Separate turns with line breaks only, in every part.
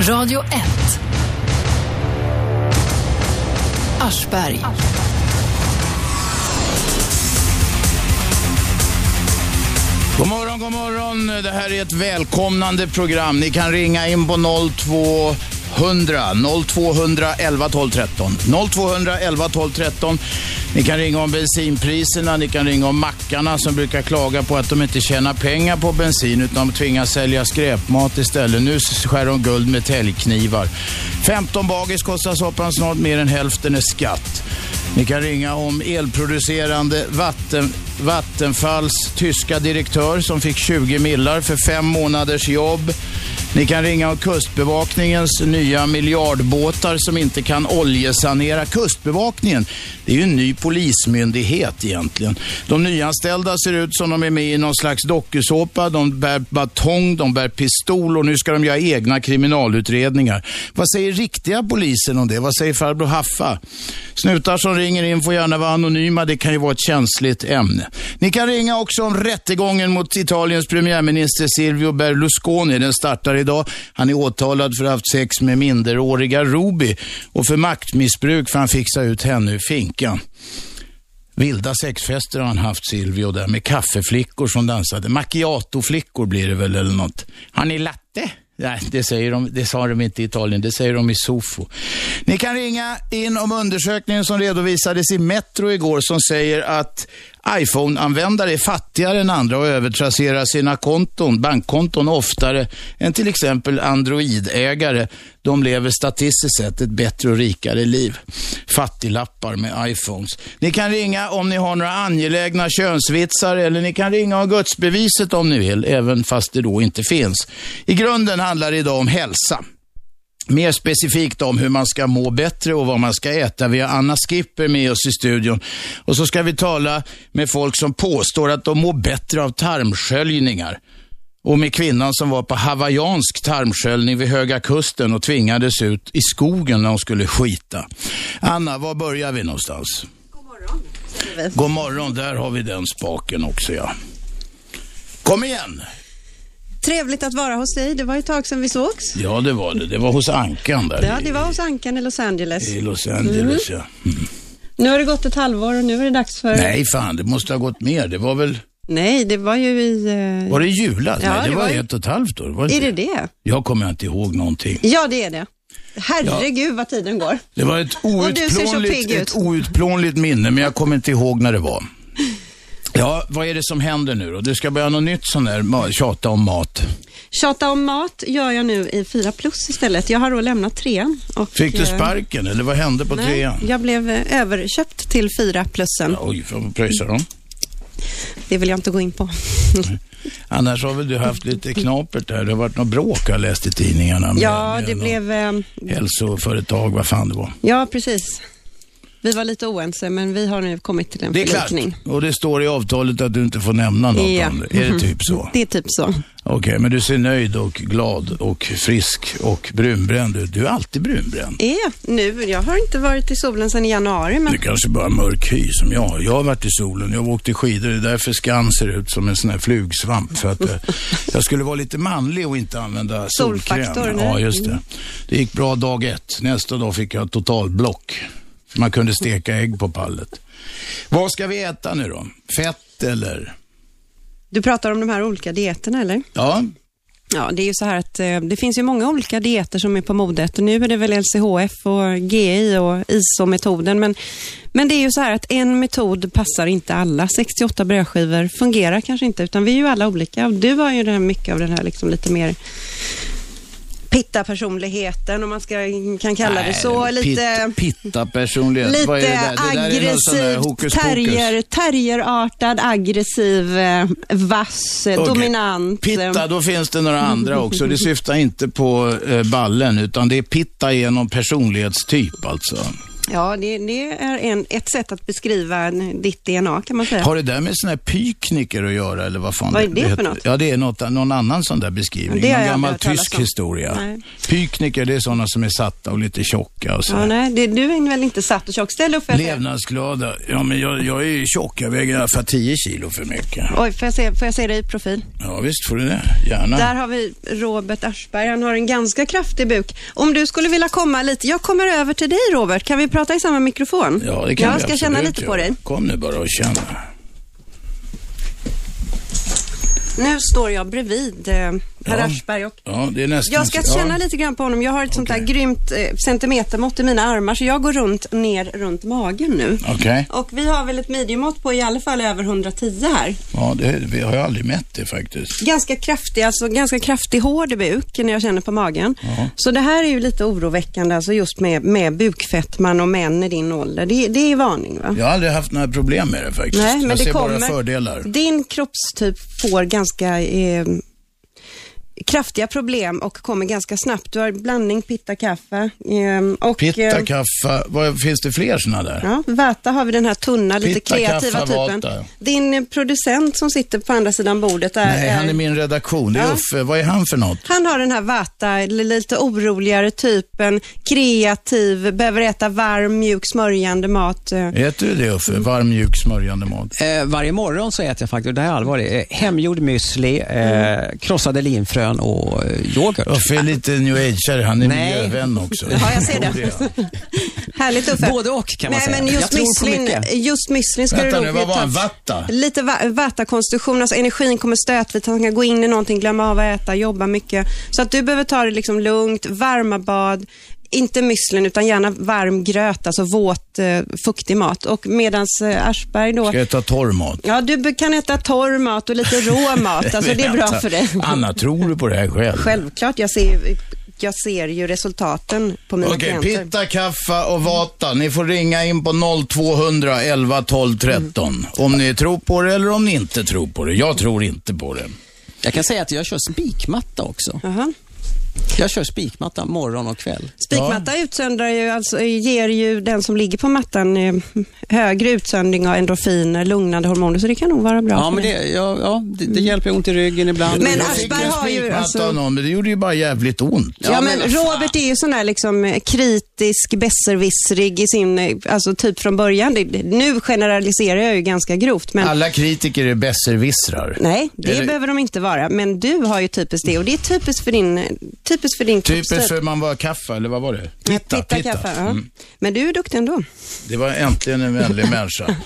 Radio 1. Aschberg.
God morgon, god morgon. Det här är ett välkomnande program. Ni kan ringa in på 0200 0200 11 12 13. 0200 11 12 13. Ni kan ringa om bensinpriserna, ni kan ringa om mackarna som brukar klaga på att de inte tjänar pengar på bensin utan de tvingas sälja skräpmat istället. Nu skär de guld med täljknivar. 15 bagis kostar soppan snart mer än hälften är skatt. Ni kan ringa om elproducerande vatten, Vattenfalls tyska direktör som fick 20 millar för fem månaders jobb. Ni kan ringa om Kustbevakningens nya miljardbåtar som inte kan oljesanera. Kustbevakningen, det är ju en ny polismyndighet egentligen. De nyanställda ser ut som de är med i någon slags dokusåpa. De bär batong, de bär pistol och nu ska de göra egna kriminalutredningar. Vad säger riktiga polisen om det? Vad säger farbror Haffa? Snutar som ringer in får gärna vara anonyma. Det kan ju vara ett känsligt ämne. Ni kan ringa också om rättegången mot Italiens premiärminister Silvio Berlusconi. Den startar idag. Han är åtalad för att ha haft sex med minderåriga Ruby och för maktmissbruk för han fixade ut henne ur finkan. Vilda sexfester har han haft, Silvio, där med kaffeflickor som dansade. Macchiato-flickor blir det väl, eller något. Har ni latte? Nej, det, säger de, det sa de inte i Italien, det säger de i Sofo. Ni kan ringa in om undersökningen som redovisades i Metro igår som säger att iPhone-användare är fattigare än andra och övertrasserar sina konton, bankkonton oftare än till exempel Android-ägare. De lever statistiskt sett ett bättre och rikare liv. Fattiglappar med iPhones. Ni kan ringa om ni har några angelägna könsvitsar eller ni kan ringa om gudsbeviset om ni vill, även fast det då inte finns. I grunden handlar det idag om hälsa. Mer specifikt om hur man ska må bättre och vad man ska äta. Vi har Anna Skipper med oss i studion. Och så ska vi tala med folk som påstår att de mår bättre av tarmsköljningar. Och med kvinnan som var på hawaiiansk tarmsköljning vid Höga Kusten och tvingades ut i skogen när hon skulle skita. Anna, var börjar vi någonstans? God morgon, där har vi den spaken också ja. Kom igen!
Trevligt att vara hos dig. Det var ett tag sedan vi sågs.
Ja, det var det. Det var hos Ankan där
Ja, det Mm. var hos Ankan i Los Angeles. Mhm.
i Los Angeles ja.
Nu har det gått ett halvår och nu är det dags för...
Nej, fan, det måste ha gått mer. Det var väl,
Nej, det var ju i... eh,
var det i julas?
Ja,
Nej, det,
det
var,
var ju-
ett och ett halvt år. Var det
Är det
inte?
det?
Jag kommer inte ihåg någonting.
Ja, det är det. Herregud vad tiden går.
Det var ett
du ser så
outplånligt,
pigg ut.
ett outplånligt minne, men jag kommer inte ihåg när det var. Ja, vad är det som händer nu då? Du ska börja något nytt sån där ma- tjata om mat.
Tjata om mat gör jag nu i 4 plus istället. Jag har då lämnat trean. Och,
Fick du
eh,
sparken eller vad hände på
Nej,
trean?
jag blev eh, överköpt till 4 plusen.
Oj, vad pröjsar de?
Det vill jag inte gå in på.
Annars har väl du haft lite knapert där. Det har varit något bråk har jag läst i tidningarna. Med,
Ja,
med
det
något
blev... eh,
Hälsoföretag, vad fan det var.
Ja, precis. Vi var lite oense, men vi har nu kommit till en
Det är klart.
förlikning.
Och det står i avtalet att du inte får nämna något
Ja.
om det. Är det typ så?
Det är typ så.
Okej, men du ser nöjd och glad och frisk och brunbränd ut. Du är alltid brunbränd.
Är nu. Jag har inte varit i solen sedan i januari, men
Du kanske bara har mörk hy som jag. Jag har varit i solen, jag har åkt i skidor. Det är därför Skans ser ut som en sån här flugsvamp. För att eh, jag skulle vara lite manlig och inte använda solkräm.
Solfaktor, nej.
Ja, just det. Det gick bra dag ett. Nästa dag fick jag totalblock. För man kunde steka ägg på pallet. Vad ska vi äta nu då? Fett eller?
du pratar om de här olika dieterna, eller?
Ja,
Ja, det är ju så här att eh, det finns ju många olika dieter som är på modet. Nu är det väl LCHF och GI och ISO-metoden, men, men det är ju så här att en metod passar inte alla. 68 brödskivor fungerar kanske inte, utan vi är ju alla olika. Och du har ju den här, mycket av den här liksom lite mer pitta-personligheten, om man ska, kan kalla det så.
Nej,
lite...
Pitt, pitta-personlighet.
Lite
Vad är det där? Det där är någon sån där
aggressivt,
hokus pokus.
terrier, terrierartad, aggressiv, eh, vass, eh,
Okej.
dominant. eh,
Pitta, då finns det några andra också. Det syftar inte på eh, ballen, utan det är pitta är någon personlighetstyp alltså.
Ja, det, det är en, ett sätt att beskriva ditt DNA kan man säga.
Har det där med såna här pykniker att göra eller vad fan
Vad är det för
heter?
något?
Ja, det är något, någon annan sån där beskrivning.
Det har
någon
jag aldrig
gammal
hört talas
tysk
om.
historia.
Nej.
Pykniker, det är sådana som är satta och lite tjocka och så.
Ja, nej, det, du är väl inte satt och tjock? Ställ upp för jag ser.
Levnadsglada. Ja, men jag, jag är ju tjock. Jag väger ungefär 10 kilo för mycket.
Oj, får jag, se, får jag se dig i profil?
Ja, visst får du det. Gärna.
Där har vi Robert Aschberg. Han har en ganska kraftig buk. Om du skulle vilja komma lite. Jag kommer över till dig Robert. Kan vi prata i samma mikrofon?
Ja, det kan
Jag
vi
ska
absolut
känna lite på
göra.
dig.
Kom nu bara och känn.
Nu står jag bredvid eh, herr
Ja.
Aschberg och
Ja, det är nästan...
jag ska
så-
känna
ja.
lite grann på honom. Jag har ett sånt där grymt eh, centimetermått i mina armar så jag går runt ner runt magen nu.
Okej.
Och vi har väl ett midjemått på i alla fall över 110 här.
Ja, det, vi har ju aldrig mätt det faktiskt.
Ganska kraftig, alltså ganska kraftig hård buk när jag känner på magen.
Ja.
Så det här är ju lite oroväckande, alltså just med, med bukfettman och män i din ålder. Det, det är varning va?
Jag har aldrig haft några problem med det faktiskt.
Nej, men
jag
det
ser
kommer.
bara fördelar.
Din kroppstyp får ganska eh, kraftiga problem och kommer ganska snabbt. Du har blandning pitta-kaffe. Eh, och,
Pitta,
eh,
kaffe, vad, finns det fler sådana där?
Ja, Vata har vi den här tunna, lite
Pitta,
kreativa
kaffe,
typen.
Vata.
Din eh, producent som sitter på andra sidan bordet är,
Nej, han är min redaktion. Det är
eh, Ja.
Uffe. Vad är han för något?
han har den här Vata, li- lite oroligare typen, kreativ, behöver äta varm, mjuk, smörjande mat. eh.
Äter du det Uffe? Varm, mjuk, smörjande mat?
Eh, varje morgon så äter jag faktiskt, det här är allvarligt, eh, hemgjord müsli, eh, krossade linfrön och eh, yoghurt.
Uffe Mm. är lite new age han är
Nej.
miljövän också.
Ja, jag ser det. Härligt Uffe.
Både och kan man
Nej,
säga.
men just
jag tror på
müslin,
mycket.
just müslin ska
Vänta
du
nu,
nog
vad var
ta-
han? Vatta?
Lite va- vattakonstitution, alltså energin kommer stötvis. Han kan gå in i någonting, glömma av att äta, jobba mycket. Så att du behöver ta det liksom lugnt, varma bad, inte müslin utan gärna varm gröt, alltså våt, eh, fuktig mat. Och medans eh, Aschberg då,
Ska jag ta torr mat?
ja du be- kan äta torr mat och lite rå mat, alltså det är bra
Vänta.
för dig.
Anna, tror du på det här själv?
Självklart, jag ser, ju- jag ser ju resultaten på mina
Okej,
klienter.
Pitta, Kaffa och Vata. Ni får ringa in på 0200 11 12
Mm.
13. Om ni tror på det eller om ni inte tror på det. Jag tror inte på det.
Jag kan säga att jag kör spikmatta också.
Jaha.
Jag kör spikmatta morgon och kväll.
Spikmatta utsöndrar ju, alltså, ger ju den som ligger på mattan eh, högre utsöndring av endorfiner, lugnande hormoner, så det kan nog vara bra.
Ja,
för
men
dig.
det, ja, ja, det, det hjälper ont i ryggen ibland.
Men
jag
Aschberg
fick
har ju,
spikmatta
alltså-
av någon, men det gjorde ju bara jävligt ont.
Ja,
Ja,
men
men
Robert är ju sån där liksom eh, kritisk, besserwissrig i sin, eh, alltså typ från början. Det- det- Nu generaliserar jag ju ganska grovt, men
Alla kritiker är besserwissrar.
nej, det
Eller-
behöver de inte vara. Men du har ju typiskt det och det är typiskt för din, typiskt för din
Typiskt
kroppstyp.
för man var kaffe, eller vad var det? Pitta, Mm.
Pitta, kaffe, ja. Men du är duktig ändå.
Det var äntligen en vänlig människa.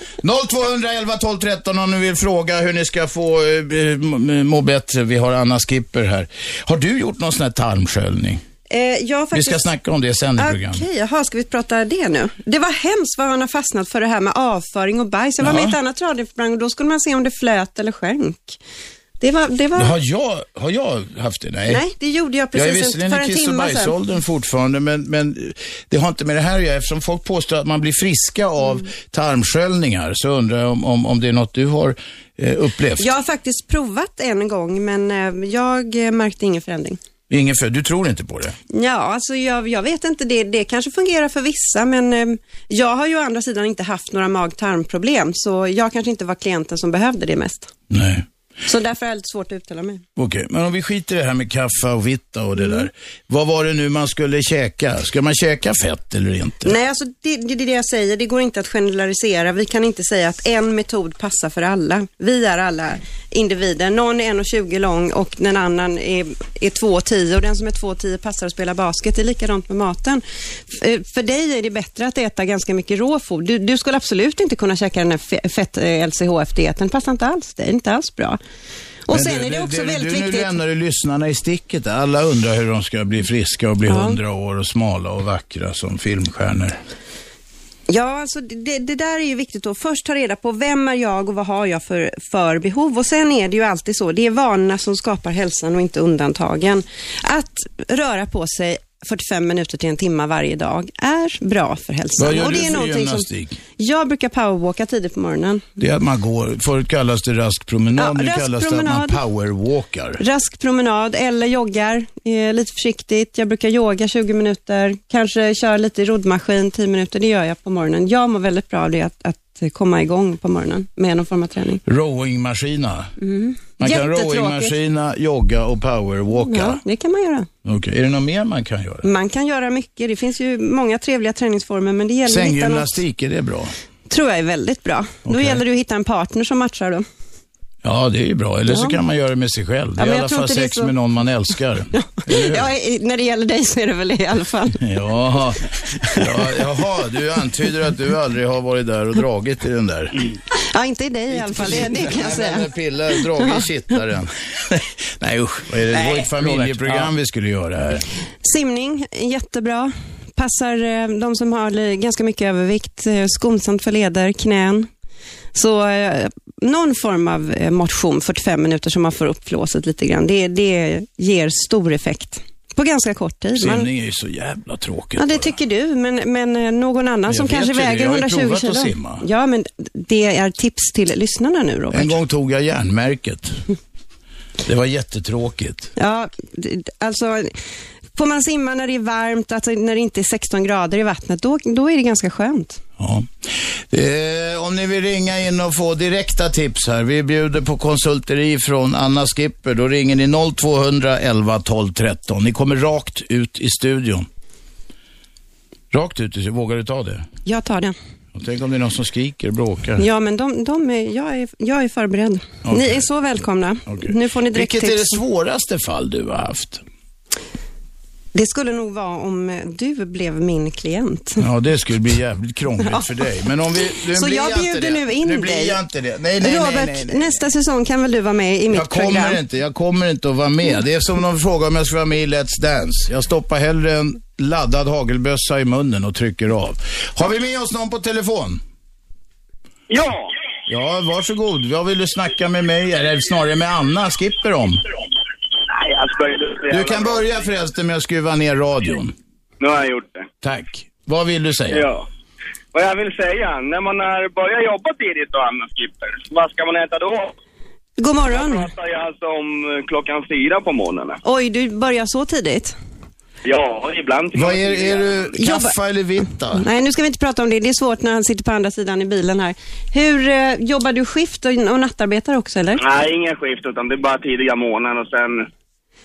0211 12 13 om ni vill fråga hur ni ska få eh, m- må bättre. Vi har Anna Skipper här. Har du gjort någon sån här tarmsköljning?
Eh, jag har
Vi
faktiskt...
ska snacka om det sen i programmet.
Okej, jaha, ska vi prata det nu? Det var hemskt vad han har fastnat för det här med avföring och bajs. Jag var
Ja.
med i ett annat radioprogram och då skulle man se om det flöt eller sjönk. Det var... Det var...
Har jag, har jag haft det? Nej.
Nej, det gjorde jag
Jag är
precis en-
visserligen
för
i
en
kiss och
timme sedan.
bajsåldern fortfarande, men, men det har inte med det här att göra. Eftersom folk påstår att man blir friska av
Mm.
tarmsköljningar så undrar jag om, om, om det är något du har eh, upplevt.
Jag har faktiskt provat en gång, men eh, jag eh, märkte ingen förändring.
Ingen för, du tror inte på det?
Ja, alltså jag, jag vet inte, det, det kanske fungerar för vissa, men eh, jag har ju å andra sidan inte haft några mag-tarmproblem, så jag kanske inte var klienten som behövde det mest.
Nej.
Så därför är det lite svårt att uttala mig.
Okej, men om vi skiter i det här med kaffe och vitta och det där. Vad var det nu man skulle käka? Ska man käka fett eller inte?
Nej, alltså det, det, det är det jag säger. Det går inte att generalisera. Vi kan inte säga att en metod passar för alla. Vi är alla individer. Någon är 1,20 lång och den annan är, är 2,10 och den som är 2,10 passar att spela basket. Det är likadant med maten. F- För dig är det bättre att äta ganska mycket råfod. Du, du skulle absolut inte kunna käka den här fe- fett eh, LCHF-dieten. Den passar inte alls dig. Inte alls bra. Och
Men
sen
du,
är det
du,
också
du,
väldigt
du,
viktigt.
Nu lämnar du lyssnarna i sticket. där. Alla undrar hur de ska bli friska och bli hundra år och smala och vackra som filmstjärnor.
Ja, alltså det, det där är ju viktigt att först ta reda på vem är jag och vad har jag för, för behov. Och sen är det ju alltid så, det är vanorna som skapar hälsan och inte undantagen. Att röra på sig, 45 minuter till en timme varje dag är bra för hälsan.
Vad gör du
är
för
någonting
gymnastik?
jag brukar powerwalka tidigt på morgonen.
Det är att man går, förut kallades det rask promenad,
Ja,
nu
rask
kallas
promenad.
det att man powerwalkar.
Rask promenad eller joggar eh, lite försiktigt. Jag brukar yoga 20 minuter, kanske köra lite i roddmaskin 10 minuter. Det gör jag på morgonen. Jag mår väldigt bra av det, att, att komma igång på morgonen med någon form av träning.
Rowingmaskina. Man kan
Mm. Jättetråkigt.
rowingmaskina, jogga och
Ja,
powerwalka.
det kan man göra.
Okej, Är det något mer man kan göra?
Man kan göra mycket. Det finns ju många trevliga träningsformer, men det gäller att hitta något,
Sänggymnastik, är det bra?
tror jag är väldigt bra. Då
Okej.
gäller det att hitta en partner som matchar då.
Ja, det är ju bra. Eller så kan man göra det med sig själv. Det
Ja,
är
men
i
jag
alla
tror
fall
inte det är
sex
så-
med någon man älskar.
Ja, i- när det gäller dig så är det väl i alla fall.
Ja, ja, jaha, du antyder att du aldrig har varit där och dragit i den där.
Ja, inte i dig i alla fall, det, det kan jag
Nej,
säga.
men Pilla, dragit i kittaren. Nej usch, vad är det? Det var ju ett familjeprogram vi skulle göra här.
Simning, jättebra. Passar eh, de som har li- ganska mycket övervikt, eh, skonsamt för leder, knän. Så eh, någon form av eh, motion, 45 minuter, som man får upp flåset lite grann, det, det ger stor effekt på ganska kort tid. Man,
Simning är ju så jävla tråkigt.
Ja, det
bara.
tycker du, men, men eh, någon annan
Jag
som
vet
kanske
ju det.
väger
Jag har ju
120 kilo.
provat att simma. Eh.
Ja, men det är tips till lyssnarna nu, Robert.
En gång tog jag järnmärket. Det var jättetråkigt.
Ja, d- d- alltså får man simma när det är varmt, alltså när det inte är 16 grader i vattnet, då, då är det ganska skönt.
Ja. Eh, om ni vill ringa in och få direkta tips här. Vi bjuder på konsulteri från Anna Skipper. Då ringer ni 0211 12 13. Ni kommer rakt ut i studion. Rakt ut i studion. Vågar du ta det?
Jag tar den.
Och tänk om det är någon som skriker och bråkar.
Ja, men de, de är, jag, är, jag är förberedd.
Okej.
Ni är så välkomna.
Okej.
Nu får ni direkt
Vilket är
tips.
det svåraste fall du har haft?
Det skulle nog vara om eh, du blev min klient.
Ja, det skulle bli jävligt krångligt för dig. Men om vi, nu
Så
blir
jag
inte
bjuder
det.
nu in
nu blir
dig.
jag inte det. Nej, nej, nej,
Robert,
nej, nej.
nästa säsong kan väl du vara med i mitt
Jag kommer
program? Mm.
inte, jag kommer inte att vara med. Det är som någon frågar om jag ska vara med i Let's Dance. Jag stoppar hellre en laddad hagelbössa i munnen och trycker av. Har vi med oss någon på telefon?
Ja,
Ja, varsågod. Vad vill du snacka med mig, eller snarare med Anna Skipper om?
nej alltså det är så
Du
jävla
kan
bra.
börja förresten med att skruva ner radion.
Nu har jag gjort det.
Tack. Vad vill du säga?
Ja. Vad jag vill säga, när man har börjat jobba tidigt och hamnar skipper, vad ska man äta då?
God morgon.
Pratar jag alltså om eh, klockan fyra på morgonen.
Oj, du börjar så tidigt.
Ja, ibland... ska
Vad
man
är,
fyra.
är du,
Jobba-
kaffa eller vitta?
Nej, nu ska vi inte prata om det. Det är svårt när han sitter på andra sidan i bilen här. Hur eh, jobbar du skift och, och nattarbetar också, eller?
Nej, ingen skift utan det är bara tidiga morgnar och sen...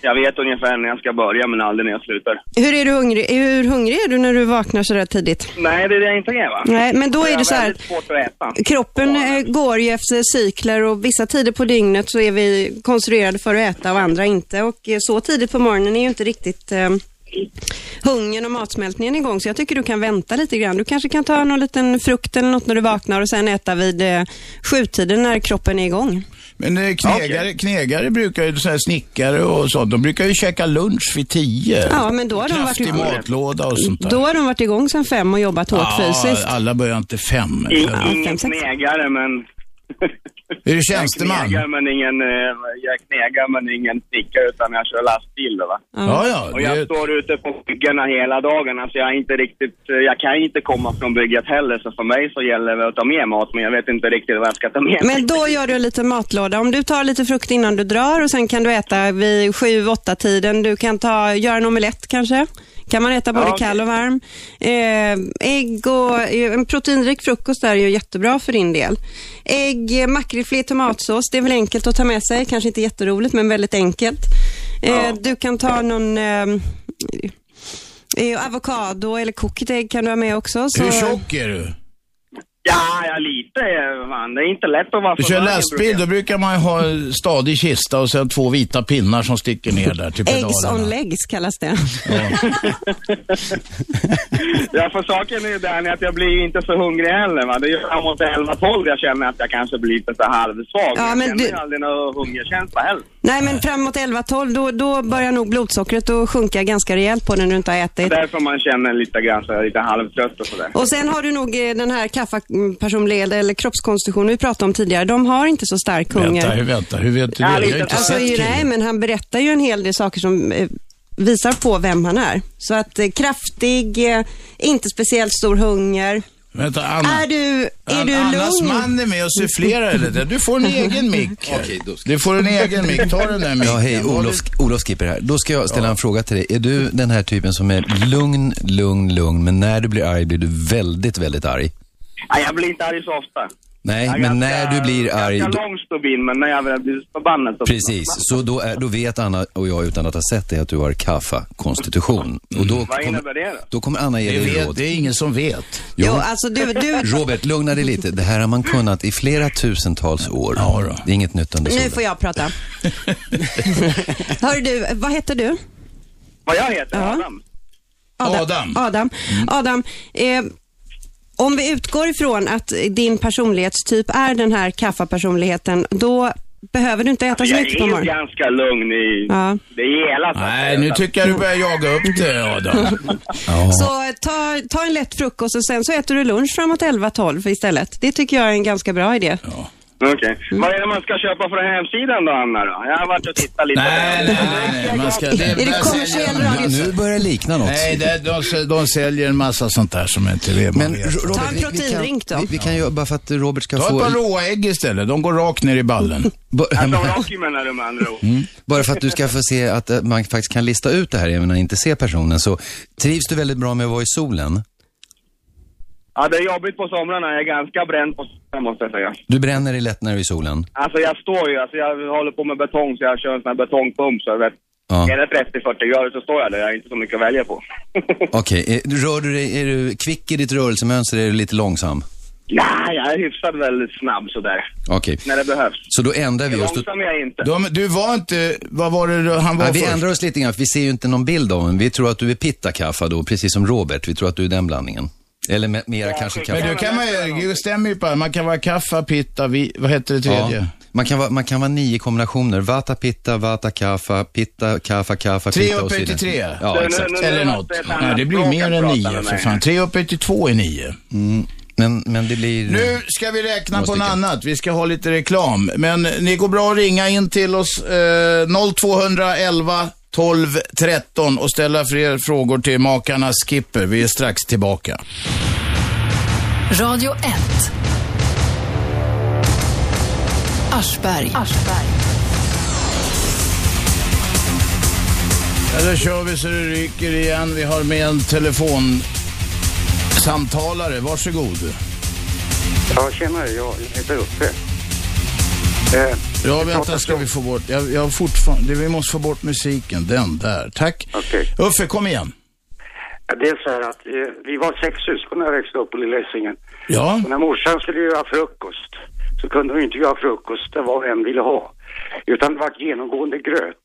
Jag vet ungefär när jag ska börja men aldrig när jag slutar.
Hur, är du hungrig? Hur hungrig är du när du vaknar så där tidigt?
Nej, det är det jag inte kan va?
Nej, men då är det så
Jag har
här.
väldigt svårt att äta.
Kroppen eh, går ju efter cykler och vissa tider på dygnet så är vi konstruerade för att äta och andra inte. Och eh, så tidigt på morgonen är ju inte riktigt eh, hungern och matsmältningen igång. Så jag tycker du kan vänta lite grann. Du kanske kan ta någon liten frukt eller något när du vaknar och sen äta vid eh, sjutiden när kroppen är igång.
Men eh, knegare, knegare brukar ju, så här snickare och sånt, de brukar ju käka lunch vid tio.
Ja, men då har de varit
eh, Kraftig
ute.
matlåda och sånt där.
Då har de varit igång sedan fem och jobbat hårt fysiskt.
alla börjar inte fem.
I,
eller?
ingen
fem, sex.
knegare men...
Är du
Jag
tjänsteman?
knegar men ingen, eh, jag knegar men ingen snickare utan jag kör lastbil då, va.
Ja, ja.
Och jag
det-
står ute på byggena hela dagarna så jag är inte riktigt, eh, jag kan ju inte komma från bygget heller så för mig så gäller det att ta med mat men jag vet inte riktigt vad jag ska ta med mig.
Men då gör du en liten matlåda. Om du tar lite frukt innan du drar och sen kan du äta vid 7-8 tiden. Du kan ta, göra en omelett kanske. Kan man äta både
Ja, okej.
kall och varm. Eh, ägg och eh, en proteinrik frukost där är ju jättebra för din del. Ägg, eh, makrillfilé, tomatsås. Det är väl enkelt att ta med sig. Kanske inte jätteroligt men väldigt enkelt. Eh,
Ja.
Du kan ta någon eh, eh, avokado eller kokt ägg kan du ha med också. Så-
Hur tjock är du?
Ja, ja lite eh, fan. Det är inte lätt att vara
Du kör
förbannad,
lastbil,
brukar
då
jag-
brukar man ju ha en stadig kista och sen två vita pinnar som sticker ner där till
Eggs on
pedalerna.
legs kallas det.
Ja, för saken är ju den att jag blir ju inte så hungrig heller va. Det är ju framåt 11-12 jag känner att jag kanske blir lite så halvsvag.
Ja,
jag
men
känner
du-
ju aldrig någon hungerkänsla heller.
Nej, men framåt 11-12 då, då börjar nog blodsockret att sjunka ganska rejält på den du inte har ätit.
Därför man känner lite grann så här, lite halvtrött och sådär.
Och sen har du nog eh, den här kaffapersonled eller kroppskonstitution vi pratade om tidigare. De har inte så stark
Vänta, hur,
hunger.
vänta, hur vet du det?
Ja,
Jag har
lite-
inte
Alltså,
sett
ju- nej,
killen.
men han berättar ju en hel del saker som eh, visar på vem han är. Så att eh, kraftig, eh, inte speciellt stor hunger.
Vänta, Anna.
Är du, är
An-
du
Annas
lugn?
man är med och sufflerar lite. Du får en egen mick.
Okej, då ska-
Du får en egen mick. Ta den där micken.
Ja, hej, Olof, Olof Skipper här. Då ska jag ställa en fråga till dig. Är du den här typen som är lugn, lugn, lugn, men när du blir arg blir du väldigt, väldigt arg?
Nej, jag blir inte arg så ofta.
Nej,
Jag är
men
ganska-
när du blir arg,
Ganska
då,
lång stubin, men när jag väl blir förbannad så...
precis, så då, är, då vet Anna och jag utan att ha sett det att du har kaffa-konstitution. Och då
Mm. Vad
kommer,
innebär det då?
då kommer Anna
Det,
ge dig
vet,
råd.
det är ingen som vet.
Jo.
Jo, alltså du, du,
Robert, lugna dig lite. Det här har man kunnat i flera tusentals år.
Ja, då.
Det är inget nytt under
nu
solen.
får jag prata. Hör du, vad heter du?
Vad jag heter?
Ja.
Adam?
Adam.
Adam, Adam eh, om vi utgår ifrån att din personlighetstyp är den här kaffapersonligheten, då behöver du inte äta så
Jag
mycket på
är ju
morgonen.
ganska lugn i
Ja.
det hela. så att
Nej,
säga.
nu tycker jag du börjar jaga upp det, Adam.
Ja.
Så eh, ta, ta en lätt frukost och sen så äter du lunch framåt 11-12 istället. Det tycker jag är en ganska bra idé.
Okej. Vad är det man ska köpa från hemsidan då, Anna? Då? Jag har varit och tittat lite.
Nej, nej, nej. nej. Man ska,
Är det
där
kommersiell
säljer-
radio?
Nu- Nu börjar det likna något.
Nej, det, de, de säljer en massa sånt där som inte vi
Men
men,
Ro- Robert,
Ta en
vi- vi kan-
proteindrink då.
Vi, vi kan ju, bara för att Robert ska
Ta ett
få...
par råa ägg istället. De går rakt ner i ballen.
Bo-
Alltså, Rocky menar du med andra ord.
Mm. Bara för att du ska få se att eh, man faktiskt kan lista ut det här även om man inte ser personen. Så trivs du väldigt bra med att vara i solen?
Ja, det är jobbigt på somrarna. Jag är ganska bränd på sommaren, måste jag säga.
Du bränner dig lätt när du är i solen.
Alltså, jag står ju. Alltså, jag håller på med betong, så jag kör en sån här betongpump. Så jag vet.
Ja.
Är det 30-40 grader så står jag där. Jag har inte så mycket att välja på.
Okej, eh, rör du dig, är du kvick i ditt rörelsemönster, är du lite långsam?
Nej, jag är hyfsat väldigt snabb sådär.
Okej,
När det behövs.
så då ändrar vi oss. Då,
Långsam är jag inte.
De, du var inte... Vad var det du- han var
nej, vi
först?
ändrar oss lite grann, för vi ser ju inte någon bild av honom. Vi tror att du är pittakaffa då, precis som Robert. Vi tror att du är den blandningen. Eller me- mera kanske
skicka-
kaffe.
Men du kan man ju, det stämmer ju på, man kan vara kaffa, pitta, vi, vad heter det tredje?
Ja. Man, kan vara, man kan vara nio kombinationer. Vata pitta, vata kaffa, pitta kaffa, kaffa,
Tre
pitta och
upp
så
till
vidare.
tre.
Ja, exakt.
Nu- nu-
Eller
nu-
något.
det är ett annat
Nej, det blir
språk
mer
jag
än
pratar
nio
med
för
mig.
fan. Tre upp till två är nio.
Mm. Men, men det blir... eh,
Nu ska vi räkna på
Måste
något
jag.
annat. Vi ska ha lite reklam. Men ni går bra att ringa in till oss eh, 0211 12 13 och ställa fler frågor till makarna Skipper. Vi är strax tillbaka.
Radio 1. Aschberg.
Ja, då kör vi så det ryker igen. Vi har med en telefonsamtalare. Varsågod.
Ja, tjenare. Jag jag heter Uffe. Eh,
Ja, vänta ska vi få bort. Jag, jag har fortfarande, vi måste få bort musiken. Den där. Tack.
Okej.
Uffe, kom igen.
det är så här att eh, vi var sex syskon när jag växte upp på Lilla Essingen.
Ja.
Och när morsan skulle göra frukost så kunde hon inte göra frukost där vad en ville ha. Utan det var genomgående gröt.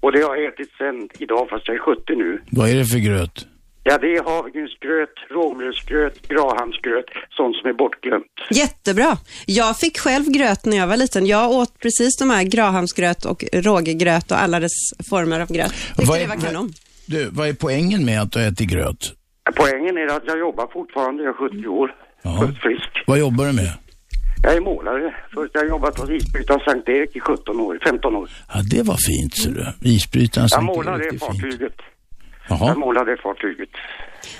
Och det har jag ätit sen idag, fast jag är 70 nu.
Vad är det för gröt?
Ja, det är havregrynsgröt, rågmjölsgröt, grahamsgröt, sånt som är bortglömt.
Jättebra. Jag fick själv gröt när jag var liten. Jag åt precis de här grahamsgröt och rågegröt och alla dess former av gröt. Tyckte
Vad är-
det var kanon.
Du, vad är poängen med att du äter gröt?
Poängen är att jag jobbar fortfarande, jag är 70 år. Fullt frisk.
Vad jobbar du med?
Jag är målare. Först har jag jobbat hos isbrytaren Sankt Erik i 17 år, 15 år.
Ja, det var fint, ser du. Isbrytaren
Jag
Sankt
målar
Erik
det
är fint.
fartyget. Jag
Jaha.
målar det fartyget.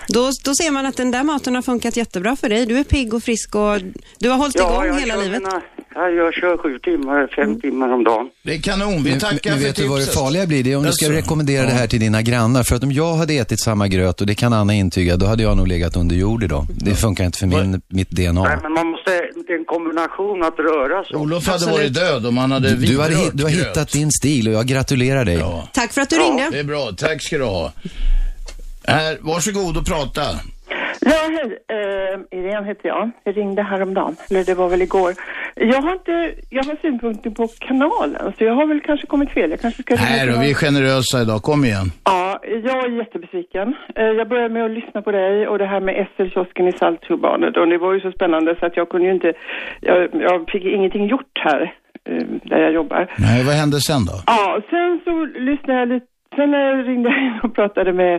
Då, då ser man att den där maten har funkat jättebra för dig. Du är pigg och frisk och du har hållit igång
jag
hela
kör
livet. Mm.
mina- ja, jag kör sju timmar, fem timmar om dagen.
Det är kanon. Vi
Men,
tackar
men
för
vet du vad det
tipset.
farliga blir? Det är om du ska
Alltså,
rekommendera det här till dina grannar. För att om jag hade ätit samma gröt, och det kan Anna intyga, då hade jag nog legat under jord idag. Det funkar inte för min, mitt
Nej,
DNA.
men man måste, det är en kombination att röra sig.
Olof hade varit död om han hade
Du, du, har, hi-
vidrört
du har
gröt.
hittat din stil och jag gratulerar dig.
Ja,
Tack för att du ringde.
det är bra. Tack ska du ha. Här, varsågod och prata.
Ja, hej. Eh, Irene heter jag. Jag ringde häromdagen, eller det var väl igår. Jag har, inte, jag har synpunkter på kanalen, så jag har väl kanske kommit fel. Jag kanske ska ringa
Nej
till
då,
någon-
vi är generösa idag. Kom igen.
Ja, jag är jättebesviken. Eh, jag började med att lyssna på dig och det här med SL-kiosken i Saltsjöbadet och det var ju så spännande så att jag kunde ju inte, jag, jag fick ingenting gjort här eh, där jag jobbar.
Nej, vad hände sen då?
Ja, sen så lyssnade jag lite, sen när jag ringde jag in och pratade med,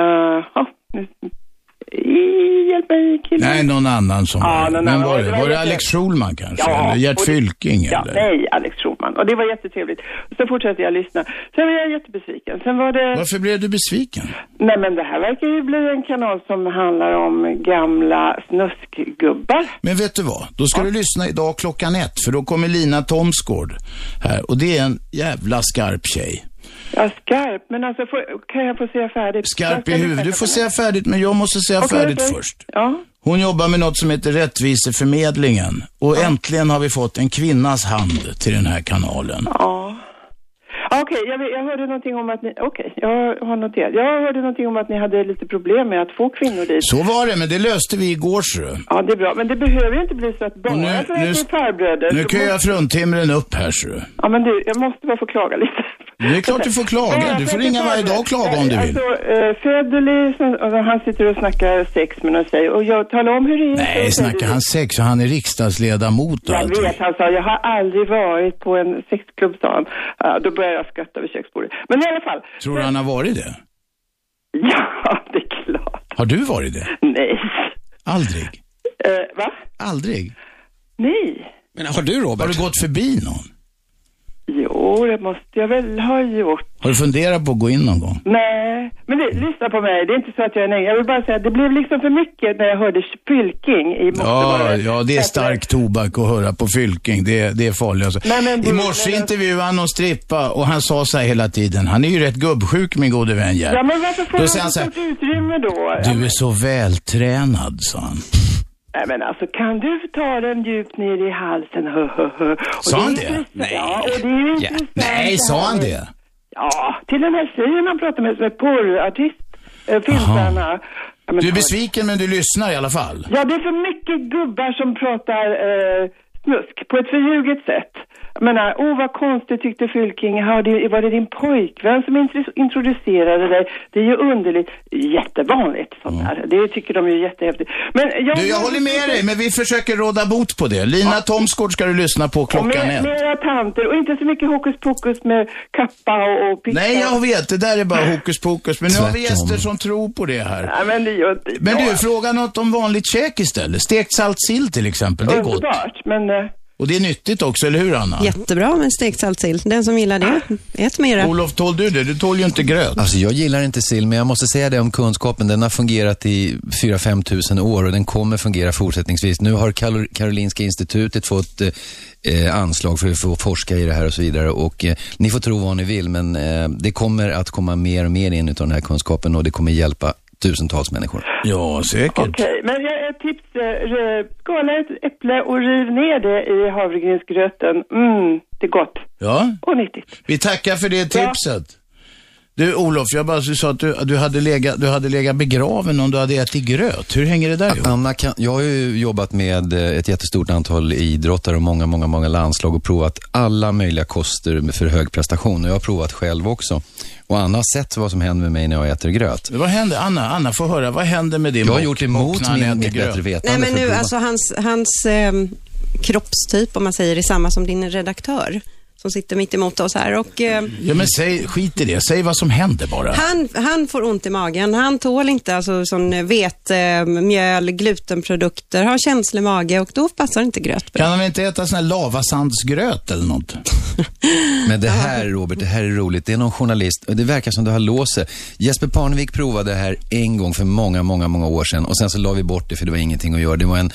eh, ja, nu, i- hjälp mig killen.
Nej, någon annan som
Ja,
var det.
någon
Vem
annan.
var det?
Det var
Var det
jag-
Alex Schulman kanske?
Ja,
eller Gert
och det-
Fylking?
Ja,
eller?
nej, Alex Schulman. man. Och det var jättetrevligt. Sen fortsatte jag lyssna. Sen var jag jättebesviken. Sen var det...
Varför blev du besviken?
Nej men det här verkar ju bli en kanal som handlar om gamla snuskgubbar.
Men vet du vad? Då ska du lyssna idag klockan ett, för då kommer Lina Thomsgård här. Och det är en jävla skarp tjej.
Ja, skarp. Men alltså, får, kan jag få säga färdigt?
Skarp i
Kan jag
huvudet. Du
säga
får säga färdigt, men jag måste säga
Okej,
färdigt
okej.
först.
Ja.
Hon jobbar med något som heter Rättviseförmedlingen. Och äntligen har vi fått en kvinnas hand till den här kanalen.
Ja. Ja, Okej, jag, vet- jag hörde någonting om att ni... Okej, jag har noterat. Jag hörde någonting om att ni hade lite problem med att få kvinnor dit.
Så var det, men det löste vi igår, så.
Ja, det är bra. Men det behöver ju inte bli så att bara
nu-
för att
nu-
vi är farbröder...
Nu
så
köar
måste-
fruntimren upp här, så.
Ja, men du, jag måste bara få klaga lite.
Det är klart du får klaga. Du får ringa varje dag och klaga om du vill.
Alltså, eh, Federley, som- och han sitter och snackar sex med någon tjej och jag talar om hur det är.
Nej,
Och säger,
snackar han sex och han är riksdagsledamot och
Jag
allt.
vet, han sa, jag har aldrig varit på en sexklubb, sa han. Ja, då började jag skratta vid köksbordet. Men i alla fall,
Tror du han har varit det?
ja, det är klart.
Har du varit det?
Nej.
Aldrig?
Eh, va?
Aldrig?
Nej.
Men har du Robert?
Har du gått förbi någon?
Jo, det måste jag väl ha gjort.
Har du funderat på att gå in någon gång?
Nej, men det, lyssna på mig. Det är inte så att jag är nej. Jag vill bara säga att det blev liksom för mycket när jag hörde Spylking i morse. var
Ja, ja, det är stark tobak att höra på Fylking. Det, är- det är farligt. Alltså.
Nej, men du-
I morse
men-
intervjuade han någon strippa och han sa så här hela tiden. Han är ju rätt gubbsjuk min gode vän Gerd.
Ja, men varför får
Då
de
säger
så
han så här,
stort utrymme då?
Du är så vältränad, sa han.
Nej, men alltså kan du ta den djupt ner i halsen? Hö, hö, hö. Och
Sa han
är
det?
intressant- Ja, och det är ju
Ja.
intressant.
Nej,
det här
sa han
med-
det?
Ja, till den här tjejen han pratar med som är porrartist, äh, filmstjärna. Ja, men
Du är
hör-
besviken men du lyssnar i alla fall.
Ja, det är för mycket gubbar som pratar eh, snusk på ett förljuget sätt. Jag menar, åh vad konstigt tyckte Fylking. Har det- Var det din pojkvän som intro- introducerade dig? Det är ju underligt. Jättevanligt sånt där. Det tycker de är jättehäftigt. Men jag,
Mm. Du, jag håller med dig, men vi försöker råda bot på det. Lina Thomsgård ska du lyssna på klockan
med,
ett.
med era tanter och inte så mycket hokus pokus med kappa och, och picka.
Nej, jag vet, det där är bara hokus pokus. Men nu har vi
Tvärtom.
gäster som tror på det här.
Nej, men det gör inte
Men
jag.
du, fråga något om vanligt käk istället. Stekt salt sill till exempel, det är gott.
Underbart, men... eh,
Och det är nyttigt också, eller hur Anna?
Jättebra med stekt saltsill. Den som gillar det, ät mera.
Olof, tål du det? Du tål ju inte gröt.
Alltså jag gillar inte sill, men jag måste säga det om kunskapen. Den har fungerat i 4-5 tusen år och den kommer fungera fortsättningsvis. Nu har Karol- Karolinska institutet fått eh, eh, anslag för att få forska i det här och så vidare. Och eh, ni får tro vad ni vill, men eh, det kommer att komma mer och mer in utav den här kunskapen och det kommer hjälpa tusentals människor.
Ja, säkert.
Okej, men jag, ett tips. eh, r- Skala ett äpple och riv ner det i havregrynsgröten. Mm, det är gott.
Ja,
Och nyttigt.
vi tackar för det
Ja.
tipset. Du Olof, jag bara sa att du, du, hade legat, du hade legat begraven om du hade ätit gröt. Hur hänger det där ihop?
Anna, kan, jag har ju jobbat med eh, ett jättestort antal idrottare och många, många, många landslag och provat alla möjliga koster med- för hög prestation. Och jag har provat själv också. Och Anna har sett vad som händer med mig när jag äter gröt.
Vad händer? Anna, Anna får höra. Vad händer med din
Jag har
bock-
gjort emot
bock när han
min,
äter
mitt
gröt?
bättre vetande.
Nej, men
för att
nu,
prova.
alltså hans, hans ehm, kroppstyp, om man säger, är samma som din redaktör som sitter mitt emot oss här. Och, ehm,
Ja, men säg, skit i det. Säg vad som händer bara.
Han, han får ont i magen. Han tål inte alltså, sån vete, mjöl, glutenprodukter, har känslig mage och då passar inte gröt bra.
Kan han inte äta sån här lavasandsgröt eller något?
Men det här Robert, det här är roligt. Det är någon journalist och det verkar som du har låst det. Jesper Parnevik provade det här en gång för många, många, många år sedan och sen så la vi bort det för det var ingenting att göra. Det var en,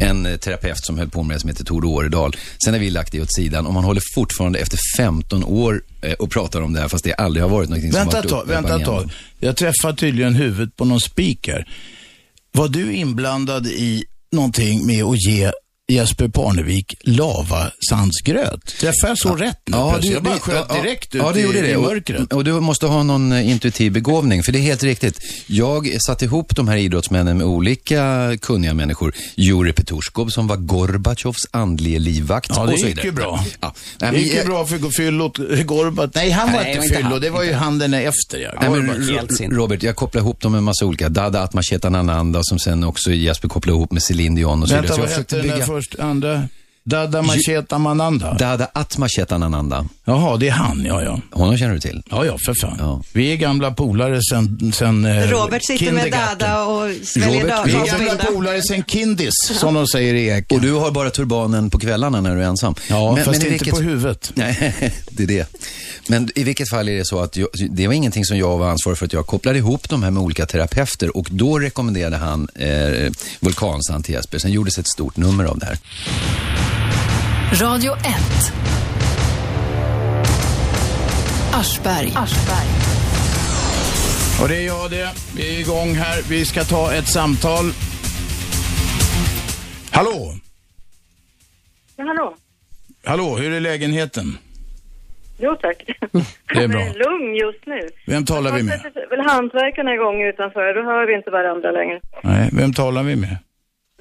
en eh, terapeut som höll på med det som heter Tord Åredal. Sen har vi lagt det åt sidan och man håller fortfarande efter 15 år eh, och pratar om det här fast det aldrig har varit någonting som
Vänta
varit
ett tag,
uppe på
vänta ett
agendan.
tag. Jag träffar tydligen huvudet på någon speaker. Var du inblandad i någonting med att ge Jesper Parnevik lavasandsgröt? Träffade jag så rätt nu
Ja,
plötsligt?
du-
Jag bara
du-
sköt
ja,
direkt
ja,
ut
det
i,
gjorde det.
i
Och-
mörkret.
Och du måste ha någon eh, intuitiv begåvning, för det är helt riktigt. Jag satte ihop de här idrottsmännen med olika kunniga människor. Jurij Petorskov som var Gorbatjovs andlige livvakt.
Ja, det
och så
gick
vidare.
ju bra.
Ja. Nej,
Det
men,
gick ju
eh,
bra för fyllot, Gorbat. Nej, han var
Nej,
inte
inte
fyllo.
han,
Det var ju han den är efter, ja.
Nej, men,
Gorbat.
Ro-
helt sin.
Robert, jag kopplar ihop dem med en massa olika. Dada Atmachetan Ananda som sen också Jesper kopplade ihop med Céline Dion och så vidare.
Vänta,
Så
vad
jag försökte
hette den där
bygga...
först? Andra? Dada Macheta Mananda.
Dada Atmachetan Ananda.
Jaha, det är han, ja, ja.
Honom känner du till?
Ja, ja, för fan.
Ja.
Vi är gamla polare sen, sen eh,
Robert sitter med
kindergarten.
Dada och sväljer
Robert,
Vi är gamla
dagvagnbilden.
polare sen Kindis, som de säger i Eken.
Och du har bara turbanen på kvällarna när du är ensam.
Ja,
Men-
fast
men i
inte
vilket-
på huvudet.
Nej, det är det. Men i vilket fall är det så att jag, det var ingenting som jag var ansvarig för, att jag kopplade ihop de här med olika terapeuter och då rekommenderade han eh, vulkansand till Jesper. Sen gjordes ett stort nummer av det här.
Radio 1. Aschberg.
Och det är jag det. Vi är igång här. Vi ska ta ett samtal. Hallå?
Ja, hallå.
Hallå, hur är lägenheten?
Jo tack.
Det är bra.
Men lugn just nu.
Vem talar vi med?
sätter väl hantverkarna igång utanför, då hör vi inte varandra längre.
Nej, vem talar vi med?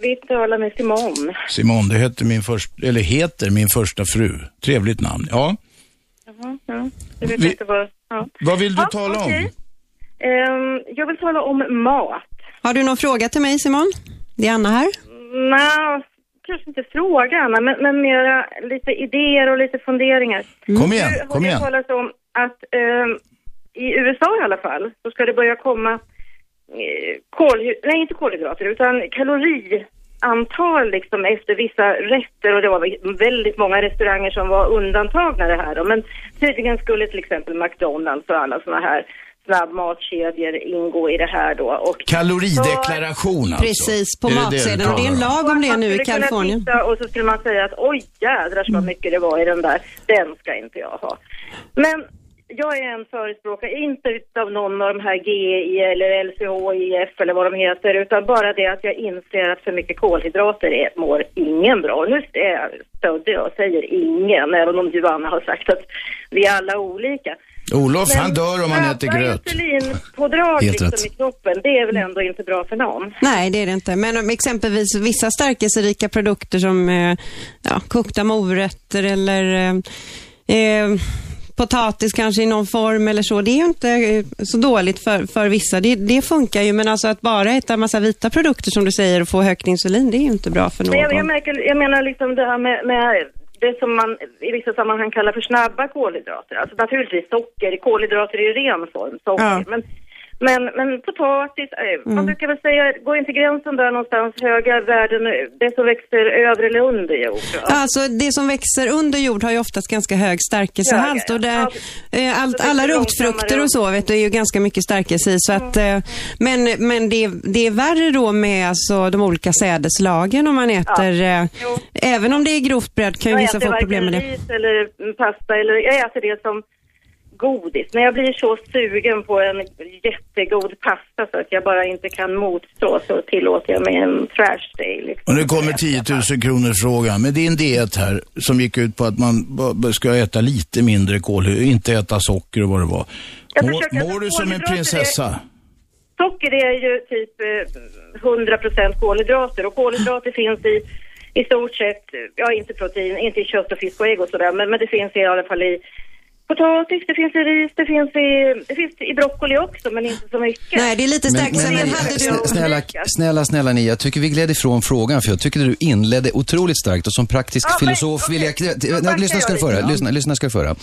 Vi talar med Simon.
Simon, det heter min, först, eller heter min första fru. Trevligt namn. Ja.
Jaha, ja. Jag vet
Vi-
inte vad... Ja.
Vad vill du
Ja,
tala
okej.
om?
Ehm, jag vill tala om mat.
Har du någon fråga till mig Simon? Det är Anna här.
Nej, kanske inte fråga Anna, men, men mera lite idéer och lite funderingar.
Kom igen,
Mm. Nu har
kom
det
igen.
talats om att ehm, i USA i alla fall så ska det börja komma eh, kolhy- nej inte kolhydrater utan kaloriantal liksom efter vissa rätter och det var väldigt många restauranger som var undantagna det här då. Men tydligen skulle till exempel McDonalds och alla sådana här snabbmatskedjor ingå i det här då. Och
Kalorideklaration alltså.
Precis, på
Är det det du
matsedeln. Och det är en
talar
lag om det
man
nu i
skulle kunna
Kalifornien. Mm.
titta Och så skulle man säga att oj jädrar så vad mycket det var i den där. Den ska inte jag ha. Men jag är en förespråkare, inte utav någon av de här GI eller LCHIF eller vad de heter, utan bara det att jag inser att för mycket kolhydrater är, mår ingen bra. Nu är jag stöddig och säger ingen, även om Joanna har sagt att vi är alla olika.
Olof, han dör om han äter gröt.
Insulinpådrag
Helt
liksom
rätt.
i kroppen, det är väl ändå inte bra för någon.
Nej, det är det inte. Men om exempelvis vissa stärkelserika produkter som eh, ja, kokta morötter eller eh, eh, potatis kanske i någon form eller så. Det är ju inte eh, så dåligt för, för vissa. Det, det funkar ju, men alltså att bara äta massa vita produkter som du säger och få högt insulin, det är ju inte bra för någon.
Men jag, jag, märker, jag menar liksom det här med, med det som man i vissa sammanhang kallar för snabba kolhydrater. Alltså naturligtvis socker, kolhydrater i ren form, socker.
Ja.
Men, men, men potatis, eh,
Mm.
man brukar väl säga, går inte gränsen där någonstans, höga värden, det som växer över eller under jord? va?
Alltså det som växer under jord har ju oftast ganska hög
Ja,
stärkelsehalt
ja,
och det,
ja.
eh, allt,
Så det är
alla
långsammare
rotfrukter och så vet du, är ju ganska mycket stärkelse i. Så att, eh, men men det, det är värre då med alltså, de olika sädeslagen om man äter, eh,
Jo.
även om det är grovt bröd kan ju
Jag
vissa
äter
få
varken
problem med det.
ris eller mm, pasta eller jag äter det som godis. Men jag blir så sugen på en jättegod pasta så att jag bara inte kan motstå så tillåter jag mig en trash day. Liksom.
Och nu kommer 10 000 kronor frågan. Med din diet här, som gick ut på att man b- b- ska äta lite mindre kolhydrat, inte äta socker och vad det var.
Jag
Mår,
försöker äta
mår du som en
kolhydrater,
prinsessa?
Socker är ju typ eh, 100% kolhydrater och kolhydrater finns i i stort sett, eh, ja inte protein, inte i kött och fisk och ägg och sådär, men, men det finns i alla fall i potatis, det finns i ris, det finns i, det finns i broccoli också men inte så mycket.
Nej, det är lite stärkelse. Men, hade du...
snä-
snälla, snälla, snälla ni, jag tycker vi gled ifrån frågan för jag tycker du inledde otroligt starkt och som praktisk
Ja, men,
filosof
okej.
vill jag...
Då
Nej,
backar
lyssna ska
jag
du föra,
lite.
lyssna, lyssna ska du föra.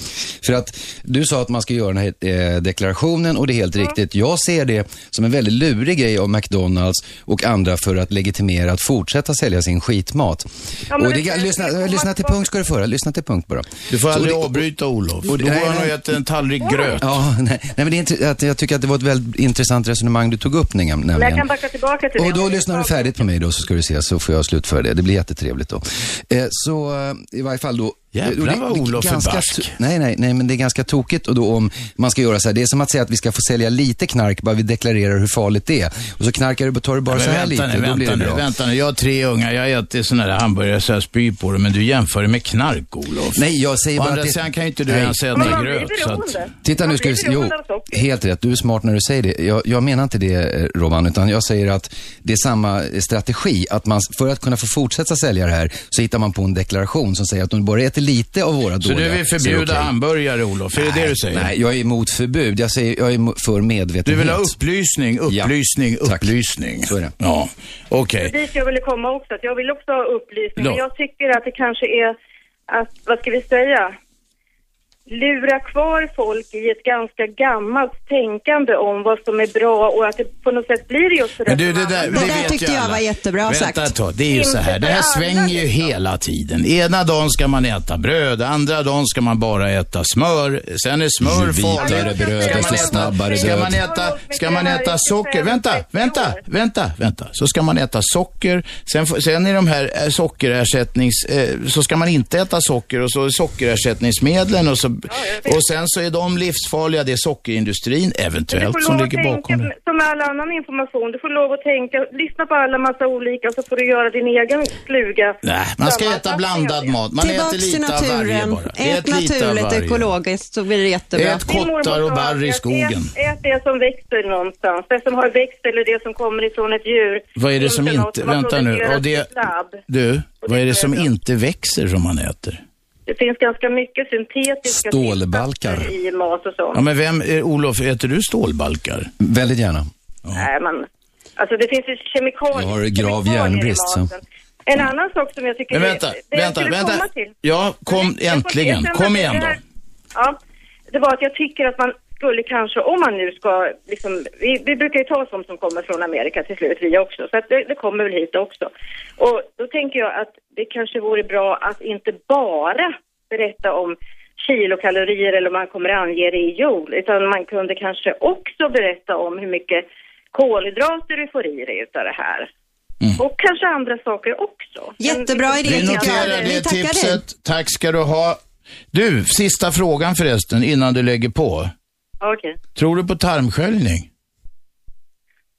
För att du sa att man ska göra den här eh, deklarationen och det är helt
Mm.
riktigt. Jag ser det som en väldigt lurig grej av McDonalds och andra för att legitimera att fortsätta sälja sin skitmat.
Ja, men
och det,
det-
lyssna, lyssna till punkt ska du föra, lyssna till punkt bara.
Du får
Så
aldrig
det-
avbryta Olof. Då
och det-
går
nej,
han och
nej.
äter en tallrik gröt.
Ja, nej, nej men det är inte, att jag tycker att det var ett väldigt intressant resonemang du tog upp nämligen.
Men jag kan backa tillbaka till det.
Och då lyssnar du färdigt på mig då så ska du se så får jag slutföra det. Det blir jättetrevligt då. Eh, så eh, i varje fall då.
Jävlar
och det-
vad
det är
Olof är
ganska
barsk.
to- Nej, nej, nej, men det är ganska tokigt och då om man ska göra så här. Det är som att säga att vi ska få sälja lite knark bara vi deklarerar hur farligt det är. Och så knarkar du, tar du bara
Men
så här lite,
vänta nu,
då blir
vänta
det
nu,
bra.
vänta nu. Jag har tre ungar, jag äter sådana där hamburgare så jag spyr på dem, men du jämför det med knark, Olof.
Nej, jag säger
Å
bara
andra
att det-
sidan kan ju inte du
Nej.
ens
Men
äta
man blir
gröt. Så att...
beroende.
Titta nu
Man
ska
blir
vi jo,
beroende av socker.
helt rätt. Du är smart när du säger det. Jag, jag menar inte det, eh, Robban, utan jag säger att det är samma eh, strategi. Att man, för att kunna få fortsätta sälja det här så hittar man på en deklaration som säger att om du bara äter lite av våra
Så
dåliga.
du vill förbjuda
okej.
hamburgare, Olof? Är det det du säger?
Nej, jag är emot förbud. Jag, säger, jag är emo- för medvetenhet.
Du vill ha upplysning, upplysning,
upplysning. Så är det.
Ja, okej.
dit jag ville komma också, att jag vill också ha upplysning.
Ja.
Men jag tycker att det kanske är att, vad ska vi säga, lura kvar folk i ett ganska gammalt tänkande om vad som är bra och att det på något sätt blir just för
Men du, det där,
resonemanget.
vet ju alla. Vänta ett tag. Det är ju så här, det här
Inte för alla,
svänger ju hela tiden. Ena dagen ska man äta bröd, andra dagen ska man bara äta smör. Sen är smör
Ju
farligt.
vitare bröd,
Ska man
desto
äta-
snabbare
Ska
död.
man äta, ska man äta socker? Vänta, vänta, vänta, vänta. Så ska man äta socker. Sen, får- sen är de här eh, sockerersättnings... Eh, så ska man inte äta socker och så är sockerersättningsmedlen och så... Och sen så är de livsfarliga. Det är sockerindustrin
Du
eventuellt
får
som
lov att
ligger bakom det.
tänka, som med all annan information, du får lov att tänka, lyssna på alla massa olika och så får du göra din egen sluga.
Nej, man ska äta blandad mat. Man
Tillbaks
äter lite
till
av varje
naturen.
bara.
Ät
lite av
naturligt,
varje.
ekologiskt, så blir det jättebra.
Ät kottar och barr i skogen.
Ät, ät det som växer någonstans, det som har växt eller det som kommer ifrån ett djur.
Vad är det som
något
inte...
har
Vänta nu.
producerats
Och
i
det,
ett labb.
du, vad är det som inte växer som man äter?
Det finns ganska mycket syntetiska
Stålbalkar.
tillsatser i mat och sånt.
Ja, men vem... eh, Olof, äter du stålbalkar?
Väldigt gärna.
Nej, man, alltså det finns ju kemikalier.
Jag har grav
kemikalier i
järnbrist, så.
maten. En annan sak som jag tycker...
Men vänta,
det, det jag
vänta,
skulle
vänta.
komma till-
Ja, kom äntligen.
Jag känner
Kom
att
igen
det
då.
här- Ja, det var att jag tycker att man skulle kanske, om man nu ska, liksom, vi, vi brukar ju ta sånt som kommer från Amerika till slut, vi också, så att det, det kommer väl hit också. Och då tänker jag att det kanske vore bra att inte bara berätta om kilokalorier eller om man kommer ange det i jul, utan man kunde kanske också berätta om hur mycket kolhydrater du får i dig utav det här. Och kanske andra saker också.
Jättebra idé
Mm. Vi
tycker
noterar
jag.
det
Vi tackar dig.
tipset. Tack ska du ha. Du, sista frågan förresten innan du lägger på.
Okej. Okay.
Tror du på tarmsköljning?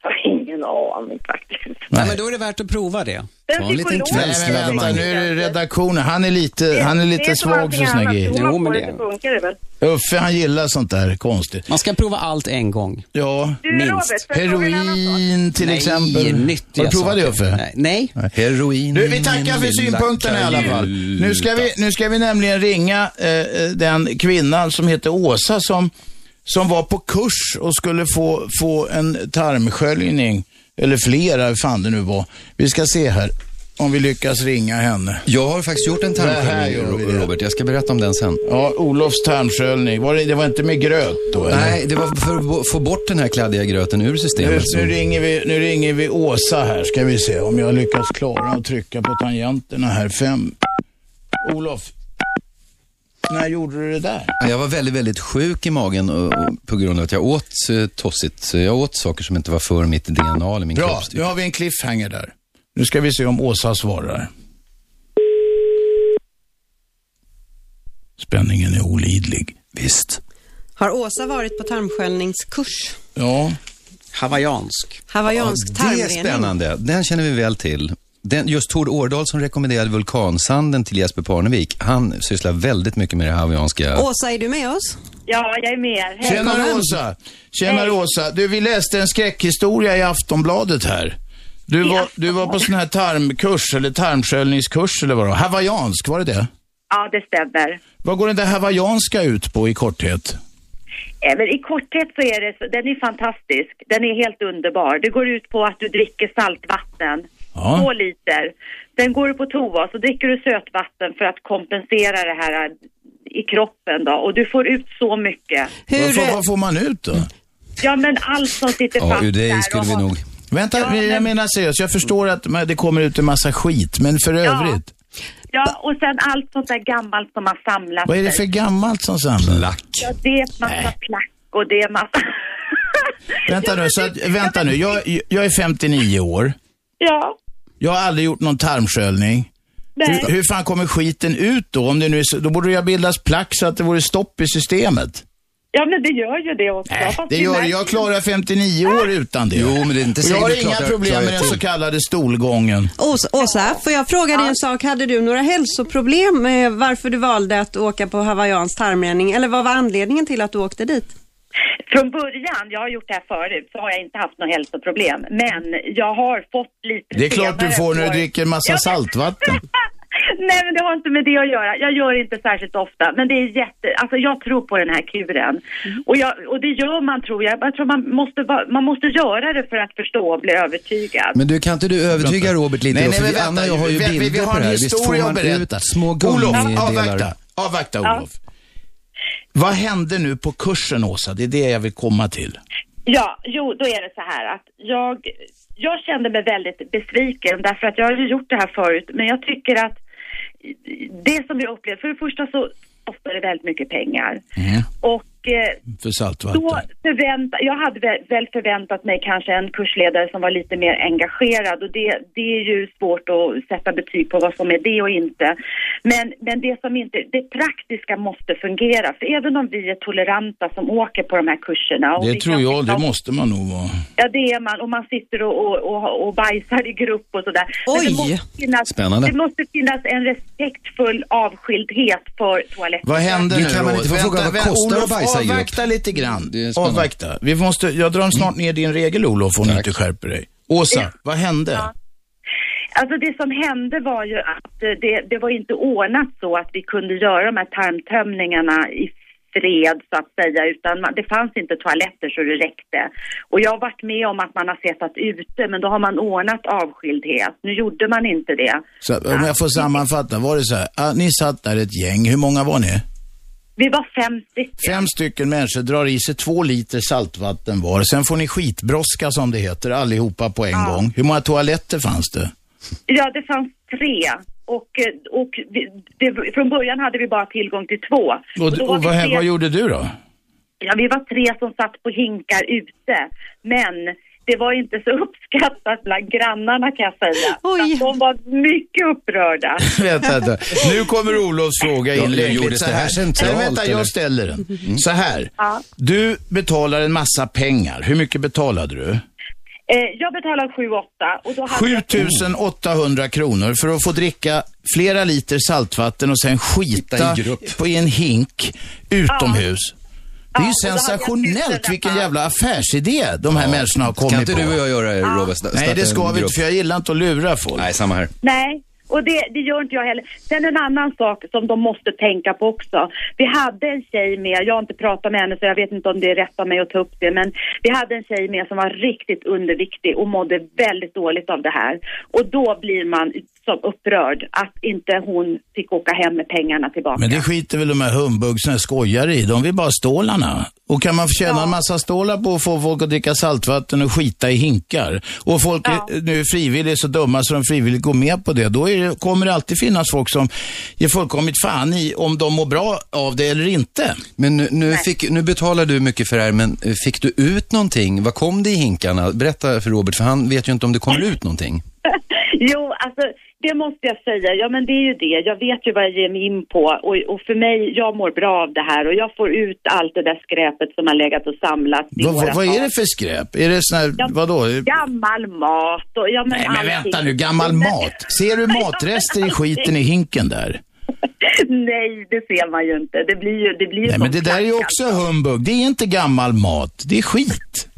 Jag har ingen aning faktiskt.
Ja, men då är det värt att prova det.
Ta en liten
Nej, men vänta, nu är det redaktionen. Han är lite, han är
alltså, Det
lite
är som
svag
allting
för såna
annat.
grejer.
Tror man på det så funkar det väl.
Uffe han gillar sånt där konstigt.
Man ska prova allt en gång.
Ja,
Du Robert, får jag fråga en annan sak?
heroin till
Nej,
exempel.
nyttiga
Har du provat det
saker.
Uffe?
Nej. Nej.
Heroin.
Du, vi tackar för synpunkterna i alla fall. Nu ska vi, nu ska vi nämligen ringa eh, den kvinnan som heter Åsa som, som var på kurs och skulle få, få en tarmsköljning, eller flera, hur fan det nu var. Vi ska se här om vi lyckas ringa henne.
Jag har faktiskt gjort en
här
tarmsköljning,
gör vi
Ro-
det.
Robert. Jag ska berätta om den sen.
Ja, Olofs tarmsköljning. Var det, det var inte med gröt då? Eller?
Nej, det var för att bo- få bort den här kladdiga gröten ur
Nu,
systemet.
nu,
Så.
ringer vi, nu ringer vi Åsa här, ska vi se om jag lyckas klara att trycka på tangenterna här. Fem. Olof, när gjorde du det där?
Jag var väldigt, väldigt sjuk i magen och, och, på grund av att jag åt eh, tossigt. Så Jag åt saker som inte var för mitt DNA eller min
Bra,
kroppstyp.
nu har vi en cliffhanger där. Nu ska vi se om Åsa svarar. Spänningen är olidlig.
Visst.
Har Åsa varit på tarmsköljningskurs?
Ja,
Hawaiiansk.
Hawaiiansk
Det är
tarmrening?
spännande. Den känner vi väl till. Den, just Tord Årdal som rekommenderade vulkansanden till Jesper Parnevik, han sysslar väldigt mycket med det hawaiianska.
Åsa, är du med oss?
Ja, jag är med. Hej.
Tjenare Åsa! Tjenare Åsa! Du, vi läste en skräckhistoria i Aftonbladet här. Du var, du var på sån här tarmkurs, eller tarmsköljningskurs eller vad det var. Hawaiiansk, var det det?
Ja, det stämmer.
Vad går den där hawaiianska ut på i korthet?
Eh, Men I korthet så är det, så- den är fantastisk. Den är helt underbar. Det går ut på att du dricker saltvatten,
Ja.
två liter. Sen går du på toa så dricker du sötvatten för att kompensera det här eh, i kroppen då. Och du får ut så mycket.
Vad
Hur,
får, vad får man ut då?
Ja, men allt som sitter
Ja,
fast
ur
där
dig
och
skulle vi
har-
nog...
Vänta, jag menar seriöst. Jag förstår att man- det kommer ut en massa skit, men för övrigt.
Ja, och sen allt sånt där gammalt som har samlats.
Vad är det
sig.
för gammalt som samlas?
Lack.
Ja, det är massa
Nej.
plack och det är massa...
Vänta nu, så att, vänta nu. Jag, jag är 59 år.
Ja,
Jag har aldrig gjort någon tarmsköljning.
nej.
Hur, hur fan kommer skiten ut då? Om det nu är så, då borde det ju bildas plack så att det vore stopp i systemet.
Ja, men det gör ju det också.
Nej,
Fast
det
vi
gör
märker-
jag klarar 59 år utan det.
Jo, men det är inte
Och jag
säkert
har
du
inga
klarar-
problem
klarar
med den
till.
så kallade stolgången.
Åsa, Åsa, får jag fråga dig en sak? Hade du några hälsoproblem med varför du valde att åka på hawaiiansk tarmrening? Eller vad var anledningen till att du åkte dit?
Från början, jag har gjort det här förut, så har jag inte haft något hälsoproblem. Men jag har fått lite
Det är klart du
senare
får när du
år-
dricker en massa
Ja, men-
saltvatten.
Nej, men det har inte med det att göra. Jag gör det inte särskilt ofta, men det är jätte... Alltså, jag tror på den här kuren.
Mm.
Och, jag, och det gör man, tror jag. Jag tror man måste, va- man måste göra det för att förstå och bli övertygad.
Men du, kan inte du övertyga Robert lite?
Nej,
då?
nej,
För
men
vi-
vänta,
Anna och jag har ju
vi- vi-
bilder
vi har
på det
en
här.
historia att
Visst får man
berätta.
ut små
Olof,
gummidelar?
avvakta. Avvakta, Olof. Vad hände nu på kursen, Åsa? Det är det jag vill komma till.
Ja, jo, då är det så här att jag, jag kände mig väldigt besviken därför att jag har ju gjort det här förut, men jag tycker att det som jag upplevde, för det första så kostar det väldigt mycket pengar.
Mm.
Och eh,
För
då
saltvatten.
förvänta, jag hade vä- väl förväntat mig kanske en kursledare som var lite mer engagerad och det, det är ju svårt att sätta betyg på vad som är det och inte. Men, men det som inte, det praktiska måste fungera, för även om vi är toleranta som åker på de här kurserna. och vi
Det tror
kan
jag,
sitta
det
och
måste man nog vara.
Ja, det är man. Och man sitter och, och, och, och bajsar i grupp och sådär. Men
Oj!
Det måste, finnas,
Spännande.
det måste finnas en respektfull avskildhet för toaletten.
Vad händer nu då? Vänta, vänta, Olof, Avvakta lite
Det är
grann.
spännande. Mm.
Avvakta. Vi måste, jag drar snart ner din regel, Olof, om du inte skärper dig. Åsa, vad hände?
Alltså det som hände var ju att eh, det, det var inte ordnat så att vi kunde göra de här tarmtömningarna i fred så att säga utan man, det fanns inte toaletter så det räckte. Och jag har varit med om att man har setat ute men då har man ordnat avskildhet. Nu gjorde man inte det.
Så, om jag får sammanfatta, var det så här, ah, ni satt där ett gäng, hur många var ni?
Vi var fem stycken.
Fem stycken människor drar i sig två liter saltvatten var, sen får ni skitbroska som det heter, allihopa på en gång. Hur många toaletter fanns det?
Ja, det fanns tre. Och, eh, och vi, det, från början hade vi bara tillgång till två.
Och,
då
och,
var vi
vad,
tre-
vad gjorde du då?
Ja, vi var tre som satt på hinkar ute. Men det var inte så uppskattat bland grannarna kan jag säga. Så att De var mycket upprörda.
vänta, vänta. Nu kommer Olofs fråga
Ja,
in
nu
lägligt
gjordes
så
det här
här.
centralt,
Nej, vänta,
eller? Mm.
jag ställer den.
Mhm.
Så här.
Ja.
Du betalar en massa pengar. Hur mycket betalade du?
Eh, jag betalade 7 8 och då hade jag-
7800 kronor för att få dricka flera liter saltvatten och sen skita
i
på i en hink utomhus. Det är ju sensationellt vilken jävla affärsidé de här människorna har kommit
Kan inte
på.
du och jag göra det, Robert? Sta-
Nej,
starta
det ska
en
vi
grupp.
inte för jag gillar inte att lura folk.
Nej, samma här.
Nej, och det, det gör inte jag heller. Sen en annan sak som de måste tänka på också. Vi hade en tjej med, jag har inte pratat med henne så jag vet inte om det är rätt av mig att ta upp det, men vi hade en tjej med som var riktigt underviktig och mådde väldigt dåligt av det här. Och då blir man som upprörd att inte hon fick åka hem med pengarna tillbaka.
Men det skiter väl de här humbugsen skojar i. De vill bara ha stålarna. Och kan man tjäna en massa stålar på att få folk att dricka saltvatten och skita i hinkar. Och folk är, nu är frivilligt så dumma så de frivilligt går med på det. Då är det, kommer det alltid finnas folk som ger fullkomligt fan i om de mår bra av det eller inte.
Men nu, nu, fick, nu betalar du mycket för det här, men eh, fick du ut någonting? Vad kom det i hinkarna? Berätta för Robert, för han vet ju inte om det kommer ut någonting.
Jo, alltså det måste jag säga. Ja, men det är ju det. Jag vet ju vad jag ger mig in på och, och för mig, jag mår bra av det här och jag får ut allt det där skräpet som har legat och samlats. i
Vad, vad,
åratal.
vad är det för skräp? Är det sån här, vadå?
Gammal mat och ja, men
Nej men
allting.
vänta nu, gammal mat. Ser du matrester i skiten i hinken där?
Nej, det ser man ju inte. Det blir ju, det blir ju
Nej
som
men det där är ju också humbug. Det är inte gammal mat, det är skit.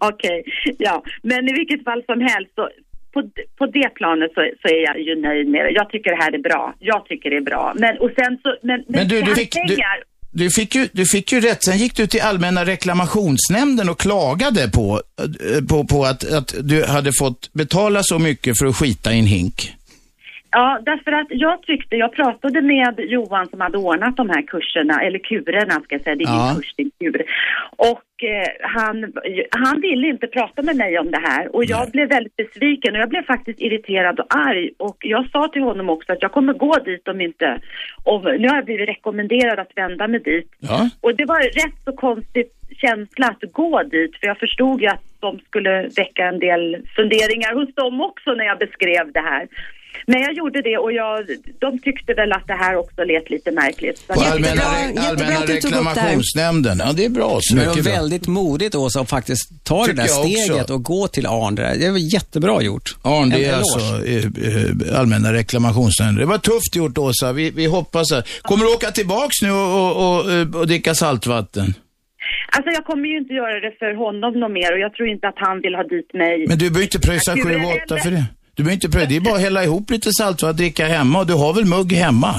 Okej, ja. Men i vilket fall som helst så på, på det planet så, så är jag ju nöjd med det. Jag tycker det här är bra. Jag tycker det är bra. Men och sen så... Men,
Men du, du fick, du,
pengar-
du, fick ju, du fick ju rätt. Sen gick du till Allmänna reklamationsnämnden och klagade på, eh, på, på att, att du hade fått betala så mycket för att skita i en hink.
Ja, därför att jag tyckte, jag pratade med Johan som hade ordnat de här kurserna, eller kurerna ska jag säga, det är
Ja.
ingen kurs, det är en kur. Och eh, han, han ville inte prata med mig om det här och jag blev väldigt besviken och jag blev faktiskt irriterad och arg och jag sa till honom också att jag kommer gå dit om inte, och nu har jag blivit rekommenderad att vända mig dit.
Ja.
Och det var rätt så konstigt känsla att gå dit för jag förstod ju att de skulle väcka en del funderingar hos dem också när jag beskrev det här. Men jag gjorde det och jag, de tyckte väl att det här också lät lite märkligt. Så
På
jag-
allmänna,
jättebra
re, allmänna
att du tog upp det här.
reklamationsnämnden. Ja, det är bra. Så
Men det var
mycket bra.
väldigt modigt Åsa att faktiskt ta det
Tycker
där
jag också.
steget och gå till Arn. Det, där. det var jättebra gjort.
Arn, det
En
är
eloge.
alltså eh, eh, Allmänna reklamationsnämnden. Det var tufft gjort, Åsa. Vi, vi hoppas att... Kommer du åka tillbaks nu och, och, och, eh, och dricka saltvatten?
Alltså jag kommer ju inte göra det för honom något mer och jag tror inte att han vill ha dit mig.
Men du behöver inte pröjsa
Jag skulle
7 8
hellre-
för det. Du behöver inte pröva. Det är bara att hälla ihop lite saltvatten och dricka hemma. Och du har väl mugg hemma?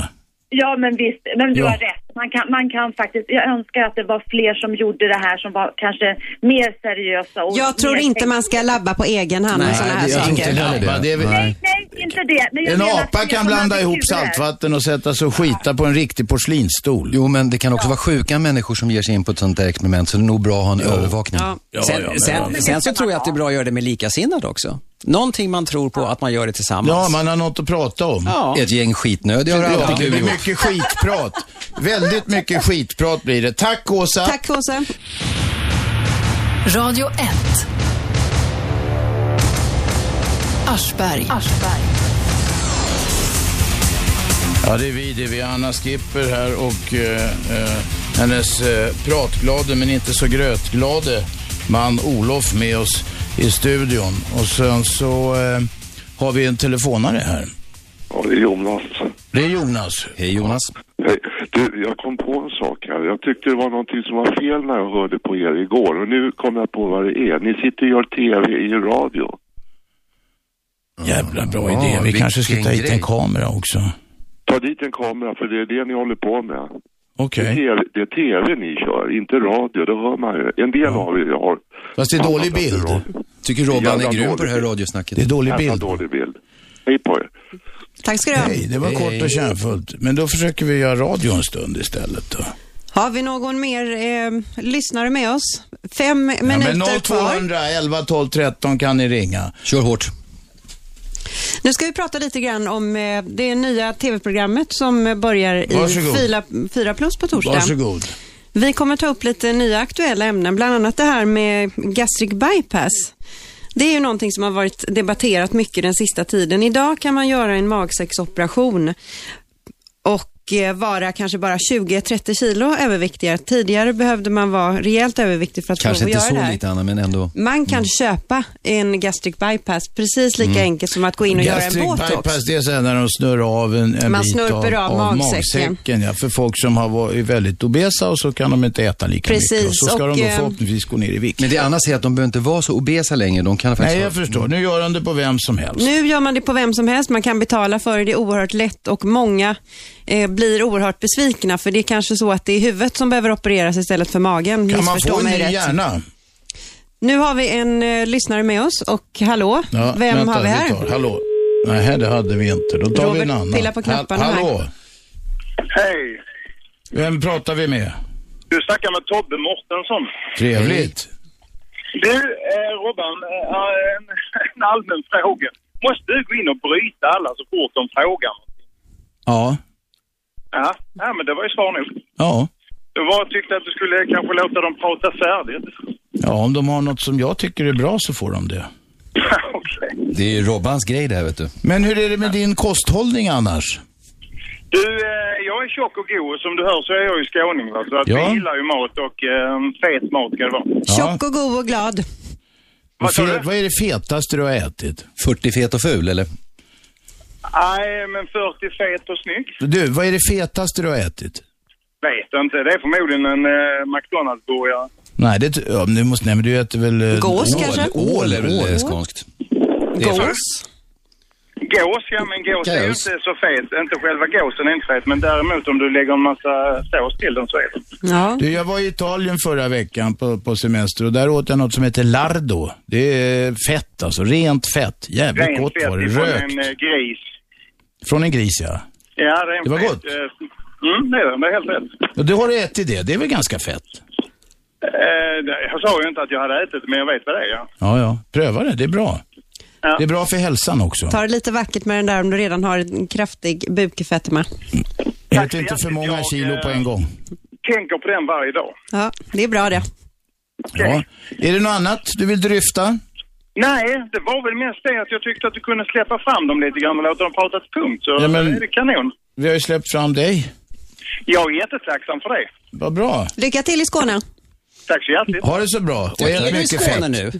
Ja, men visst. Men du
Ja.
har rätt. Man kan, man kan faktiskt... Jag önskar att det var fler som gjorde det här som var kanske mer seriösa. Och
Jag tror
mer
inte man ska labba på egen hand med sådana här saker.
det är väl-
Nej, nej, inte det. Men jag
En
menar
apa
att det
kan
som
blanda
hade
ihop
tur där.
saltvatten och sätta sig och skita på en riktig porslinsstol.
Jo, men det kan också vara sjuka människor som ger sig in på ett sånt där experiment, så det är nog bra att ha en övervakning.
sen, sen, sen så tror jag att det är bra att göra det med likasinnade också. Någonting man tror på att man gör det tillsammans.
Ja, man har något att prata om.
Ja.
Ett gäng skitnödiga har
Ja, det
alltid
blir
kul
mycket skitprat. Väldigt mycket skitprat blir det. Tack Åsa.
Tack Åsa.
Radio 1. Aschberg.
Ja, det är vi. Det är vi Anna Skipper här och eh, eh, hennes eh, pratglade men inte så grötglade man Olof med oss i studion. Och sen så eh, har vi en telefonare här.
Ja, det är Jonas.
Det är Jonas.
Hej Jonas.
Du, jag kom på en sak här. Jag tyckte det var någonting som var fel när jag hörde på er igår och nu kom jag på vad det är. Ni sitter och gör TV i radio.
Jävla bra idé. Vi
vilken
kanske ska ta hit
grej.
en kamera också.
Ta dit en kamera för det är det ni håller på med.
Okej.
Det, är TV det är TV ni kör, inte radio. Det hör man ju. En del av er har...
Fast det är dålig bild.
Tycker Robban är grym på det här radiosnacket.
Det är dålig bild.
dålig bild. Hej på er.
Tack ska du ha.
Hej, det var kort och kärnfullt. Men då försöker vi göra radio en stund istället då.
Har vi någon mer eh, lyssnare med oss? Fem minuter
ja, men
kvar.
0200 11 12 13 kan ni ringa.
Kör hårt.
Nu ska vi prata lite grann om eh, det nya tv-programmet som eh, börjar
Varsågod.
i 4 plus på torsdag.
Varsågod.
Vi kommer ta upp lite nya aktuella ämnen, bland annat det här med gastric bypass. Det är ju någonting som har varit debatterat mycket den sista tiden. Idag kan man göra en magsäcksoperation och eh, vara kanske bara 20-30 kilo överviktigare. Tidigare behövde man vara rejält överviktig för att
Kanske
få
inte
göra det
så
här.
lite Anna, men ändå.
Man kan köpa en gastric bypass precis lika
Mm.
enkelt som att gå in och
Gastric
göra en botox.
bypass, det är så här när de snurrar av en, en
Man
bit
snurper av magsäcken.
ja, för folk som har varit väldigt obesa och så kan de inte äta lika mycket. Och så ska de då
ehm,
förhoppningsvis gå ner i vikt.
Men det Anna säger att de behöver inte vara så obesa längre. De kan faktiskt
Nej, jag
vara-
förstår. Nu gör de det på vem som helst.
Nu gör man det på vem som helst, man kan betala för det, det är oerhört lätt och många eh, blir oerhört besvikna för det är kanske så att det är huvudet som behöver opereras istället för magen.
Kan man
Missförstå
få en
mig
ny
rätt.
hjärna?
Nu har vi en eh, lyssnare med oss och hallå,
Ja,
vem
vänta,
har vi här?
Vi tar. Hallå. Nej, det hade vi inte. Då tar vi
Robert
en annan.
pillar på knapparna
Hall- Hallå.
Hej!
Vem pratar vi med?
Du snackar med Tobbe Mortensson.
Trevligt.
Du, eh, Robban, eh, en, en allmän fråga. Måste du gå in och bryta alla så fort de frågar?
Ja.
Ja, ja men det var ju svar nog.
Ja.
Jag bara tyckte att du skulle kanske låta dem prata färdigt.
Ja, om de har något som jag tycker är bra så får de det.
Det är ju Robbans grej det här vet du.
Men hur är det med din kosthållning annars?
Du, eh, jag är tjock och god. Som du hör så är jag ju skåning. Va? Så att
Ja.
vi gillar ju mat och eh, fet mat ska det vara.
Tjock och god och glad.
Vad, fe- vad är det fetaste du har ätit?
40 fet och ful eller?
Nej, men 40 fet och snygg.
Du, vad är det fetaste du har ätit?
Vet inte. Det är förmodligen en eh, McDonalds-burgare.
Nej, det, t- ja, men du måste, nej men du äter väl... eh,
Gås
ål.
kanske?
Ål är väl
Ål.
eh, skånskt? Det är
Gås? Gås, ja men gås är ju
Gås.
inte så fet. Inte själva gåsen är inte fet, men däremot om du lägger en massa sås till den så är den.
Du, jag var i Italien förra veckan på, på semester och där åt jag något som heter lardo. Det är fett alltså, rent fett. Jävligt
Rent
gott
fett
var det.
ifrån
Rök.
en eh, gris.
Från en gris ja.
Ja, det är en
Det var
fet,
gott.
eh, Mm, det är den. Det är helt rätt.
Och du har du ätit det, det är väl ganska fett?
Eh, det- jag sa ju inte att jag hade ätit men jag vet vad det är ja.
Ja, ja. Pröva det, det är bra.
Ja.
Det är bra för hälsan också.
Ta det lite vackert med den där om du redan har en kraftig bukfetma.
Ät inte för många kilo på en gång.
Tänker på den varje dag.
Ja, det är bra det.
Ja. Är det något annat du vill dryfta?
Nej, det var väl mest det att jag tyckte att du kunde släppa fram dem lite grann och låta dem prata till punkt. Så
Ja, men-
är det kanon.
Vi har ju släppt fram dig.
Jag är jättetacksam för det.
Vad bra.
Lycka till i Skåne.
Tack så hjärtligt.
Ha det så bra. Och ät mycket fett. Nu.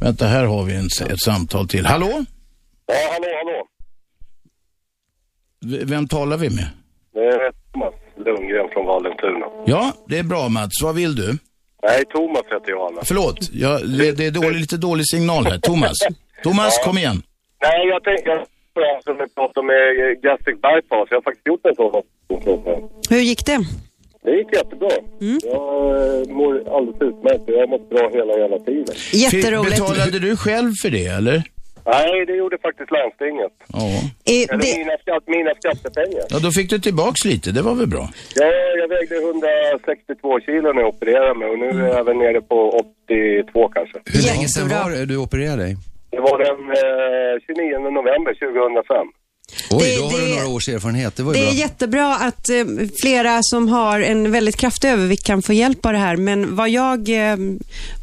Vänta, här har vi en, s- ett samtal till. Hallå?
Ja, hallå, hallå.
V- Vem talar vi med?
Det är Thomas Lundgren från Vallentuna.
Ja, det är bra Mats. Vad vill du?
Nej, Thomas heter jag. Anna.
Förlåt, jag, det, det är dålig, lite dålig signal här. Thomas. Thomas, kom igen.
Nej, jag tänker på det här som vi pratade om med gastric bypass. Jag har faktiskt gjort en sån operation.
Hur gick det?
Det gick jättebra. Jag eh, mår alldeles utmärkt. Jag har mått bra hela, hela tiden.
Fick- Betalade du själv för det eller?
Nej, det gjorde faktiskt landstinget.
Ja.
Eller mina, skatt, mina skattepengar.
Ja, då fick du tillbaks lite, det var väl bra.
Ja, jag vägde 162 kilo när jag opererade mig och nu är jag väl nere på 82 kanske.
Hur länge sedan var det du opererade dig?
Det var den eh, 29 november 2005.
Oj, då har du några års erfarenhet. Det var ju
Det
bra.
är jättebra att eh, flera som har en väldigt kraftig övervikt kan få hjälp av det här. Men vad jag eh,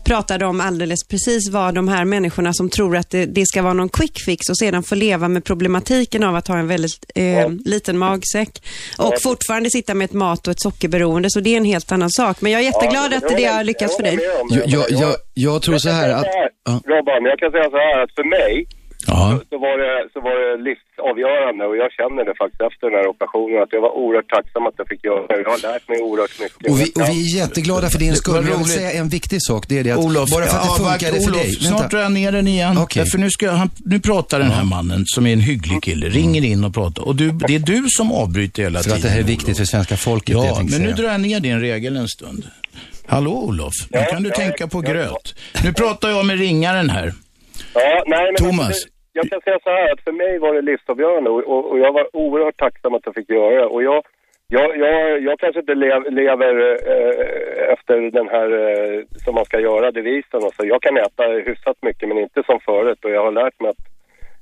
pratade om alldeles precis var de här människorna som tror att det, det ska vara någon quick fix och sedan får leva med problematiken av att ha en väldigt eh, liten magsäck och fortfarande sitta med ett mat och ett sockerberoende. Så det är en helt annan sak. Men jag är jätteglad
Ja,
att det
jag
har
håller-
lyckats
jag
för dig.
håller med om det.
Jag, jag, jag, jag tror så här att...
Robban, jag kan säga så här att för mig så, så, var det, så var det livsavgörande och jag känner det faktiskt efter den här operationen att jag var oerhört tacksam att jag fick göra det. Jag har lärt mig oerhört mycket.
Och vi, och vi är jätteglada för din
Vad
skull. Men jag vill
roligt.
säga en viktig sak. Det är det att
Olof,
bara för att det
ja,
funkade
vakt,
för
Olof,
dig.
Snart drar jag ner den igen. För nu, ska, han, nu pratar den här mannen, som är en hygglig kille, ringer in och pratar. Och du, det är du som avbryter hela
För
tiden.
att det här är viktigt för svenska folket. det jag
Ja,
tänkte
men nu
säga.
drar jag ner din regel en stund. Hallå Olof, nu kan du tänka på gröt. Nu pratar jag med ringaren här.
Ja, nej, men
Thomas.
Jag, kan säga så här att för mig var det livsavgörande och, och, och jag var oerhört tacksam att jag fick göra det. Och jag, jag, jag, jag kanske inte lev, lever eh, efter den här eh, som man ska göra, devisen. Och så. Jag kan äta hyfsat mycket men inte som förut och jag har lärt mig att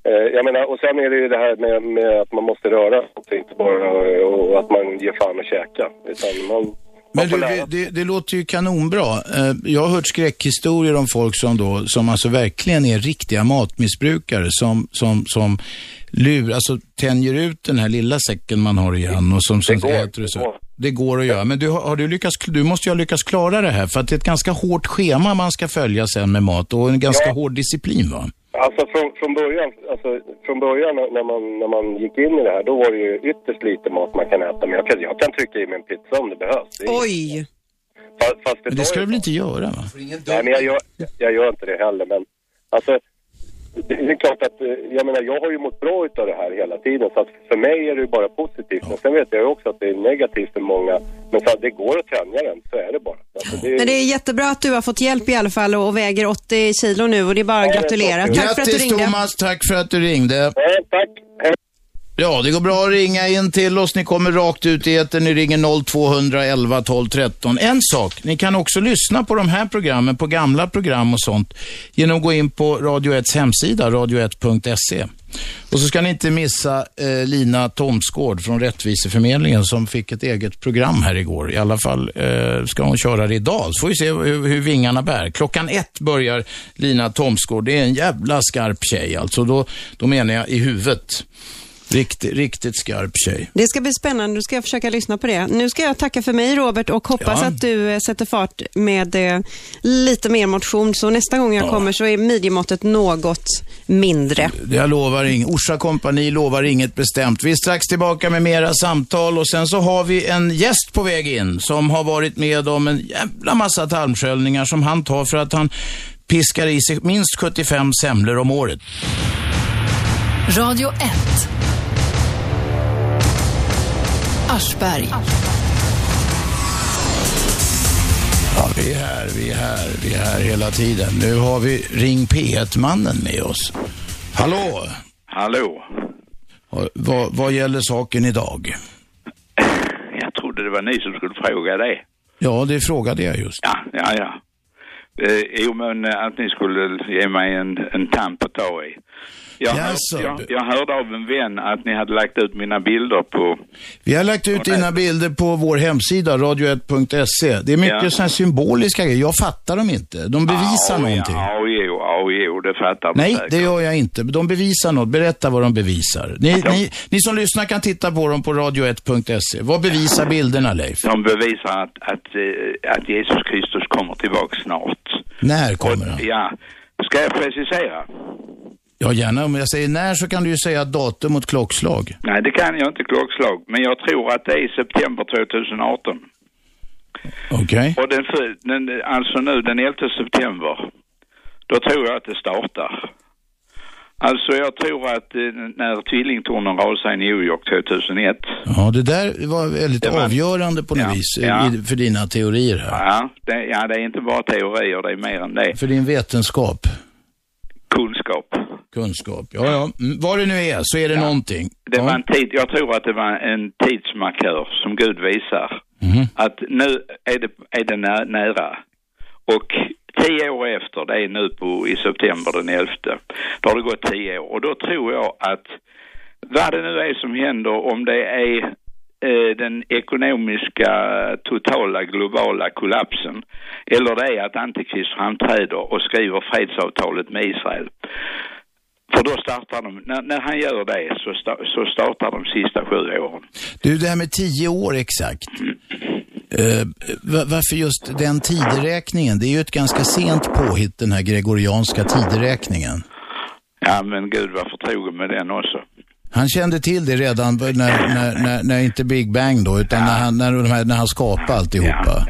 eh, jag menar, och sen är det ju det här med, med att man måste röra sig också, inte bara och, och att man ger fan och käka. Utan man,
Men du, det, det, det låter ju kanonbra. Eh, Jag har hört skräckhistorier om folk som, då, som alltså verkligen är riktiga matmissbrukare som, som, som lur, alltså tänjer ut den här lilla säcken man har igen och som, som
Det går,
äter och så. Det går att göra, men du, har har du, lyckats, du måste ju ha lyckats klara det här för att det är ett ganska hårt schema man ska följa sen med mat och en ganska hård disciplin va?
Alltså från, från början, alltså från början när man, när man gick in i det här, då var det ju ytterst lite mat man kan äta. Men jag kan, jag kan trycka i mig en pizza om det behövs. Det är-
Oj!
Fast, fast det
Men
tar
det ska
ju-
du väl inte göra va?
Nej, men jag gör, jag gör inte det heller. Men alltså, det det är klart att, eh, jag menar, jag har ju mått bra utav det här hela tiden. Så att för mig är det ju bara positivt. Men sen vet jag ju också att det är negativt för många. Men så att det går att tänja den, så är det bara. Alltså, det,
Men det är jättebra att du har fått hjälp i alla fall och och väger 80 kilo nu och det är bara att gratulera. Tack för att du
Grattis
ringde.
Thomas, tack för att du ringde.
tack.
Ja, det går bra att ringa in till oss. Ni kommer rakt ut i etern. Ni ringer 0211 12 13. En sak, ni kan också lyssna på de här programmen, på gamla program och sånt, genom att gå in på Radio 1s hemsida, radio1.se. Och så ska ni inte missa eh, Lina Tomsgård från Rättviseförmedlingen som fick ett eget program här igår. I alla fall eh, ska hon köra det idag. Så får vi se hur, hur vingarna bär. Klockan ett börjar Lina Tomsgård. Det är en jävla skarp tjej alltså. Då, då menar jag i huvudet. Riktigt, riktigt skarp tjej.
Det ska bli spännande. Då ska jag försöka lyssna på det. Nu ska jag tacka för mig Robert och hoppas
Ja.
att du eh, sätter fart med eh, lite mer motion. Så nästa gång jag kommer så är midjemåttet något mindre.
Jag lovar ing- Orsa kompani lovar inget bestämt. Vi är strax tillbaka med mera samtal och sen så har vi en gäst på väg in som har varit med om en jävla massa tarmsköljningar som han tar för att han piskar i sig minst 75 semlor om året.
Radio 1. Aschberg.
Ja, vi är här, vi är här, vi är här hela tiden. Nu har vi Ring P1-mannen med oss. Hallå!
Hallå,
Ja, Vad, vad gäller saken idag?
jag trodde det var ni som skulle fråga det.
Ja, det frågade jag just.
Ja, ja, ja. Eh, jo, men eh, att ni skulle ge mig en, en tamp att ta i. Jag, hör-
Jaså.
jag, jag hörde av en vän att ni hade lagt ut mina bilder på...
Vi har lagt ut dina bilder på vår hemsida, radio1.se. Det är mycket
Ja. Ah, oh,
ja. symboliska grejer. Jag fattar dem inte. De bevisar
Ja,
någonting.
Ja, jo, ja, jo, E, det fattar man
Nej,
säkert.
det gör jag inte. De bevisar något. Berätta vad de bevisar. Ni,
Ja.
ni, ni som lyssnar kan titta på dem på radio1.se. Vad bevisar bilderna, Leif?
De bevisar att, att, eh, att Jesus Kristus kommer tillbaka snart.
När kommer han?
Ja, ska jag precisera?
Ja, gärna. Om jag säger när så kan du ju säga datum och klockslag.
Nej, det kan jag inte klockslag, men jag tror att det är september 2018.
Okej.
Och den, fö- den, alltså nu den 11 september, då tror jag att det startar. Alltså jag tror att eh, när tvillingtornen rasade i New York 2001.
Ja, det där var väldigt
Det var-
avgörande på något vis eh,
ja.
i- för dina teorier här.
Ja det, ja, det är inte bara teorier, det är mer än det.
För din vetenskap,
Kunskap.
kunskap. Ja, ja. Mm, Vad det nu är så är det någonting.
Det var en tid, jag tror att det var en tidsmarkör som Gud visar. Att nu är det, är det nä, nära. Och tio år efter, det är nu på, i september den 11, då har det gått tio år. Och då tror jag att vad det nu är som händer, om det är eh, den ekonomiska totala globala kollapsen eller det är att Antikrist framträder och skriver fredsavtalet med Israel. För då startar de, när, när han gör det så, sta, så startar de sista sju åren.
Du, det här med tio år exakt. Eh, va- varför just den tideräkningen? Det är ju ett ganska sent påhitt, den här gregorianska tideräkningen.
Ja men gud var förtrogen med den också.
Han kände till det redan när, när, när, när inte Big Bang då, utan när, han, när, de här- när han skapade alltihopa.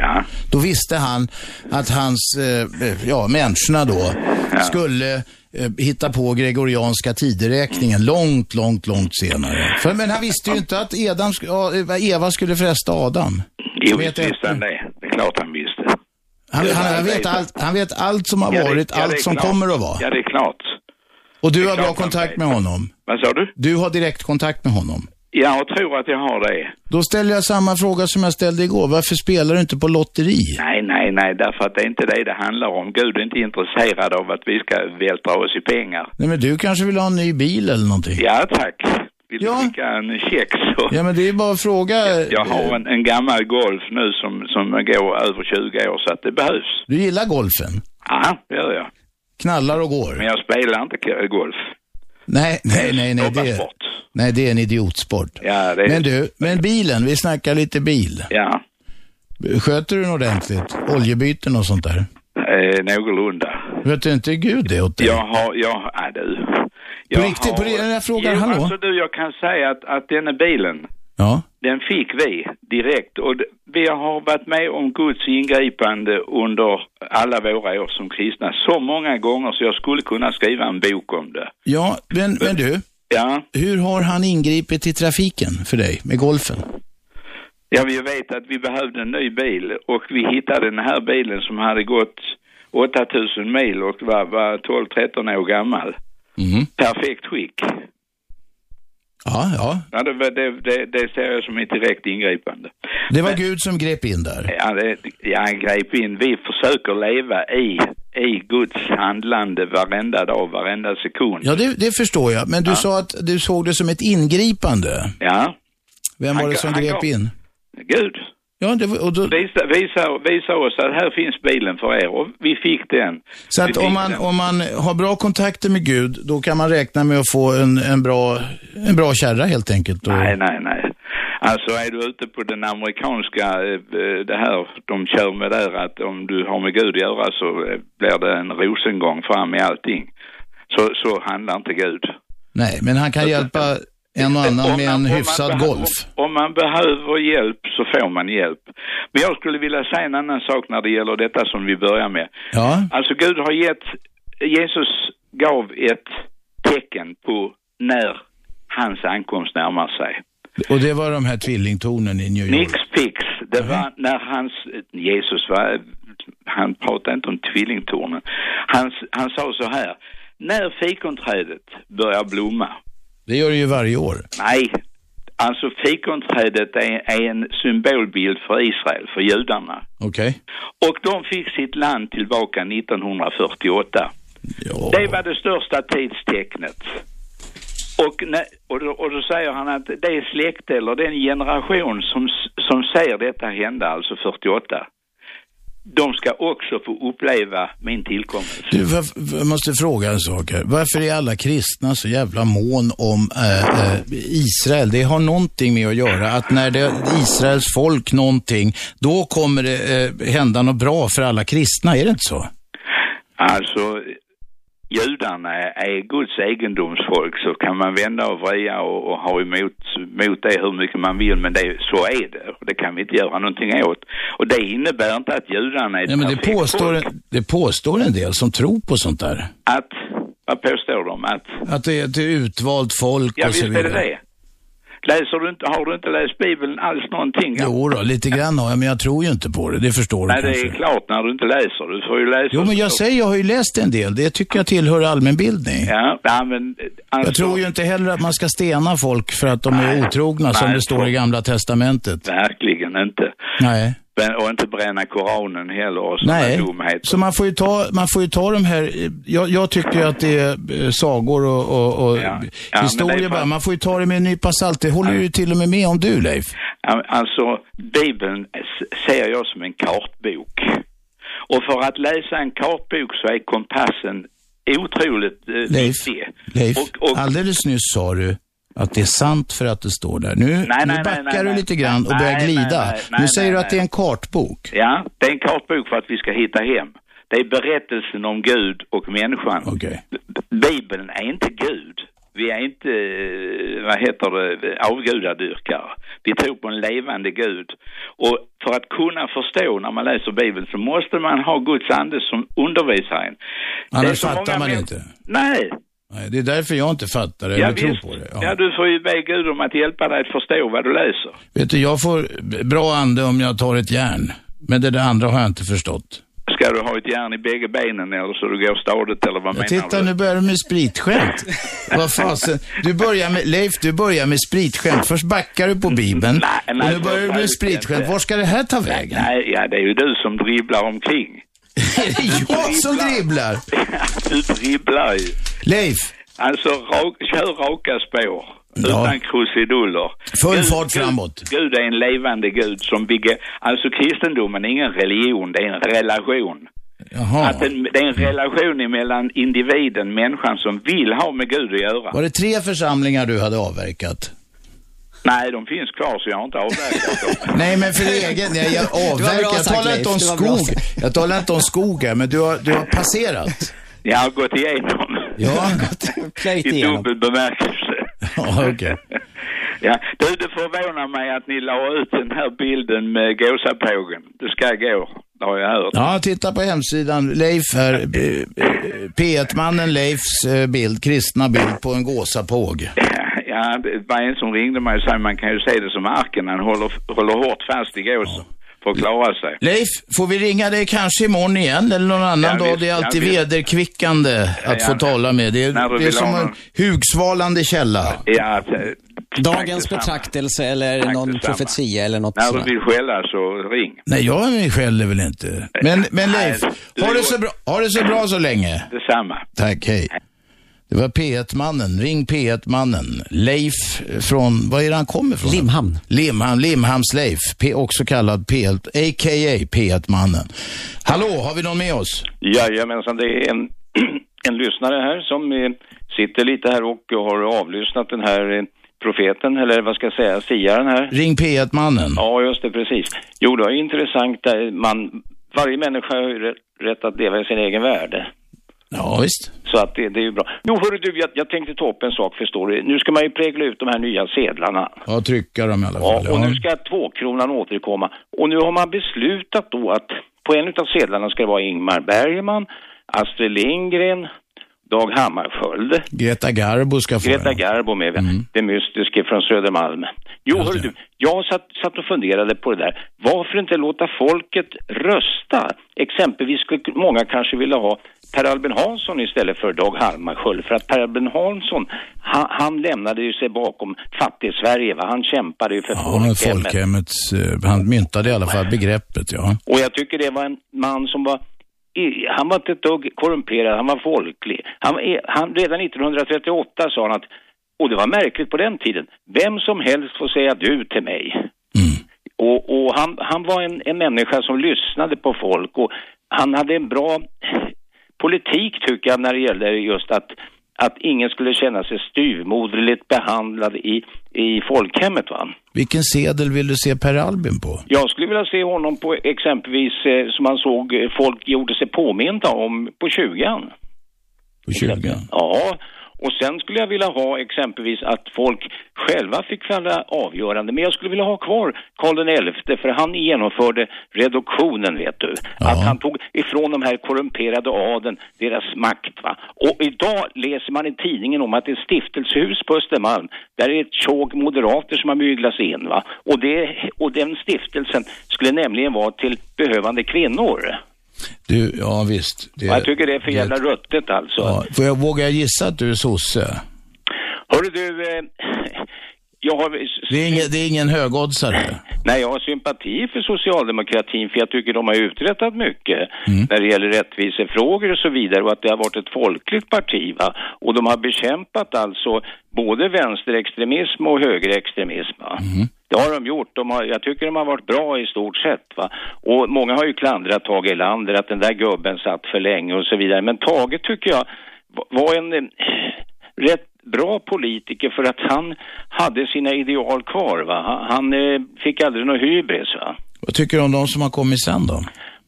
Då visste han att hans, eh, ja, människorna då, skulle eh, hitta på gregorianska tideräkningen långt, långt, långt senare. För, men han visste ju inte att Adam, sk- ja, Eva skulle fresta Adam.
Jo visst visste han det, det är klart han visste.
Han,
Ja,
han, han,
det-
vet, allt, han vet allt som har
Ja, det-
varit,
ja, det är
allt som
klart.
kommer att vara.
Ja det är klart.
Och du
det är
har bra
klart han
kontakt
vet.
med honom.
Vad sa du?
Du har direktkontakt med honom.
Ja, jag tror att jag har det.
Då ställer jag samma fråga som jag ställde igår. Varför spelar du inte på lotteri?
Nej, nej, nej, därför att det är inte det det handlar om. Gud är inte intresserad av att vi ska vältra oss i pengar.
Nej, men du kanske vill ha en ny bil eller någonting?
Ja, tack. Vill du skicka en check så...
Ja, men det är bara att fråga.
Jag har en, en gammal Golf nu som, som går över 20 år så att det behövs.
Du gillar golfen?
Ja, det gör jag.
Knallar och går?
Men jag spelar inte k- golf.
Nej, nej, nej, nej. Det är, nej, det är en idiotsport.
Ja, det är...
Men du, men bilen, vi snackar lite bil.
Ja,
Sköter du den ordentligt? Oljebyten och sånt där?
eh, någorlunda.
Vet du inte Gud det åt dig?
Jag har, jag, ja du. Jag
riktigt? På det- jag frågar,
jo,
hallå?
Alltså du, jag kan säga att, att denna bilen,
Ja.
den fick vi direkt. Och d- vi har varit med om Guds ingripande under alla våra år som kristna. Så många gånger så jag skulle kunna skriva en bok om det.
Ja, men, men du,
Ja.
hur har han ingripit i trafiken för dig med golfen?
Ja, vi vet att vi behövde en ny bil och vi hittade den här bilen som hade gått 8000 mil och var, var 12-13 år gammal.
Mm.
Perfekt skick.
Ja, ja.
Ja, det, var- det, det, det ser jag som ett direkt ingripande.
Det var Gud som grep in där.
Ja, det, ja, han grep in. Vi försöker leva i, i Guds handlande varenda dag, varenda sekund.
Ja, det, det förstår jag. Men du
Ja.
sa att du såg det som ett ingripande.
Ja,
Vem
Han
var det
ga-
som
han
grep
gav-
in?
Gud.
Ja, det var, och då,
Visa, visa, visa oss att här finns bilen för er och vi fick den.
så
Vi
att
fick
om man,
den.
om man har bra kontakter med Gud, då kan man räkna med att få en, en, bra, en bra kärra helt enkelt. Och,
Nej, nej, nej. Alltså är du ute på den amerikanska, eh, eh, det här de kör med där att om du har med Gud att göra så eh, blir det en rosengång fram i allting. Så, så handlar inte Gud.
nej, men han kan hjälpa en och annan med en hyfsad golf.
Om man behöver hjälp så får man hjälp. Men jag skulle vilja säga en annan sak när det gäller detta som vi börjar med.
Ja,
Alltså Gud har gett, Jesus gav ett tecken på när hans ankomst närmar sig.
och det var de här tvillingtornen i New York.
Nix Pix, det var när hans, Jesus var, han pratade inte om tvillingtornen. Han, han sa så här, när fikonträdet börjar blomma.
Det gör det ju varje år.
Nej, alltså fikonträdet är, är en symbolbild för Israel, för judarna.
Okej.
Och de fick sitt land tillbaka 1948. Det var det största tidstecknet. Och, när, och, då, och då säger han att det släkte eller den generation som, s- som ser detta hända, alltså 48, de ska också få uppleva min tillkomst.
Du, varf- jag måste fråga en sak här. Varför är alla kristna så jävla mån om eh, eh, Israel? Det har någonting med att göra att när det Israels folk någonting, då kommer det eh, hända något bra för alla kristna, är det inte så?
Alltså, judarna är, är Guds egendomsfolk så kan man vända och vrida och, och ha emot mot det hur mycket man vill men det, så är det. Och det kan vi inte göra någonting åt. Och det innebär inte att judarna är ett
Ja, men det
perfekt folk.
påstår, det påstår en del som tror på sånt där.
Att, Vad påstår de? Att,
Att det är ett utvalt folk
ja,
och
visst
så
är det
vidare.
det. Läser du inte, har du inte läst Bibeln alls någonting?
Jo då, lite grann har jag, men jag tror ju inte på det. Det förstår du
Nej, det
kanske.
är klart när du inte läser. Du får ju läsa.
Jo, men jag säger, jag har ju läst en del. Det tycker jag tillhör allmänbildning.
Ja, nej, men... eh, Alltså,
Jag tror ju inte heller att man ska stena folk för att de är otrogna, som
Nej,
det står i Gamla Testamentet.
Verkligen inte.
Nej.
Men- Och inte bränna Koranen heller och sådana
Nej,
dumheter.
så man får ju ta, man får ju ta de här, jag, jag tycker ju att det är eh, sagor och, och, och
men det
historier
är
bara.
fan-
Man får ju ta det med en nypa salt. Det håller ju till och med med om du, Leif.
Ja, Alltså, Bibeln s- ser jag som en kartbok. Och för att läsa en kartbok så är kompassen otroligt eh,
Leif,
viktig.
Leif, Alltså, alldeles nyss sa du att det är sant för att det står där. Nu, nu
nej,
backar
nej,
du
nej.
lite grann och
Nej,
börjar
nej,
glida.
nej, nej,
nu
nej,
säger du att det är en kartbok.
Ja, det är en kartbok för att vi ska hitta hem. Det är berättelsen om Gud och människan. B- Bibeln är inte Gud. Vi är inte, eh, vad heter det, avgudadyrkare. Vi tror på en levande Gud. Och för att kunna förstå när man läser Bibeln så måste man ha Guds ande som undervisar en. Det är
Annars
så
fattar
många
man
män-
inte.
Nej.
Nej, det är därför jag inte fattar det
Ja,
eller tror
visst.
på det.
Ja. du får ju be Gud om att hjälpa dig att förstå vad du läser.
Vet du, jag får bra ande om jag tar ett järn. Men det där andra har jag inte förstått.
Ska du ha ett järn i bägge benen eller så du går stadigt eller vad
Ja,
menar du?
titta, nu börjar du med spritskämt. Vad fasen. Du börjar med, Leif, du börjar med spritskämt. Först backar du på Bibeln.
nej,
och nu börjar du
jag
med
inte.
spritskämt. Var ska det här ta vägen?
Nej, ja, det är ju du som dribblar omkring.
jag som dribblar?
Du dribblar ju.
Leif,
Alltså, rak, kör raka spår. Utan krusiduller.
Full fart framåt.
Gud, Gud är en levande Gud som bygger... Alltså kristendomen är ingen religion, det är en relation.
Jaha.
Att en, det är en relation mellan individen, människan som vill ha med Gud att göra.
var det tre församlingar du hade avverkat?
Nej, de finns kvar så jag har inte avverkat dem.
Nej, men för egen Nej, jag
Det var bra
avverkar. Jag
sagt,
talar
Leif.
inte om
Det var bra
skog.
sagt.
Jag talar inte om skog här, men du har, du har passerat.
Jag har gått igenom.
Ja.
I
igenom.
dubbel bemärkelse.
Ja, okej.
Ja, du, det förvånar mig att ni la ut den här bilden med gåsapågen. Det ska gå, det har jag hört.
Ja, titta på hemsidan. Leif här, eh, eh, P1-mannen Leifs eh, bild, kristna bild på en gåsapåg.
Ja, det var en som ringde mig och sa man kan ju se det som arken, han håller, håller hårt fast i gåsen för att klara sig.
Leif, får vi ringa dig kanske imorgon igen eller någon annan
Ja,
dag?
visst,
det är
ja,
alltid
visst.
vederkvickande
Ja,
att
ja.
få tala med. Det
När du
är, det är
vill ha
som en
någon.
hugsvalande källa.
Ja,
Dagens betraktelse eller någon
detsamma.
profetia eller något
när
sånt.
du vill skälla så ring.
Nej, jag skäller väl inte. Men, men Leif,
du-
ha det, så bra, ha det så bra så länge.
Detsamma.
Tack, hej. Det var P1-mannen, ring P1-mannen. Leif från, var är det han kommer ifrån? Limhamn. Limhamn, Limhamns Leif, P, också kallad P1, a.k.a. P1-mannen. Hallå, har vi någon med oss?
Jajamensan, det är en, en lyssnare här som eh, sitter lite här och har avlyssnat den här eh, profeten, eller vad ska jag säga, siaren här.
Ring P1-mannen.
Ja, just det, precis. Jo, det är ju intressant. där Man, varje människa har ju rä- rätt att leva i sin egen värld.
Ja, visst.
Så att det, det är ju bra. Jo, hörru du, jag, jag tänkte ta upp en sak, förstår du. Nu ska man ju prägla ut de här nya sedlarna.
Ja, trycka dem i alla
Ja,
fall.
och nu ska tvåkronan återkomma. Och nu har man beslutat då att på en av sedlarna ska det vara Ingmar Bergman, Astrid Lindgren, Dag Hammarskjöld,
Greta Garbo ska få
Greta
den. Mm.
Garbo med, det mystiske från Södermalm. Jo, hörru du, jag satt, satt och funderade på det där. Varför inte låta folket rösta? Exempelvis skulle många kanske vilja ha Per Albin Hansson istället för Dag Hammarskjöld, för att Per Albin Hansson, han, han lämnade ju sig bakom fattig-Sverige, va? han kämpade ju för
Ja, men folkhemmets, eh, han myntade i alla fall begreppet, ja.
och jag tycker det var en man som var i- han var inte ett dugg korrumperad, han var folklig. Han, var e- han, redan 1938 sa han att, och det var märkligt på den tiden, vem som helst får säga du till mig. Och, och han, han var en, en människa som lyssnade på folk och han hade en bra politik tycker jag när det gäller just att, att ingen skulle känna sig styvmoderligt behandlad i, i folkhemmet. Va?
Vilken sedel vill du se Per Albin på?
Jag skulle vilja se honom på exempelvis eh, som man såg eh, folk gjorde sig påminda om på 20
På 20?
Ja, Och sen skulle jag vilja ha exempelvis att folk själva fick fälla avgörande. Men jag skulle vilja ha kvar Karl XI för han genomförde reduktionen vet du. Att han tog ifrån de här korrumperade adeln deras makt va. Och idag läser man i tidningen om att det är stiftelsehus på Östermalm. Där är ett tjog moderater som har myglat sig in va. Och, det, och den stiftelsen skulle nämligen vara till behövande kvinnor.
Du, ja visst. Det,
Och jag tycker det är för jävla ruttet alltså.
ja. Får jag våga gissa att du är sosse?
Hörru du, eh, jag har...
Det är ingen, det är ingen högoddsare.
Nej, jag har sympati för socialdemokratin för jag tycker de har uträttat mycket när det gäller rättvisefrågor och så vidare och att det har varit ett folkligt parti va. Och de har bekämpat alltså både vänsterextremism och högerextremism va. Det har de gjort. De har, jag tycker de har varit bra i stort sett. Va? Och många har ju klandrat Tage Erlander att den där gubben satt för länge och så vidare. Men Tage tycker jag va- var en eh, rätt bra politiker för att han hade sina ideal kvar. Va? Han- Han eh, fick aldrig någon hybris. Va?
Vad tycker du om de som har kommit sen då?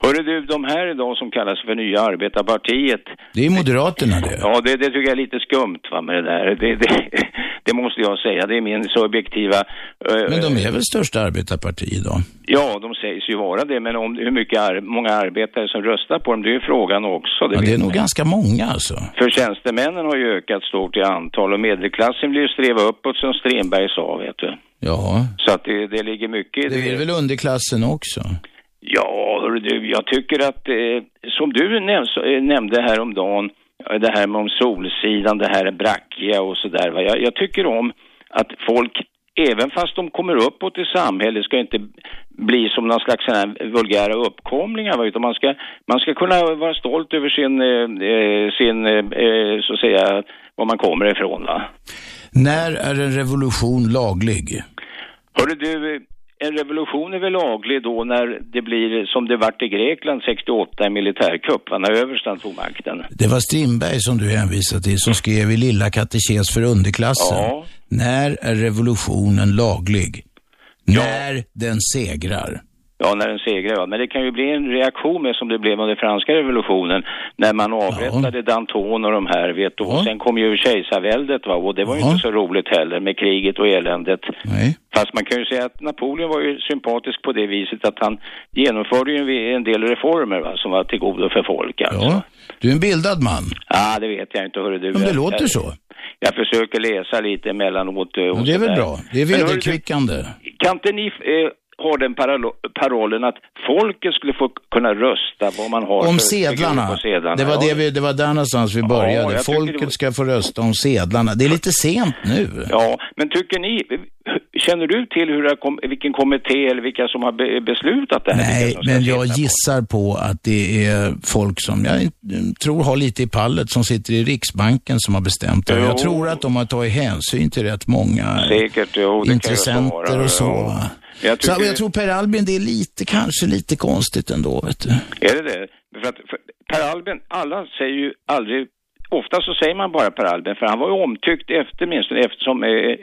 Hörru du, de här idag som kallas för Nya Arbetarpartiet.
Det är Moderaterna det.
Ja, det, det tycker jag är lite skumt va, med det där. Det, det, det måste jag säga. Det är min subjektiva... eh,
Men de är väl största arbetarparti idag?
Ja, de sägs ju vara det, men om hur mycket ar- många arbetare som röstar på dem, det är ju frågan också.
Ja, det
vet
är nog
jag.
ganska många alltså.
För tjänstemännen har ju ökat stort i antal och medelklassen blir ju streva uppåt som Strindberg sa, vet du.
Ja.
Så att det, det ligger mycket i det.
Det är väl underklassen också?
Ja, hörru du, jag tycker att eh, som du näm så, eh, nämnde häromdagen, eh, det här med om Solsidan, det här är brackiga och sådär. va. Jag, jag tycker om att folk, även fast de kommer uppåt i samhället, ska inte bli som någon slags sån här vulgära uppkomlingar, va, utan man ska, man ska kunna vara stolt över sin, eh, eh, sin eh, eh, så att säga, var man kommer ifrån. Va?
När är en revolution laglig?
Hörru du, eh, en revolution är väl laglig då när det blir som det vart i Grekland 68, en militärkupp, va? när överstan tog makten.
Det var Strindberg som du hänvisade till som skrev i Lilla katekes för underklassen.
Ja.
När är revolutionen laglig? När den segrar.
Ja, när den segrar, ja. Men det kan ju bli en reaktion med som det blev under franska revolutionen när man avrättade Danton och de här, vet du. Och sen kom ju kejsarväldet, va. Och det var ju inte så roligt heller med kriget och eländet. Fast man kan ju säga att Napoleon var ju sympatisk på det viset att han genomförde ju en del reformer, va, som var till godo för folk. Alltså.
Ja. Du är en bildad man.
Ja, det vet jag inte, hörru du.
Men det
Jag-
låter
jag,
så.
Jag försöker läsa lite emellanåt. eh, och
Men det är väl
sådär.
bra. Det är
Men hörru du,
vederkvickande.
Kan inte ni eh, ha den paralo- parollen att folket skulle få kunna rösta vad man har
Om
för figurer
sedlarna.
På sedlarna.
Det var, det, vi, det var där någonstans vi började.
jag tycker det
Folket ska få rösta om sedlarna. Det är lite sent nu.
Ja, men tycker ni, känner du till hur det har kom, vilken kommitté eller vilka som har be, beslutat det här?
Nej,
Vilka som ska
men
sitta
jag gissar på att det är folk som jag eh, tror har lite i pallet som sitter i Riksbanken som har bestämt det. Jag
Jo.
tror att de har tagit hänsyn till rätt många eh,
Säkert, jo, det kan jag
intressenter
svara,
och så.
ja.
Va?
Jag
så
tycker-
jag tror Per Albin, det är lite, kanske lite konstigt ändå. Vet du.
Är det det? För att för Per Albin, alla säger ju aldrig Ofta så säger man bara Per Albin, för han var ju omtyckt efter minst, eftersom eh,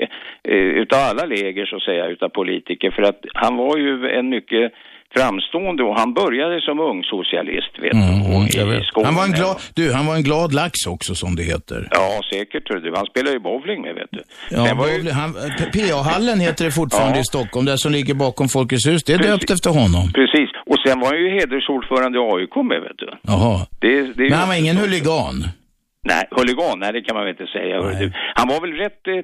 eh, utav alla läger så att säga, utav politiker, för att han var ju en mycket framstående och han började som ungsocialist, vet du.
Mm, jag vet.
Skåne.
Han, var en glad, du, han var en glad lax också som det heter.
Ja, säkert, hör du. Han spelade ju bowling med, vet du.
Ja,
Men var ju-
Bovli- han- P- PA-hallen heter det fortfarande
Ja.
i Stockholm, där som ligger bakom Folkets hus. Det är döpt efter honom.
Precis, och sen var han ju hedersordförande i AIK med, vet du.
Jaha.
Det, det är
Men han
ju-
var ingen huligan.
Nej, huligan, nej det kan man väl inte säga. hör Du. Han var väl rätt eh,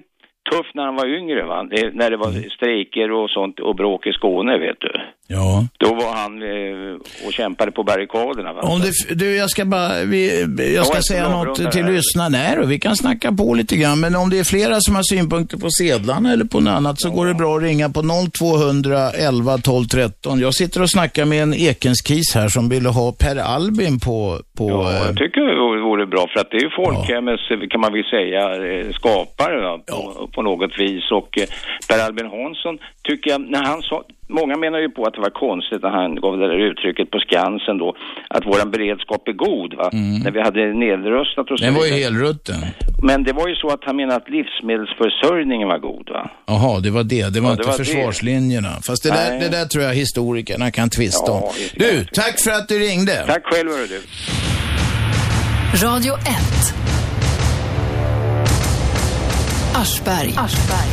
tuff när han var yngre, va? Det, när det var
Mm.
strejker och sånt och bråk i Skåne, vet du.
Ja.
Då var han eh, och kämpade på barrikaderna. Va?
Om det, f- du, jag ska bara, vi, jag ska
jag
säga
ska
något
avrunda
till
här.
lyssnarna här och vi kan snacka på lite grann. Men om det är flera som har synpunkter på sedlarna eller på något annat så går det bra att ringa på 0200 11 12 13. Jag sitter och snackar med en Ekenskis här som ville ha Per Albin på, på eh,
Jag tycker det vore bra för att det är ju folkhemmets, eh, kan man väl säga, eh, skapare va? På, på något vis. Och eh, Per Albin Hansson tycker jag, när han sa, många menar ju på att det var konstigt när han gav det där uttrycket på Skansen då, att våran beredskap är god va, när vi hade nedröstat och så
Mm. den var ju
vidare.
helrutten.
Men det var ju så att han menade att livsmedelsförsörjningen var god va?
Jaha, det var det. Det var
Ja,
inte
det var det.
försvarslinjerna. Fast det där,
Nej.
det där tror jag historikerna kan tvista om. Du, tack för att du ringde.
Tack själv hörru du.
Radio 1. Aschberg. Aschberg.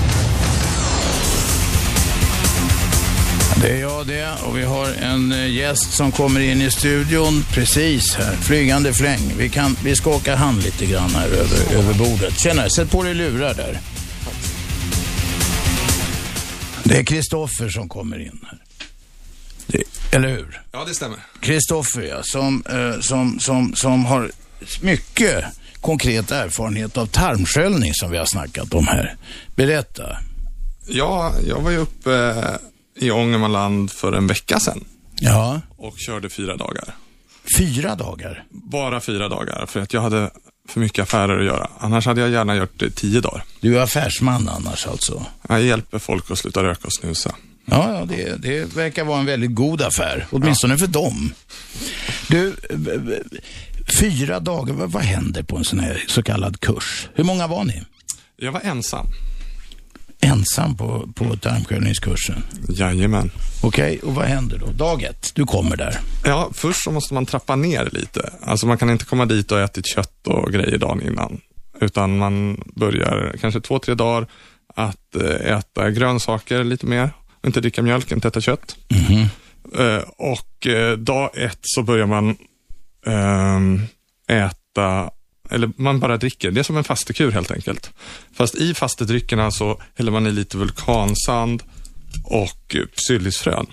Det är jag det och vi har en eh, gäst som kommer in i studion precis här. Flygande fläng. Vi, kan, vi ska åka hand lite grann här över, över bordet. Tjena, sätt på dig lurar där. Det är Kristoffer som kommer in här. Det, eller hur?
Ja, det stämmer.
Kristoffer ja, som, eh, som, som, som har mycket konkret erfarenhet av tarmsköljning som vi har snackat om här. Berätta.
Ja, jag var ju uppe eh, i Ångermanland för en vecka sedan
Ja,
och körde fyra dagar.
fyra dagar.
Bara fyra dagar, för att jag hade för mycket affärer att göra. Annars hade jag gärna gjort det tio dagar.
Du är affärsman annars alltså?
Jag hjälper folk att sluta röka och snusa.
Ja, ja det, det verkar vara en väldigt god affär. Åtminstone för dem. Du, b- b- fyra dagar, vad, vad händer på en sån här så kallad kurs? Hur många var ni?
Jag var ensam.
Ensam på, på tarmsköljningskursen?
Jajamän.
Okej, och vad händer då? Dag ett, du kommer där.
Ja, först så måste man trappa ner lite. Alltså man kan inte komma dit och ha ätit kött och grejer dagen innan. Utan man börjar kanske två, tre dagar att eh, äta grönsaker lite mer. Och inte dricka mjölk, inte äta kött.
Mm-hmm.
Eh, Och eh, dag ett så börjar man ehm, äta, eller man bara dricker. Det är som en fastekur helt enkelt. Fast i fastedryckerna så häller man i lite vulkansand och eh, psyllisfrön.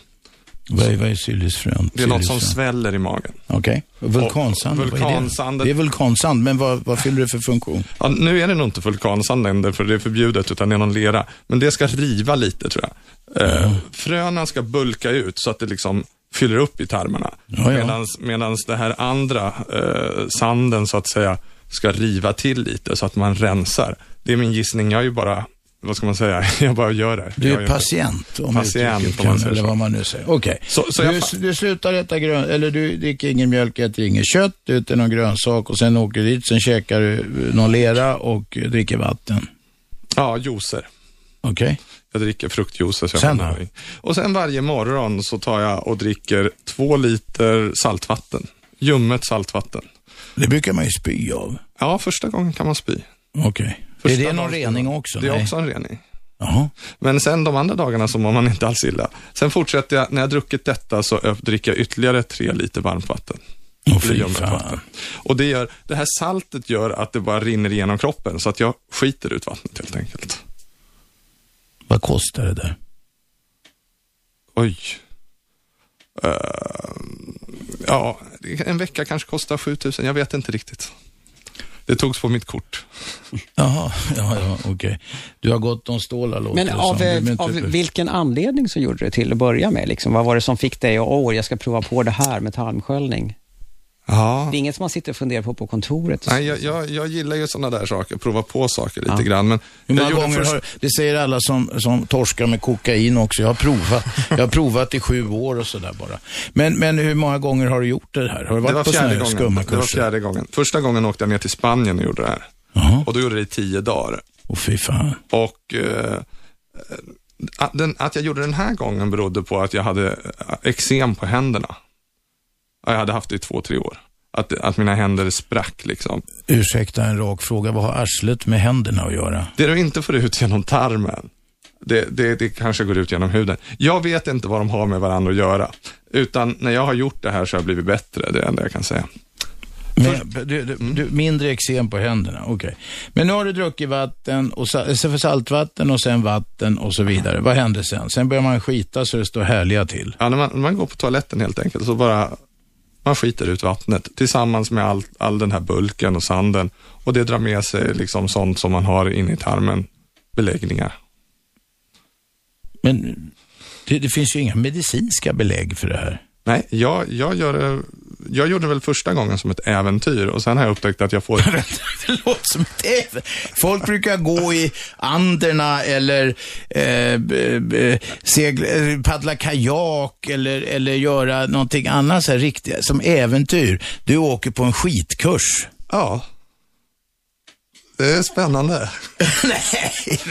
Vad är, vad är sillisfrön?
Det är något som
Sillisfrön.
sväller i magen.
Okej, och vulkansand,
Och
vad är det?
vulkansandet-
Det är vulkansand, men vad, vad fyller det för funktion?
Ja, nu är det nog inte vulkansand än, för det är förbjudet, utan det är någon lera. Men det ska riva lite tror jag. Eh,
Mm.
fröna ska bulka ut så att det liksom fyller upp i tarmarna.
Ja, ja.
Medans, medans det här andra, eh, sanden så att säga, ska riva till lite så att man rensar. Det är min gissning, jag är ju bara, vad ska man säga, jag bara gör det.
Du
Jag
är
inte-
patient, om
Patient,
uttrycket
om man
kan,
säger
eller
så.
vad man nu säger. Okej,
Så- så jag
du,
fa-
du slutar äta grön, eller du dricker ingen mjölk, äter inget kött, du äter någon grönsak och sen åker du dit, sen käkar du eh, någon lera och eh, dricker vatten.
Ja, juicer.
Okej?
Jag dricker fruktjuicer. Så jag
Sen
får
då?
näring. Och sen varje morgon så tar jag och dricker två liter saltvatten. Ljummet saltvatten.
Det brukar man ju spy av.
Ja, första gången kan man spy.
Okej. Är
Första
det någon
dagen-
rening också?
Det är
Nej.
också en rening.
Jaha.
Men sen de andra dagarna så mår man inte alls illa. Sen fortsätter jag, när jag druckit detta så ö- dricker jag ytterligare tre liter varmt vatten.
Åh,
Eller
fy
ljummet
fan.
vatten. Och det, gör, det här saltet gör att det bara rinner igenom kroppen så att jag skiter ut vattnet helt enkelt.
Vad kostar det där?
Oj. Eh, ja, det- en vecka kanske kostar 7000. Jag vet inte riktigt. Det togs på mitt kort.
Jaha, ja, ja, okej. Du har gått om stålar låter
Men
det
av,
som. Du
eh,
blir inte-
av vilken anledning så gjorde du det till att börja med? Liksom? Vad var det som fick dig att, åh, jag ska prova på det här med tarmsköljning?
Ja.
Det är inget som man sitter och funderar på på kontoret?
Nej, jag, jag, jag gillar ju sådana där saker, prova på saker lite grann. Men
Hur
jag
många
gjorde
gånger
först-
har, det säger alla som, som torskar med kokain också. Jag har provat, jag har provat i sju år och sådär bara. Men, men hur många gånger har du gjort det här? Har du varit
det var
på sådana
fjärde
här skumma
gången. Det var
kurser?
fjärde gången. Första gången åkte jag ner till Spanien och gjorde det här. Och då gjorde jag det i tio dagar.
Och fy fan.
Och eh, att den, att jag gjorde den här gången berodde på att jag hade eh, eksem på händerna. Ja, Jag hade haft det i två, tre år. Att, att mina händer sprack liksom.
Ursäkta en rak fråga, vad har arslet med händerna att göra?
Det du inte får ut genom tarmen, det, det, det kanske går ut genom huden. Jag vet inte vad de har med varandra att göra. Utan när jag har gjort det här så har jag blivit bättre, det är det enda jag kan säga.
Men, du, du, du, mindre eksem på händerna, okej. Men nu har du druckit vatten, och sa, eh, saltvatten och sen vatten och så vidare. Vad händer sen? Sen börjar man skita så det står härliga till.
Ja, när man, när man går på toaletten helt enkelt så bara man skiter ut vattnet tillsammans med all, all den här bulken och sanden och det drar med sig liksom sånt som man har inne i tarmen, beläggningar.
Men det, det finns ju inga medicinska belägg för det här.
Nej, jag, jag, gör, det- jag gjorde väl första gången som ett äventyr och sen har jag upptäckt att jag får...
det låter som ett även. Folk brukar gå i Anderna eller eh, b- b- segla, eh, paddla kajak eller, eller göra någonting annat så här riktigt, som äventyr. Du åker på en skitkurs.
Ja. Det är spännande.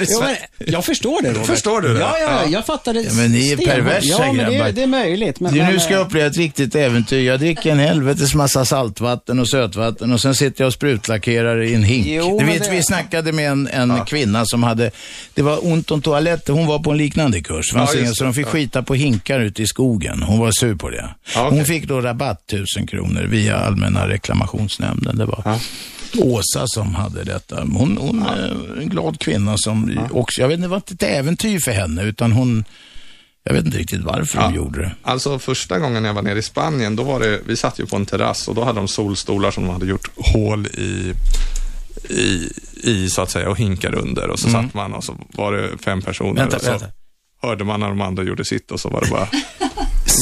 Jo, men jag förstår det Robert.
Förstår du det?
Ja, ja, jag fattar det.
Ja, men ni är
stenhårt.
perversa
Ja, men
grabbar.
det, det är möjligt. Men,
Du,
men,
nu ska jag uppleva ett riktigt äventyr. Jag dricker en helvetes massa saltvatten och sötvatten och sen sitter jag och sprutlackerar i en hink.
Jo,
Ni
men
vet,
det-
Vi snackade med en, en kvinna som hade, det var ont om toaletter. Hon var på en liknande kurs.
Ja,
Ja,
just
så
det.
de fick
Ja.
skita på hinkar ute i skogen. Hon var sur på det. Hon fick då rabatt 1000 kronor via Allmänna reklamationsnämnden. Det var Åsa som hade detta. Hon, hon är en glad kvinna som också, jag vet inte, det var inte ett äventyr för henne utan hon, jag vet inte riktigt varför hon gjorde det.
Alltså första gången jag var nere i Spanien, då var det, vi satt ju på en terrass och då hade de solstolar som de hade gjort hål i, i, i så att säga och hinkar under och så
Mm.
satt man och så var det fem personer
Vänta,
och så
vänta.
hörde man när de andra gjorde sitt och så var det bara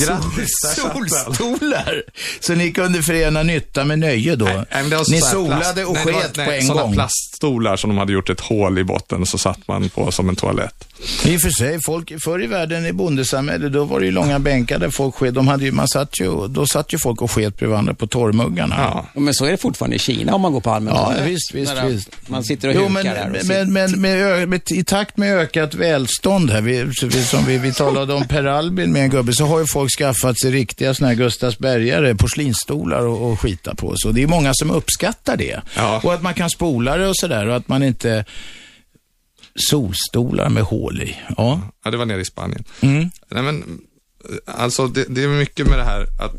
Grattis, där satt den.
Solstolar! Så ni kunde förena nytta med nöje då?
Nej, men det var
ni
sån här plast-
solade och
Nej, det var-
sket på
nej,
en
såna
gång?
plaststolar som de hade gjort ett hål i botten så satt man på som en toalett.
I och för sig, folk, förr i världen i bondesamhället, då var det ju långa bänkar där folk sket. De hade ju, man satt ju, då satt ju folk och sket bredvid varandra på torrmuggarna.
Ja, Men så är det fortfarande i Kina om man går på allmänna.
Ja, visst, visst,
Där
visst.
Man sitter och
jo,
hukar
men,
här. Och
men,
sitter-
men, med ö- med, i takt med ökat välstånd här, vi, så vi, som vi, vi talade om Per Albin med en gubbe, så har ju folk skaffat sig riktiga sådana här Gustavsbergare, porslinsstolar och, och skita på. Så det är många som uppskattar det. Och att man kan spola det och sådär och att man inte solstolar med hål i. Ja.
Ja, det var nere i Spanien.
Mm.
Nej, men, alltså det, det är mycket med det här att,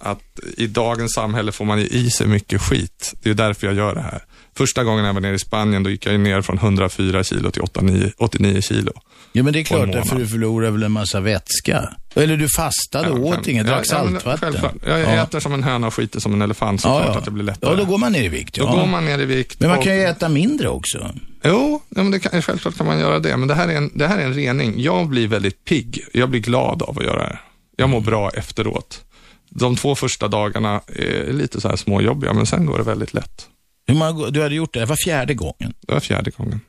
att i dagens samhälle får man ju i sig mycket skit. Det är ju därför jag gör det här. Första gången jag var nere i Spanien, då gick jag ju ner från 104 kilo till 89, 89 kilo.
Ja, men
På
det är
en
klart,
månad.
därför du förlorar väl en massa vätska. Eller du fastade och åt inget, drack
ja, men
saltvatten.
Självklart. Jag
Ja.
äter som en höna och skiter som en elefant, så
Ja,
klart
ja.
att det blir lättare.
Ja, då går man ner i vikt.
Då
ja.
går man ner i vikt.
Men man
och-
kan ju äta mindre också.
Jo, ja, men det kan, självklart kan man göra det. Men det här, är en, det här är en rening. Jag blir väldigt pigg. Jag blir glad av att göra det. Jag mår bra efteråt. De två första dagarna är lite så här småjobbiga, men sen går det väldigt lätt.
Hur många, gå- du hade gjort det, det var fjärde gången.
Det var fjärde gången.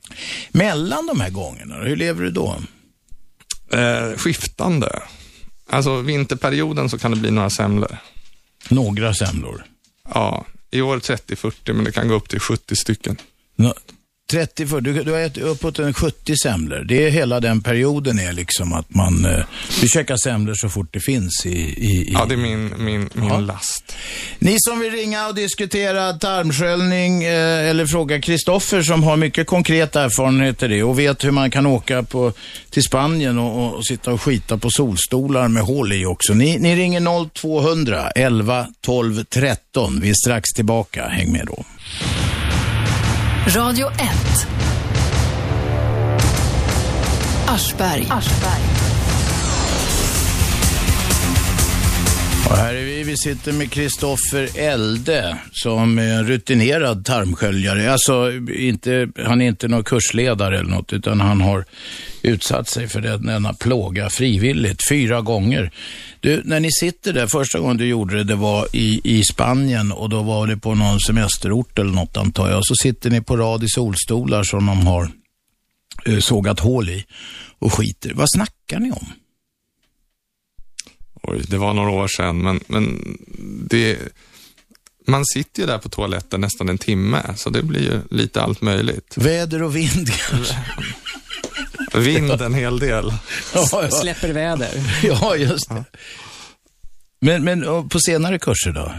Mellan de här gångerna, hur lever du då?
Eh, skiftande. Alltså vinterperioden så kan det bli några semlor.
Några semlor?
Ja, i år 30-40, men det kan gå upp till 70 stycken.
Nå- 30, 40, du, du har ätit uppåt en 70 semlor. Det är hela den perioden är liksom att man, eh, du käkar semlor så fort det finns i... i, i
Ja, det är min, min, min
Ja.
last.
Ni som vill ringa och diskutera tarmsköljning eh, eller fråga Kristoffer som har mycket konkret erfarenhet i det och vet hur man kan åka på, till Spanien och, och sitta och skita på solstolar med hål i också. Ni, ni ringer 0200 11 12 13. Vi är strax tillbaka. Häng med då.
Radio 1. Aschberg.
Och här är vi. Vi sitter med Kristoffer Elde som är en rutinerad tarmsköljare. Alltså, inte, han är inte någon kursledare eller något, utan han har utsatt sig för den, denna plåga frivilligt fyra gånger. Du, när ni sitter där, första gången du gjorde det, det var i, i Spanien och då var det på någon semesterort eller något antar jag. Så sitter ni på rad i solstolar som de har eh, sågat hål i och skiter. Vad snackar ni om?
Oj, det var några år sedan, men, men det, man sitter ju där på toaletten nästan en timme, så det blir ju lite allt möjligt.
Väder och vind kanske?
Vind en hel del.
Släpper väder.
Ja, just det. Men, men och på senare kurser då?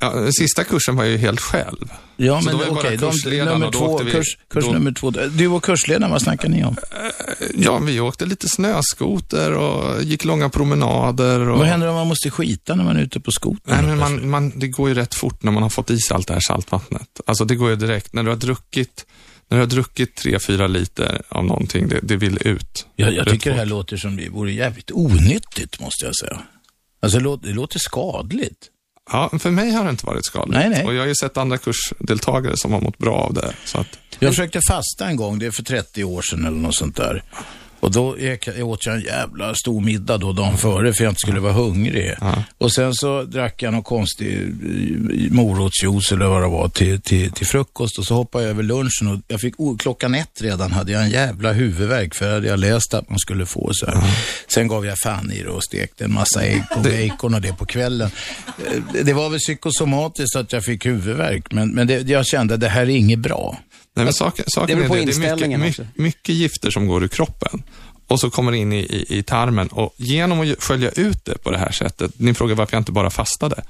Ja, sista kursen var jag ju helt själv.
Ja,
Så
men
då var
okej,
jag bara
de-
kursledaren
nummer
och då
två,
åkte vi-
kurs, kurs
då-
nummer två. Du och kursledaren, vad snackar ni om?
Ja, vi åkte lite snöskoter och gick långa promenader. Och...
Vad händer om man måste skita när man är ute på skotern?
Nej, men man, man, det går ju rätt fort när man har fått i sig allt det här saltvattnet. Alltså det går ju direkt, när du har druckit, när du har druckit tre, fyra liter av någonting, det, det vill ut.
Jag, jag
Rätt
tycker det
fort.
här låter som det vore jävligt onyttigt, måste jag säga. Alltså, det låter, det låter skadligt.
Ja, för mig har det inte varit skadligt.
Nej, nej.
Och jag har ju sett andra kursdeltagare som har mått bra av det. Så att,
Jag försökte fasta en gång, det är för 30 år sedan eller något sånt där. Och då ek- jag åt jag en jävla stor middag då dagen före för jag inte skulle vara hungrig. Och sen så drack jag någon konstig eh, morotsjuice eller vad det var till, till, till frukost och så hoppade jag över lunchen och jag fick, o- klockan ett redan hade jag en jävla huvudvärk för det hade jag läst att man skulle få så här. Sen gav jag fan i det och stekte en massa ägg och bacon och det på kvällen. Eh, Det var väl psykosomatiskt att jag fick huvudvärk men, men det, jag kände att det här är inget bra.
Nej, men saken, saken
det
är
beror på
det, det är mycket,
inställningen
my, mycket gifter som går ur kroppen och så kommer det in i, i, i tarmen och genom att ju- skölja ut det på det här sättet, ni frågar varför jag inte bara fastade,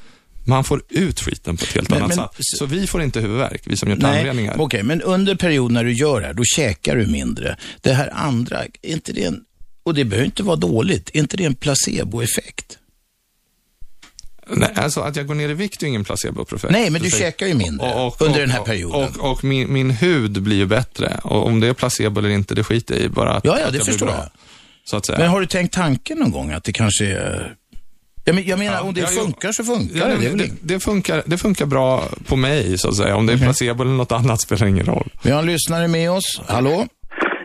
man får ut skiten på ett helt
Men-
annat
men-
sätt. Så vi får inte huvudvärk, vi som gör
Nej,
tarmreningar.
okej, men under perioden när du gör det här, då käkar du mindre. Det här andra, är inte det en, och det behöver inte vara dåligt, är inte det en placeboeffekt?
Nej, alltså att jag går ner i vikt är ju ingen placeboeffekt.
Nej, men du
Precis.
käkar ju mindre under den här perioden.
Och, och, och min, min hud blir ju bättre. Och om det är placebo eller inte, det skiter jag i. Bara att,
Ja, ja, det
att blir
förstår
bra,
jag.
Så att säga.
Men har du tänkt tanken någon gång att det kanske är... Jag, men, jag menar, om det
ja, jo.
funkar så funkar
Ja,
det.
nej,
det. är
men
väl
det, det, funkar, det funkar bra på mig, så att säga. Om det är placebo eller något annat spelar ingen roll.
Vi har en lyssnare med oss. Hallå?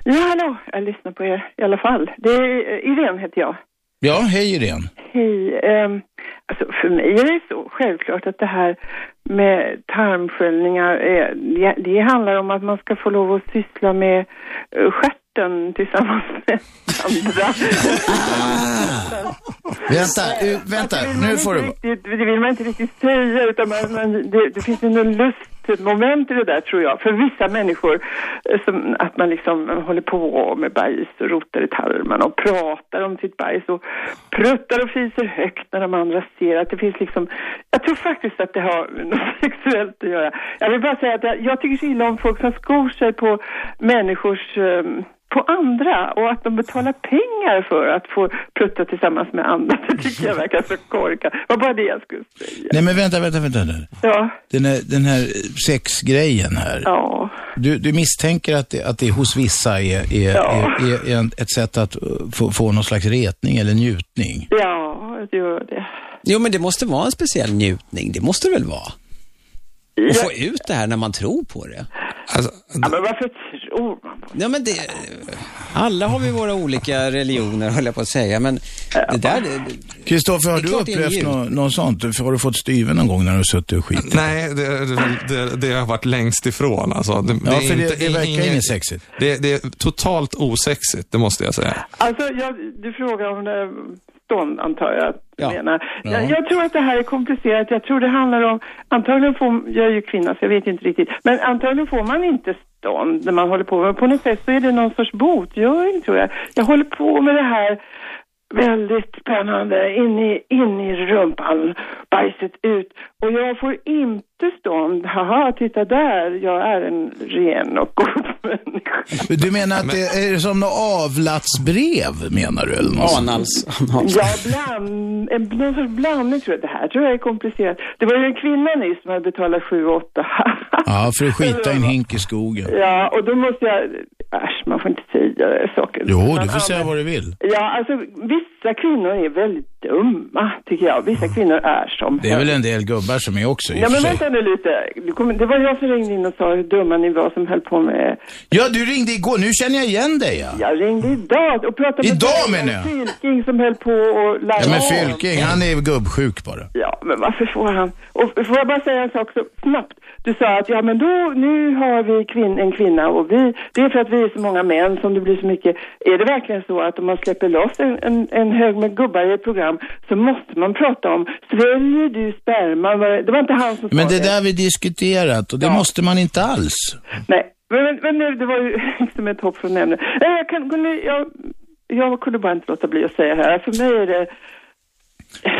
Ja, hallå. Jag lyssnar på er i alla fall. Det är, eh, Irene heter jag.
Ja, hej Irene.
Hej. ehm, alltså för mig är det så självklart att det här med tarmsköljningar, är, det, det handlar om att man ska få lov att syssla med eh, stjärten tillsammans med andra.
Vänta, u- vänta, nu får du...
Alltså, Det, det vill man inte riktigt säga, utan man, man, det, det finns ju något lustmoment i det där tror jag. För vissa människor, eh, som, att man liksom håller på med bajs och rotar i tarmen och pratar om sitt bajs och pruttar och fiser högt när de andra ser att det finns liksom, jag tror faktiskt att det har något sexuellt att göra. Jag vill bara säga att jag, jag tycker så illa om folk som skor sig på människors ehm, på andra och att de betalar pengar för att få prutta tillsammans med andra. Det tycker jag verkar så korkat. Det var bara det jag skulle säga.
Nej, men vänta, vänta, vänta nu.
Ja,
Den här, den här sexgrejen här.
Ja.
Du, du misstänker att det, att det hos vissa är, är, är, är, en, ett sätt att uh, få, få någon slags retning eller njutning?
ja det gör det.
Jo, men det måste vara en speciell njutning. Det måste det väl vara? Och få ut det här när man tror på det.
ja, men varför tror man på
det? Ja, men det? Alla har vi våra olika religioner, höll jag på att säga, men det där... det-
Kristoffer, har
Det är
du
klart det är en
upplevt
njut-
något, något sånt? Har du fått styven någon gång när du har suttit och skitit?
Nej, det, det, det, det har varit längst ifrån. Alltså, det,
Ja, för det- det verkar
inget-
inget sexigt.
Det, det är totalt osexigt, det måste jag säga.
Alltså, jag, du frågar om det stånd, antar jag att du
Ja.
menar.
Ja.
Jag, jag tror att det här är komplicerat. Jag tror det handlar om, antagligen får, jag är ju kvinna så jag vet inte riktigt, men antagligen får man inte stånd när man håller på med, på något sätt så är det någon sorts botgöring tror jag. Jag håller på med det här väldigt spännande, in i, in i rumpan, bajset ut och jag får inte stånd, haha, titta där, jag är en ren och god
Du menar att det är som något avlatsbrev, menar du? Eller något sånt?
Anals.
Ja, bland, en, någon sorts blandning tror jag. Det här tror jag är komplicerat. Det var ju en kvinna nyss som hade betalat 7 8
Ja, för att skita i en hink i skogen.
Ja, och då måste jag... Äsch, man får inte säga saker.
Jo,
Man
du får säga
använder-
vad du vill.
Ja, alltså vissa kvinnor är väldigt dumma, tycker jag. Vissa kvinnor är som...
Det är väl en del gubbar som är också, i och
Ja,
för
men
sig.
vänta nu lite. Du kommer- Det var jag som ringde in och sa hur dumma ni var som höll på med...
Ja, du ringde igår. Nu känner jag igen dig. Ja.
Jag ringde idag och pratade med...
Idag menar jag.
Fylking som höll på och... larmade
Ja, men
om.
Fylking, han är gubbsjuk bara.
Ja, men varför får han? Och får jag bara säga en sak så snabbt? Du sa att ja, men då, nu har vi kvin- en kvinna och vi, det är för att vi är så många män som det blir så mycket. Är det verkligen så att om man släpper loss en, en, en hög med gubbar i ett program så måste man prata om, sväljer du sperman? Var det- Det var inte han som
Men
sa
det där vi diskuterat och det måste man inte alls.
Nej, men, men, men nu, det var ju liksom ett hopp från ämnet. Nej, jag, kan, kunde- jag, jag kunde bara inte låta bli att säga här, för mig är det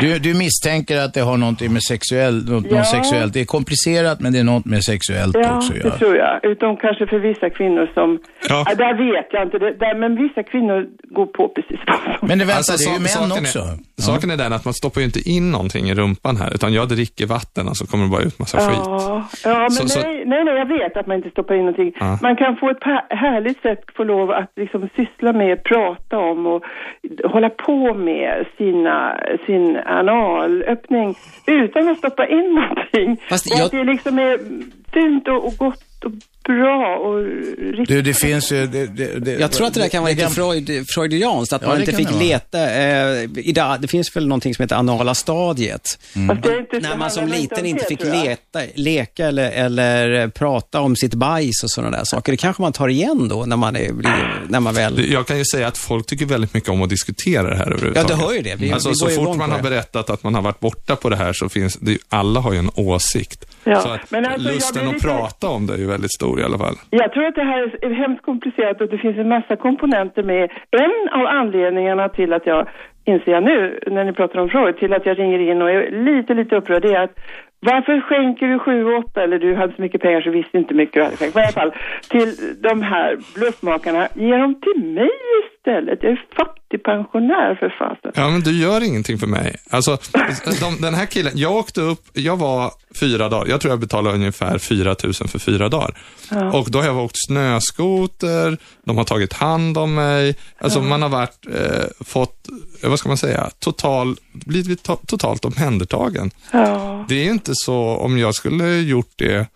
Du, du misstänker att det har någonting med sexuell, något,
Ja.
något sexuellt. Det är komplicerat men det är något med sexuellt
Ja,
också.
det tror jag. Utom kanske för vissa kvinnor som... Ja. där vet jag inte. Det, där, men vissa kvinnor går på precis vad som...
Men det väntar,
Alltså,
det är ju
sa-
män
saken
också.
Är, Saken är den att man stoppar ju inte in någonting i rumpan här, utan jag dricker vatten och så kommer det bara ut massa skit.
Ja, ja men
Så- så-
nej, nej, nej, jag vet att man inte stoppar in någonting.
Ja.
Man kan få ett pa- härligt sätt få lov att liksom syssla med, prata om och hålla på med sina, sin analöppning utan att stoppa in någonting.
Fast
Och
jag-
att det liksom är fint och, och gott och bra och riktigt.
Du, det finns ju... Det, det, det,
Jag tror att det där kan vara lite
gam-
Freud, freudianskt, att
Ja,
man
det
inte
kan
fick
det vara.
leta. Eh, i det, det finns väl någonting som heter anala stadiet.
Mm.
När
Mm. man som liten inte fick
tror jag.
leta, leka eller, eller eh, prata om sitt bajs och sådana där saker. Det kanske man tar igen då när man, är, blir, när man väl...
Jag kan ju säga att folk tycker väldigt mycket om att diskutera det här överhuvudtaget.
Ja, det hör ju det. Vi-
alltså,
vi
så
går ju
fort
igång
man
på
har
det.
berättat att man har varit borta på det här så finns det ju- alla har ju en åsikt.
Ja,
Så att
men alltså, jag
lusten
blir
att
lite-
prata om det är ju väldigt stor i alla fall.
Jag tror att det här är hemskt komplicerat och det finns en massa komponenter med. En av anledningarna till att jag, inser jag nu när ni pratar om Freud, till att jag ringer in och är lite, lite upprörd är att varför skänker du 7 och 8, eller du hade så mycket pengar så visste inte mycket du hade skänkt, men i alla fall, till de här bluffmakarna, ge dem till mig istället. Jag är fattig pensionär för fasen.
Ja, men du gör ingenting för mig. Alltså, de, den här killen, jag åkte upp, jag var fyra dagar, jag tror jag betalade ungefär 4 000 för fyra dagar.
Ja.
Och då har jag åkt snöskoter, de har tagit hand om mig. Alltså man har varit, eh, fått, eh, vad ska man säga, total, blivit to, totalt omhändertagen.
Ja.
Det är ju inte så om jag skulle gjort det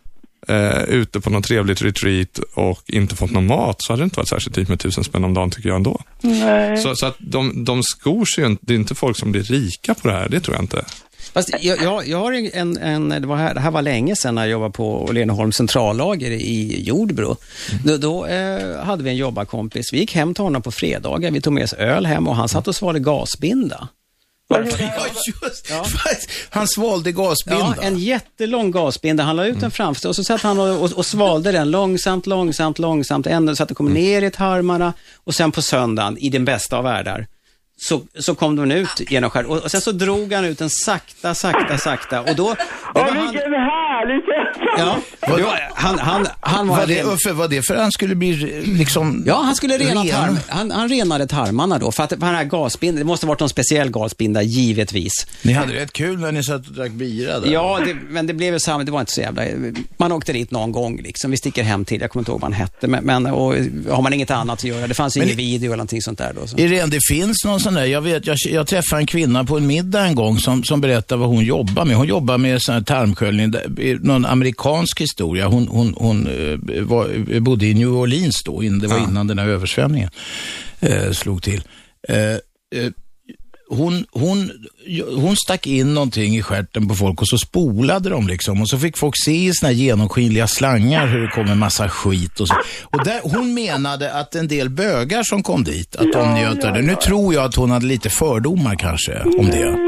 eh, ute på något trevligt retreat och inte fått någon mat så hade det inte varit särskilt dyrt med tusen spänn om dagen tycker jag ändå.
Nej.
Så, så att de, de skor sig ju inte, det är inte folk som blir rika på det här, det tror jag inte.
Fast jag, jag, jag har en, en det, var här, det här var länge sedan när jag jobbade på Åhléneholms centrallager i Jordbro.
Mm.
Då, då eh, hade vi en jobbarkompis. Vi gick hem till honom på fredagar. Vi tog med oss öl hem och han satt och svalde gasbinda.
Ja, just Han svalde Mm. gasbinda.
Ja, en jättelång gasbinda. Han la ut den framför sig och så satt han och, och, och svalde den långsamt, långsamt, långsamt ända så att det kom
Mm.
ner i tarmarna och sen på söndagen, i den bästa av världar, så, så kom den ut genom skär. Och, och sen så drog han ut den sakta, sakta, sakta och då...
Åh, vilken härlig
Ja, det var, han, han, han var...
Var det, Uffe, var det för att han skulle bli liksom...
Ja, han skulle rena
Ren.
tarm, han, han renade tarmarna då, för att den här gasbindan, det måste varit någon speciell gasbinda, givetvis.
Ni hade rätt kul när ni satt och drack bira där.
Ja, det, men det blev ju samma, det var inte så jävla... Man åkte dit någon gång liksom, vi sticker hem till, jag kommer inte ihåg vad han hette, men, men och, har man inget annat att göra, det fanns ju
Men
ingen video eller någonting sånt där då. Så.
Irene, det finns någon sån där, jag vet, jag, jag träffade en kvinna på en middag en gång som, som berättade vad hon jobbar med. Hon jobbar med sån här tarmsköljning, där- i någon amerikansk historia. Hon, hon, hon eh, var, bodde i New Orleans då, in, det var innan den här översvämningen eh, slog till. Eh, eh, hon, hon, hon stack in någonting i stjärten på folk och så spolade de liksom. Och så fick folk se i såna här genomskinliga slangar hur det kom en massa skit och så. Och där, hon menade att en del bögar som kom dit, att de njöt av det. Nu tror jag att hon hade lite fördomar kanske om det.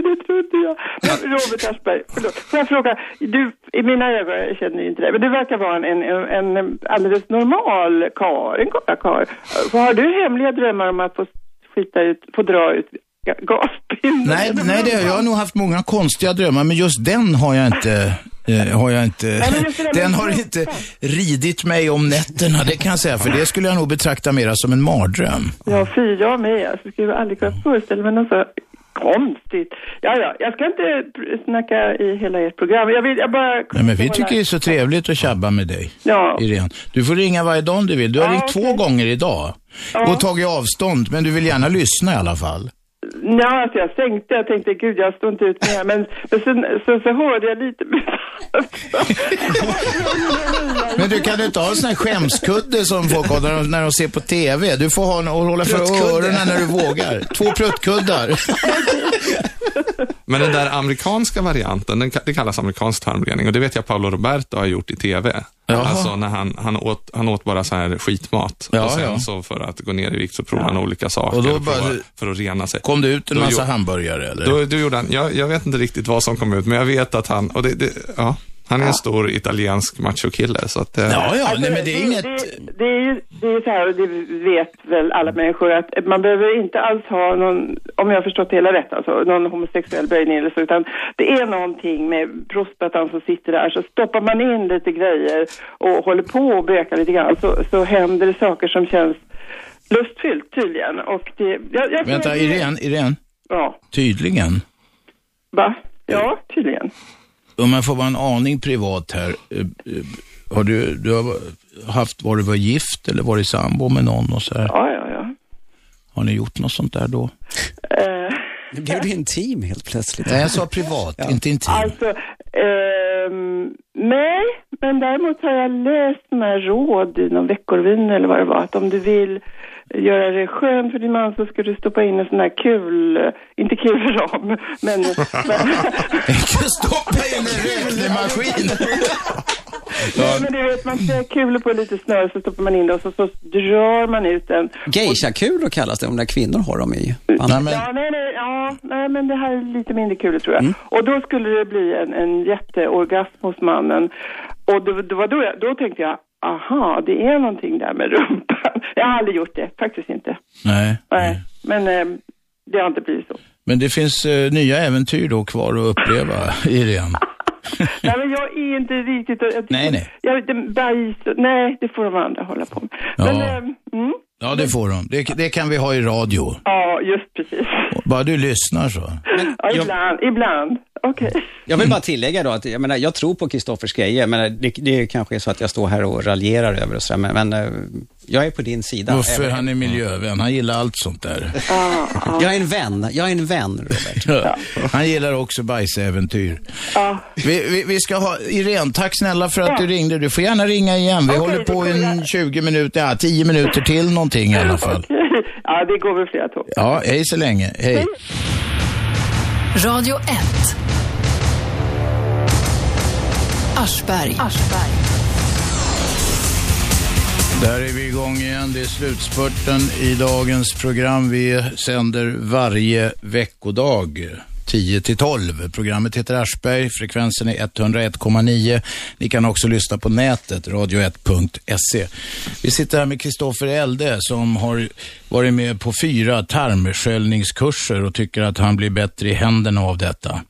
Ja, Robert Aschberg, förlåt. Får jag fråga, du, i mina ögon jag känner ju inte dig, men du verkar vara en, en, en alldeles normal karl, en korta karl. Har du hemliga drömmar om att få skita ut, få dra ut ga- gasbindeln?
Nej, nej det, jag har nog haft många konstiga drömmar, men just den har jag inte... Eh, har jag inte
men just det där med
den har inte ridit mig om nätterna, det kan jag säga, för det skulle jag nog betrakta mera som en mardröm.
Ja, fy, jag med. Alltså, skulle jag aldrig kunna föreställa mig något så konstigt. Ja, ja, jag ska inte pr- snacka i hela ert program. Jag vill, jag bara...
Nej, men vi tycker det är så trevligt att tjabba med dig,
Ja.
Irene. Du får ringa varje dag om du vill. Du har ringt två gånger idag och tagit avstånd, men du vill gärna lyssna i alla fall.
Nej, alltså jag sänkte, jag tänkte gud jag står inte ut med det här. Men, men sen, sen så hörde jag lite...
Men du kan inte ha en sån här skämskudde som folk har när de, när de ser på TV. Du får ha en och hålla för
Pruttkudde.
öronen när du vågar. Två pruttkuddar.
Men den där amerikanska varianten, den, ka- det kallas amerikansk tarmrening och det vet jag Paolo Roberto har gjort i TV.
Jaha.
Alltså när han, han, åt, han åt bara så här skitmat
Ja,
och sen
ja.
så för att gå ner i vikt så provade han olika saker
Och då
för,
bara-
att- för att rena sig.
Kom det ut en
Då
massa
gjo-
hamburgare eller?
Då, då gjorde han, jag, jag vet inte riktigt vad som kom ut, men jag vet att han, och det, det, ja, han är en stor italiensk machokille. Så att, eh,
Alltså, Det, det är ju det är så här, och det vet väl alla människor, att man behöver inte alls ha någon, om jag har förstått det hela rätt, alltså, någon homosexuell böjning eller så, utan det är någonting med prostatan som sitter där, så stoppar man in lite grejer och håller på och bökar lite grann, så, så händer det saker som känns lustfyllt tydligen. Och det, jag, jag
Vänta, Irene, Irene.
Ja,
Tydligen.
va? Ja, tydligen.
Om jag får vara en aning privat här. eh, eh, Har du, du har haft, var du var gift eller varit sambo med någon och så här?
Ja, ja, ja.
Har ni gjort något sånt där då?
Nu blev det intim helt plötsligt.
Nej, jag sa privat, inte intim.
Alltså, ehm, nej, men däremot har jag läst de här råd i någon veckorvin eller vad det var, att om du vill göra det skönt för din man så ska du stoppa in en sån här kul, inte kulram, men... men
Stoppa in en räknemaskin!
Nej, men du vet, man klär kulor på lite snöre, så stoppar man in det och så, så drar man ut den.
Geisha-kulor kallas det, om där kvinnor har dem i.
Ja, nej, nej, ja, nej, men det här är lite mindre kulor tror jag.
Mm.
Och då skulle det bli en, en jätteorgasm hos mannen. Och det, det var då, jag, då tänkte jag, aha, det är någonting där med rumpan. Jag har aldrig gjort det, faktiskt inte.
Nej.
Nej, men eh, det har inte blivit så.
Men det finns eh, nya äventyr då kvar att uppleva, Irene.
nej, men jag är inte riktigt... Jag,
Nej, nej.
Jag, det, bajs, nej, det får de andra hålla på med. Men,
Ja.
ehm, mm,
Ja, det får de. Det, det kan vi ha i radio.
ja, just precis.
Bara du lyssnar så.
Ja, ibland, ibland. Okej.
Jag vill bara tillägga då att jag, menar, jag tror på Kristoffers grejer, men det, det kanske är så att jag står här och raljerar över och sådär, men, men eh, jag är på din sida.
Uffe,
Även-
han är miljövän. Han gillar allt sånt där.
Jag är en vän, jag är en vän, Robert.
Ja. Han gillar också bajsäventyr. Vi, vi, vi ska ha, Irene, tack snälla för att du ringde. Du får gärna ringa igen. Vi håller på i 20 minuter, ja, 10 minuter till någonting i alla fall.
ja, det går väl flera tåg.
Ja, hej så länge. Hej.
Radio 1. Aschberg.
Där är vi igång igen. Det är slutspurten i dagens program. Vi sänder varje veckodag. 10 till 12. Programmet heter Aschberg. Frekvensen är 101,9. Ni kan också lyssna på nätet, radio1.se. Vi sitter här med Kristoffer Elde som har varit med på fyra tarmsköljningskurser och tycker att han blir bättre i händerna av detta.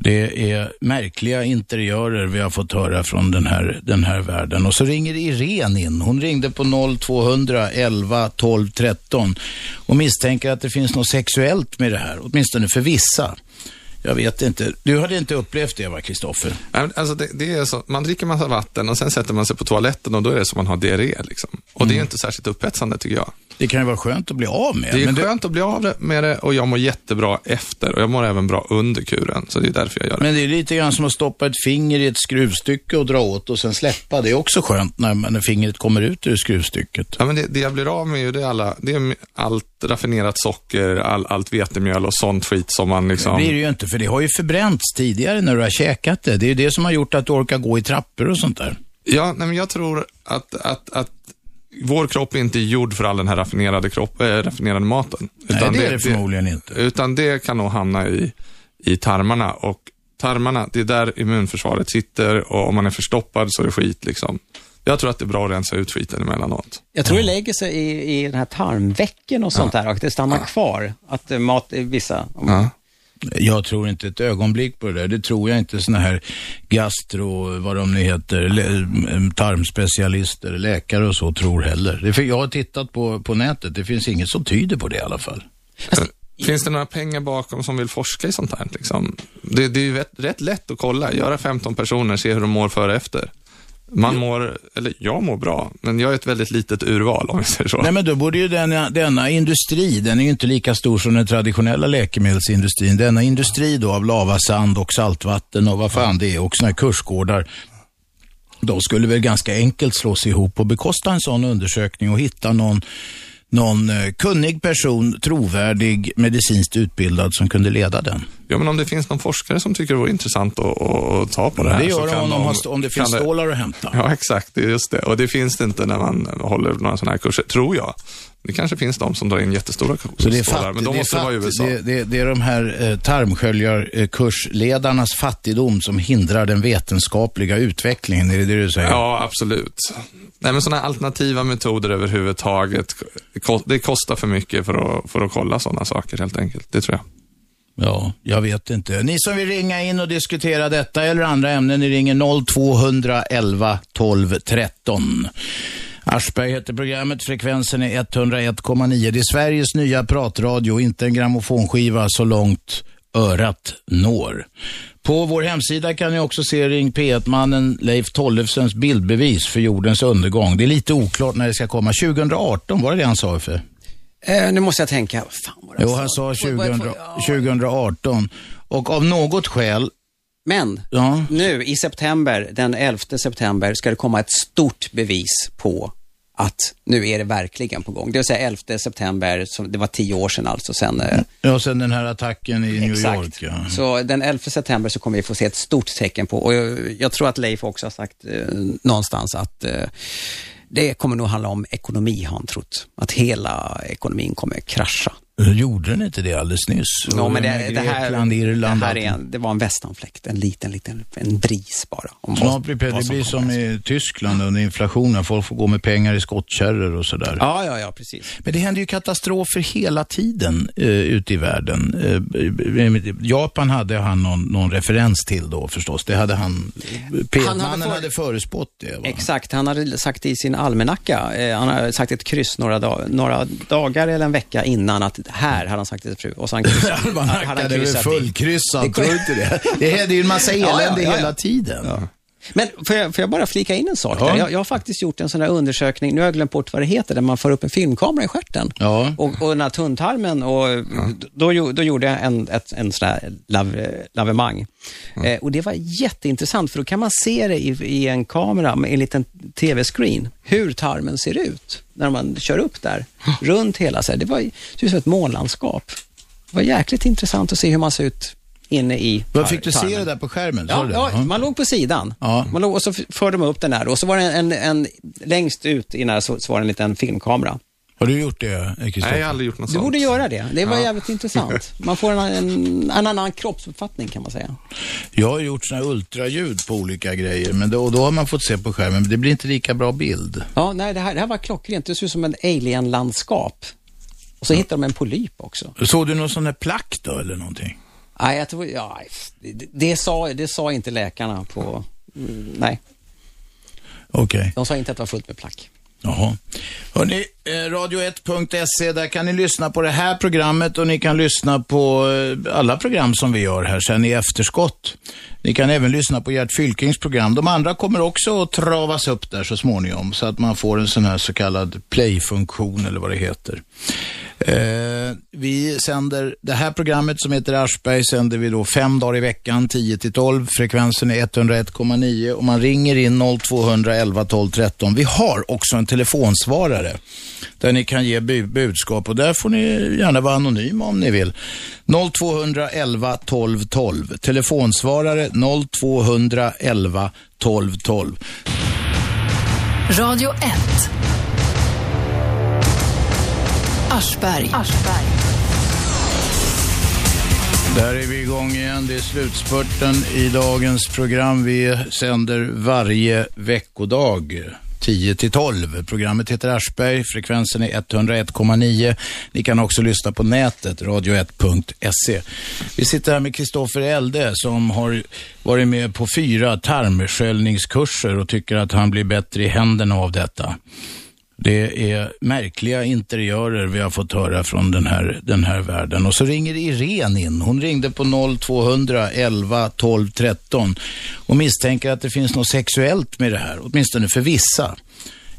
Det är märkliga interiörer vi har fått höra från den här, den här världen. Och så ringer Irene in. Hon ringde på 0200 11 12 13 och misstänker att det finns något sexuellt med det här, åtminstone för vissa. Jag vet inte. Du hade inte upplevt det, va, Kristoffer?
Nej, men Alltså det, det är så, man dricker massa vatten och sen sätter man sig på toaletten och då är det som man har diarré. Liksom. Och
Mm.
det är ju inte särskilt upphetsande tycker jag.
Det kan ju vara skönt att bli av med.
Det är
men
ju skönt att bli av med det och jag mår jättebra efter och jag mår även bra under kuren. Så det är därför jag gör det.
Men det är lite grann som att stoppa ett finger i ett skruvstycke och dra åt och sen släppa. Det är också skönt när, när fingret kommer ut ur skruvstycket.
Ja, men det, det jag blir av med är ju det är alla, det är allt raffinerat socker, all, allt vetemjöl och sånt skit som man liksom...
Det blir det ju inte, för det har ju förbränts tidigare när du har käkat det. Det är ju det som har gjort att du orkar gå i trappor och sånt där.
Ja, nej, men jag tror att, att, att vår kropp inte är gjord för all den här raffinerade, kropp, äh, raffinerade maten.
det är det förmodligen inte.
Utan det kan nog hamna i, i tarmarna. Och tarmarna, det är där immunförsvaret sitter och om man är förstoppad så är det skit. Liksom. Jag tror att det är bra att rensa ut skiten emellanåt.
Jag tror det lägger sig i, i den här tarmvecken och sånt där och det stannar kvar. Att eh, mat, eh, vissa...
Jag tror inte ett ögonblick på det där. Det tror jag inte såna här gastro, vad de nu heter, lä- m- tarmspecialister, läkare och så tror heller. Det, för jag har tittat på, på nätet, det finns inget som tyder på det i alla fall.
Finns det några pengar bakom som vill forska i sånt här? Liksom? Det, det är ju rätt, rätt lätt att kolla, göra 15 personer, se hur de mår före och efter. Man mår, eller jag mår bra, men jag är ett väldigt litet urval om vi säger så.
Nej, men då borde ju denna, denna industri, den är ju inte lika stor som den traditionella läkemedelsindustrin. Denna industri då av lavasand och saltvatten och vad fan det är och såna här kursgårdar. De skulle väl ganska enkelt slås ihop och bekosta en sån undersökning och hitta någon, någon eh, kunnig person, trovärdig, medicinskt utbildad som kunde leda den.
Ja, men om det finns någon forskare som tycker det vore intressant att, att, att ta på det här
Det
så
gör de
kan
om, de har st- om det finns
kan
stålar att hämta.
Ja, exakt. Det är just det. Och det finns det inte när man håller några sådana här kurser, tror jag. Det kanske finns de som drar in jättestora
Så det är
stålar,
fatt,
men de
det är
måste vara i
fatt-
USA.
Det, det, det är de här eh, tarmsköljarkursledarnas fattigdom som hindrar den vetenskapliga utvecklingen, är det det du säger?
Ja, absolut. Nej, men sådana alternativa metoder överhuvudtaget, ko- det kostar för mycket för att, för att kolla sådana saker helt enkelt. Det tror jag.
Ja, jag vet inte. Ni som vill ringa in och diskutera detta eller andra ämnen, ni ringer 0211 12 13. Aschberg heter programmet, frekvensen är 101,9. Det är Sveriges nya pratradio, inte en grammofonskiva så långt örat når. På vår hemsida kan ni också se Ring P1-mannen Leif Tollefsens bildbevis för jordens undergång. Det är lite oklart när det ska komma. 2018, var det det han sa för?
Eh, nu måste jag tänka, fan vad
Jo, han sa 2000, 2018. Och av något skäl...
Men nu i september, den 11 september, ska det komma ett stort bevis på att nu är det verkligen på gång. Det vill säga 11 september, som, det var tio år sedan alltså, sen eh,
Ja, sen den här attacken i New
Exakt.
York. Ja.
Så den 11 september så kommer vi få se ett stort tecken på, och jag, jag tror att Leif också har sagt eh, någonstans att eh, det kommer nog handla om ekonomi, har han trott. Att hela ekonomin kommer krascha.
Gjorde den inte det alldeles nyss?
Ja,
Och
men det,
med
det här,
Grekland, Irland,
det, här
allt.
är en, det var en västanfläkt, en liten, liten en bris bara. Om
Snart
vad-
blir det,
vad
det
som
blir
kommer.
som i Tyskland under inflationen. Folk får gå med pengar i skottkärror och sådär.
Ja, ja, ja, precis.
Men det händer ju katastrofer hela tiden eh, ute i världen. Eh, Japan hade han någon, någon referens till då förstås. Det hade han, han hade,
för-
hade förespått det. Va?
Exakt, han hade sagt i sin almanacka, eh, han hade sagt ett kryss några, dag, några dagar eller en vecka innan att här hade han sagt till sin fru. Och så han kryssat, hade
Almanackan är väl fullkryssad, tror du inte det? Det händer ju en massa
Ja, ja,
elände
ja, ja.
hela tiden.
Men får jag, får jag bara flika in en sak?
Ja.
Där? Jag, jag har faktiskt gjort en sån här undersökning, nu har jag glömt bort vad det heter, där man får upp en filmkamera i stjärten. Och, och den här tunntarmen, och då, gjo- då gjorde jag en, ett, en sån här lav, lavemang. Eh, och det var jätteintressant, för då kan man se det i, i en kamera med en liten tv-screen, hur tarmen ser ut när man kör upp där, runt hela. Så här. Det var ju det var som ett månlandskap. Det var jäkligt intressant att se hur man ser ut inne i tar-
Vad fick du se
tarmen.
det där på skärmen? Sa
Ja,
du det?
ja, man låg på sidan. Man låg, och så f- förde de upp den där och så var det en, en, en längst ut i den här så, så var det en liten filmkamera.
Har du gjort det, Kristoffer?
Nej, jag har aldrig gjort något
Du
sånt.
borde göra det. Det var
Ja.
jävligt intressant. Man får en, en, en annan kroppsuppfattning kan man säga.
Jag har gjort såna här ultraljud på olika grejer, men då, då har man fått se på skärmen, men det blir inte lika bra bild.
Ja, nej, det här, det här var klockrent. Det såg ut som en alien-landskap. Och så hittade de en polyp också.
Såg du någon sån där plack då, eller någonting?
Nej, jag tror, ja, det, det, sa, det sa inte läkarna på... mm, Nej,
Okej.
de sa inte att det var fullt med plack.
Jaha. Hörrni, eh, radio1.se, där kan ni lyssna på det här programmet och ni kan lyssna på eh, alla program som vi gör här sen i efterskott. Ni kan även lyssna på Gert Fylkings program. De andra kommer också att travas upp där så småningom så att man får en sån här så kallad play-funktion eller vad det heter. Eh, vi sänder det här programmet som heter Aschberg sänder vi då fem dagar i veckan, 10 till 12. Frekvensen är 101,9 och man ringer in 0211 12 13. Vi har också en telefonsvarare där ni kan ge bu- budskap och där får ni gärna vara anonyma om ni vill. 0211 12 12. Telefonsvarare 0211 12 12.
Radio 1. Aschberg.
Där är vi igång igen. Det är slutspurten i dagens program. Vi sänder varje veckodag. 10 till 12. Programmet heter Aschberg. Frekvensen är 101,9. Ni kan också lyssna på nätet, radio1.se. Vi sitter här med Kristoffer Elde som har varit med på fyra tarmsköljningskurser och tycker att han blir bättre i händerna av detta. Det är märkliga interiörer vi har fått höra från den här, den här världen. Och så ringer Irene in. Hon ringde på 0200 11 12 13 och misstänker att det finns något sexuellt med det här, åtminstone för vissa.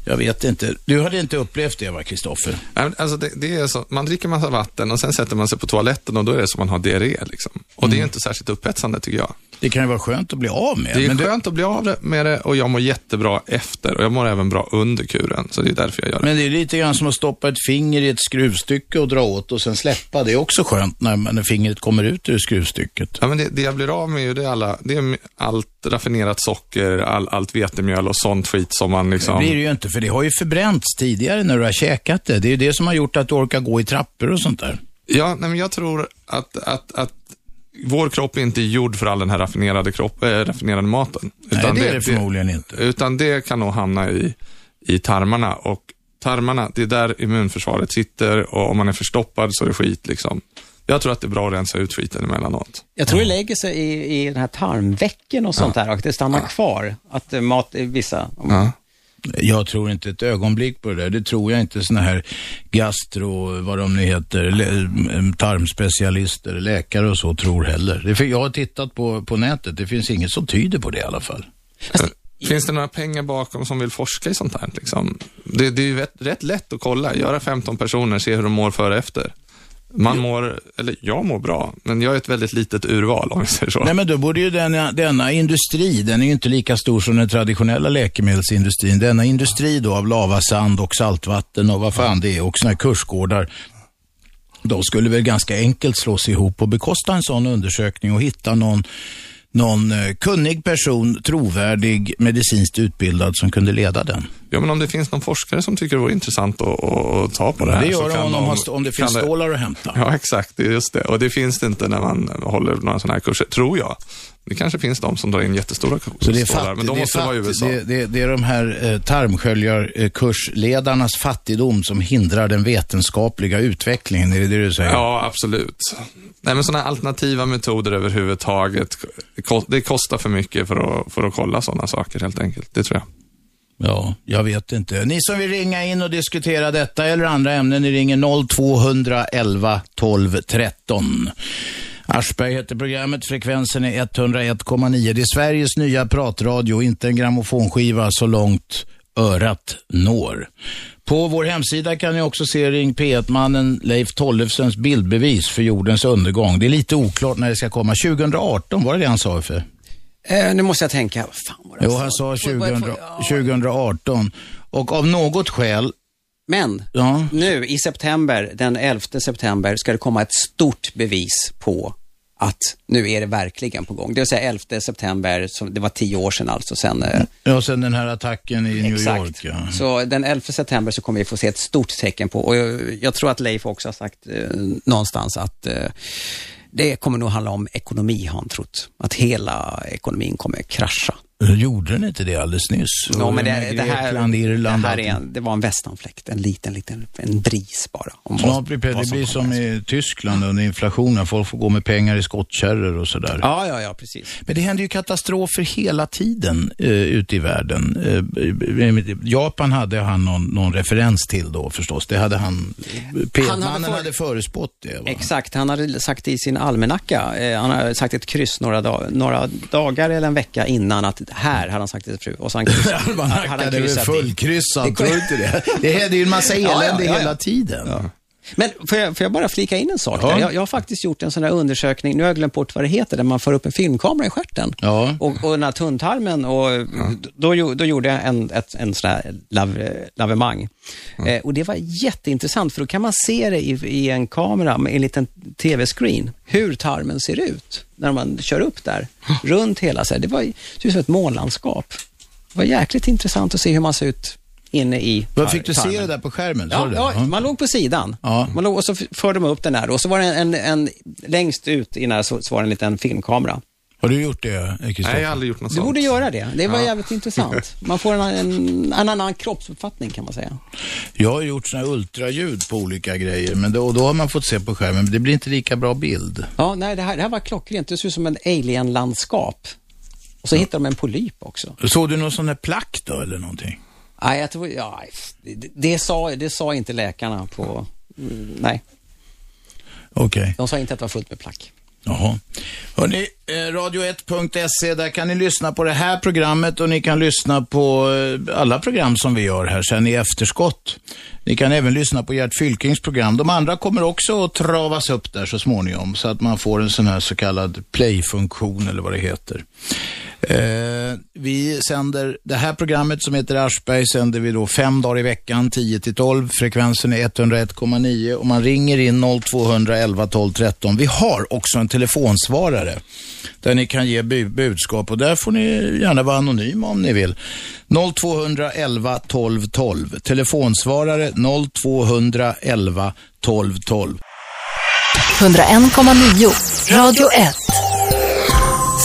Jag vet inte. Du hade inte upplevt det, va, Kristoffer?
Nej, men Alltså det, det är så, man dricker massa vatten och sen sätter man sig på toaletten och då är det som man har diarré. Liksom. Och
Mm.
det är ju inte särskilt upphetsande tycker jag.
Det kan ju vara skönt att bli av med.
Det är
men du-
skönt att bli av med det och jag mår jättebra efter och jag mår även bra under kuren. Så det är därför jag gör det.
Men det är lite grann som att stoppa ett finger i ett skruvstycke och dra åt och sen släppa. Det är också skönt när, när fingret kommer ut ur skruvstycket.
Ja, men det, det jag blir av med är ju det är alla, det är allt raffinerat socker, all, allt vetemjöl och sånt skit som man liksom...
Det blir det ju inte, för det har ju förbränts tidigare när du har käkat det. Det är ju det som har gjort att du orkar gå i trappor och sånt där.
Ja, nej, men jag tror att, att, att vår kropp är inte gjord för all den här raffinerade, kropp, äh, raffinerade maten.
det är det förmodligen inte.
Utan det kan nog hamna i, i tarmarna. Och tarmarna, det är där immunförsvaret sitter och om man är förstoppad så är det skit. Liksom. Jag tror att det är bra att rensa ut skiten emellanåt.
Jag tror det lägger sig i, i den här tarmvecken och sånt där och det stannar kvar. Att eh, mat, vissa,
Jag tror inte ett ögonblick på det där. Det tror jag inte såna här gastro, vad de nu heter, lä- m- tarmspecialister, läkare och så tror heller. Det, för jag har tittat på, på nätet, det finns inget som tyder på det i alla fall.
Finns det några pengar bakom som vill forska i sånt här? Liksom? Det, det är ju rätt, rätt lätt att kolla, göra 15 personer, se hur de mår före och efter. Man mår, eller jag mår bra, men jag är ett väldigt litet urval om vi säger så.
Nej, men då borde ju denna, denna industri, den är ju inte lika stor som den traditionella läkemedelsindustrin. Denna industri då av lavasand och saltvatten och vad fan det är och sådana här kursgårdar. De skulle väl ganska enkelt slås ihop och bekosta en sån undersökning och hitta någon, någon eh, kunnig person, trovärdig, medicinskt utbildad som kunde leda den.
Ja, men om det finns någon forskare som tycker det vore intressant att, att, att ta på det här.
Det gör
så
de
kan
om de har st- om det finns
kan
stålar att hämta.
Ja, exakt. Det är just det. Och det finns det inte när man håller några sådana här kurser, tror jag. Det kanske finns de som drar in jättestora
Så det är
stålar,
fatt-
men de
det är
måste vara i
fatt-
USA.
Det, det, det är de här eh, tarmsköljarkursledarnas fattigdom som hindrar den vetenskapliga utvecklingen, är det det du säger?
Ja, absolut. Nej, men sådana alternativa metoder överhuvudtaget, ko- det kostar för mycket för att, för att kolla sådana saker helt enkelt. Det tror jag.
Ja, jag vet inte. Ni som vill ringa in och diskutera detta eller andra ämnen, ni ringer 0211 12 13. Aschberg heter programmet, frekvensen är 101,9. Det är Sveriges nya pratradio, inte en grammofonskiva så långt örat når. På vår hemsida kan ni också se Ring P1-mannen Leif Tollefsens bildbevis för jordens undergång. Det är lite oklart när det ska komma. 2018, var det det han sa? För?
Eh, nu måste jag tänka. Fan,
Jo, han sa 2000, 2018. Och av något skäl...
Men nu i september, den 11 september, ska det komma ett stort bevis på att nu är det verkligen på gång. Det vill säga 11 september, som, det var tio år sedan alltså, sen eh,
Ja, sen den här attacken i New
Exakt.
York. Ja.
Så den 11 september så kommer vi få se ett stort tecken på, och jag, jag tror att Leif också har sagt eh, någonstans att eh, det kommer nog handla om ekonomi, har han trott. Att hela ekonomin kommer krascha.
Gjorde den inte det alldeles nyss?
Ja,
Och
men det,
med
det här,
Grekland, Irland,
det, här
allt.
är en, det var en västanfläkt, en liten, liten en bris bara. Om
Snart
vad-
blir det,
vad
det
som
blir
kommer.
som i Tyskland under inflationen. Folk får gå med pengar i skottkärror och sådär.
Ja, ja, ja, precis.
Men det händer ju katastrofer hela tiden eh, ute i världen. Eh, Japan hade han någon, någon referens till då förstås. Det hade han... Han hade,
för-
hade förespått det. Va?
Exakt, han hade sagt i sin almanacka, eh, han hade sagt ett kryss några, dag, några dagar eller en vecka innan att här hade han sagt till sin fru. Och så han kryss, hade
Almanackan är väl fullkryssad, tror du inte det? Det händer ju en massa elände hela tiden.
Men får jag, får jag bara flika in en sak? Där? Jag, jag har faktiskt gjort en sån här undersökning, nu har jag glömt bort vad det heter, där man får upp en filmkamera i stjärten. Och, och den här tunntarmen, och då, gjo- då gjorde jag en, ett, en sån här lav, lavemang. Eh, och det var jätteintressant, för då kan man se det i, i en kamera med en liten tv-screen, hur tarmen ser ut när man kör upp där, runt hela. Så här. Det var ju det var som ett månlandskap. Det var jäkligt intressant att se hur man ser ut inne i
Vad
tar-
fick du
tarmen.
se det där på skärmen? Sa
Ja,
du det?
ja, man låg på sidan. Man låg, och så f- förde de upp den där och så var det en, en, en längst ut i den här så, så var det en liten filmkamera.
Har du gjort det, Kristoffer?
Nej, jag har aldrig gjort något
Du
sånt.
borde göra det. Det var
Ja.
jävligt intressant. Man får en, en, en annan kroppsuppfattning kan man säga.
Jag har gjort såna här ultraljud på olika grejer, men då, då har man fått se på skärmen, men det blir inte lika bra bild.
Ja, nej, det här, det här var klockrent. Det såg ut som en alien-landskap. Och så hittade de en polyp också.
Såg du någon sån där plack då, eller någonting?
Nej, jag tror, ja, det, det, sa, det sa inte läkarna på... mm, Nej,
Okej.
de sa inte att det var fullt med plack.
Jaha. Hörrni, eh, radio1.se, där kan ni lyssna på det här programmet och ni kan lyssna på eh, alla program som vi gör här sen i efterskott. Ni kan även lyssna på Gert Fylkings program. De andra kommer också att travas upp där så småningom så att man får en sån här så kallad play-funktion eller vad det heter. Eh, vi sänder det här programmet som heter Aschberg sänder vi då fem dagar i veckan, 10 till 12. Frekvensen är 101,9 och man ringer in 0211 12 13. Vi har också en telefonsvarare där ni kan ge bu- budskap och där får ni gärna vara anonyma om ni vill. 0211 12 12. Telefonsvarare 0211 12 12.
101,9. Radio 1.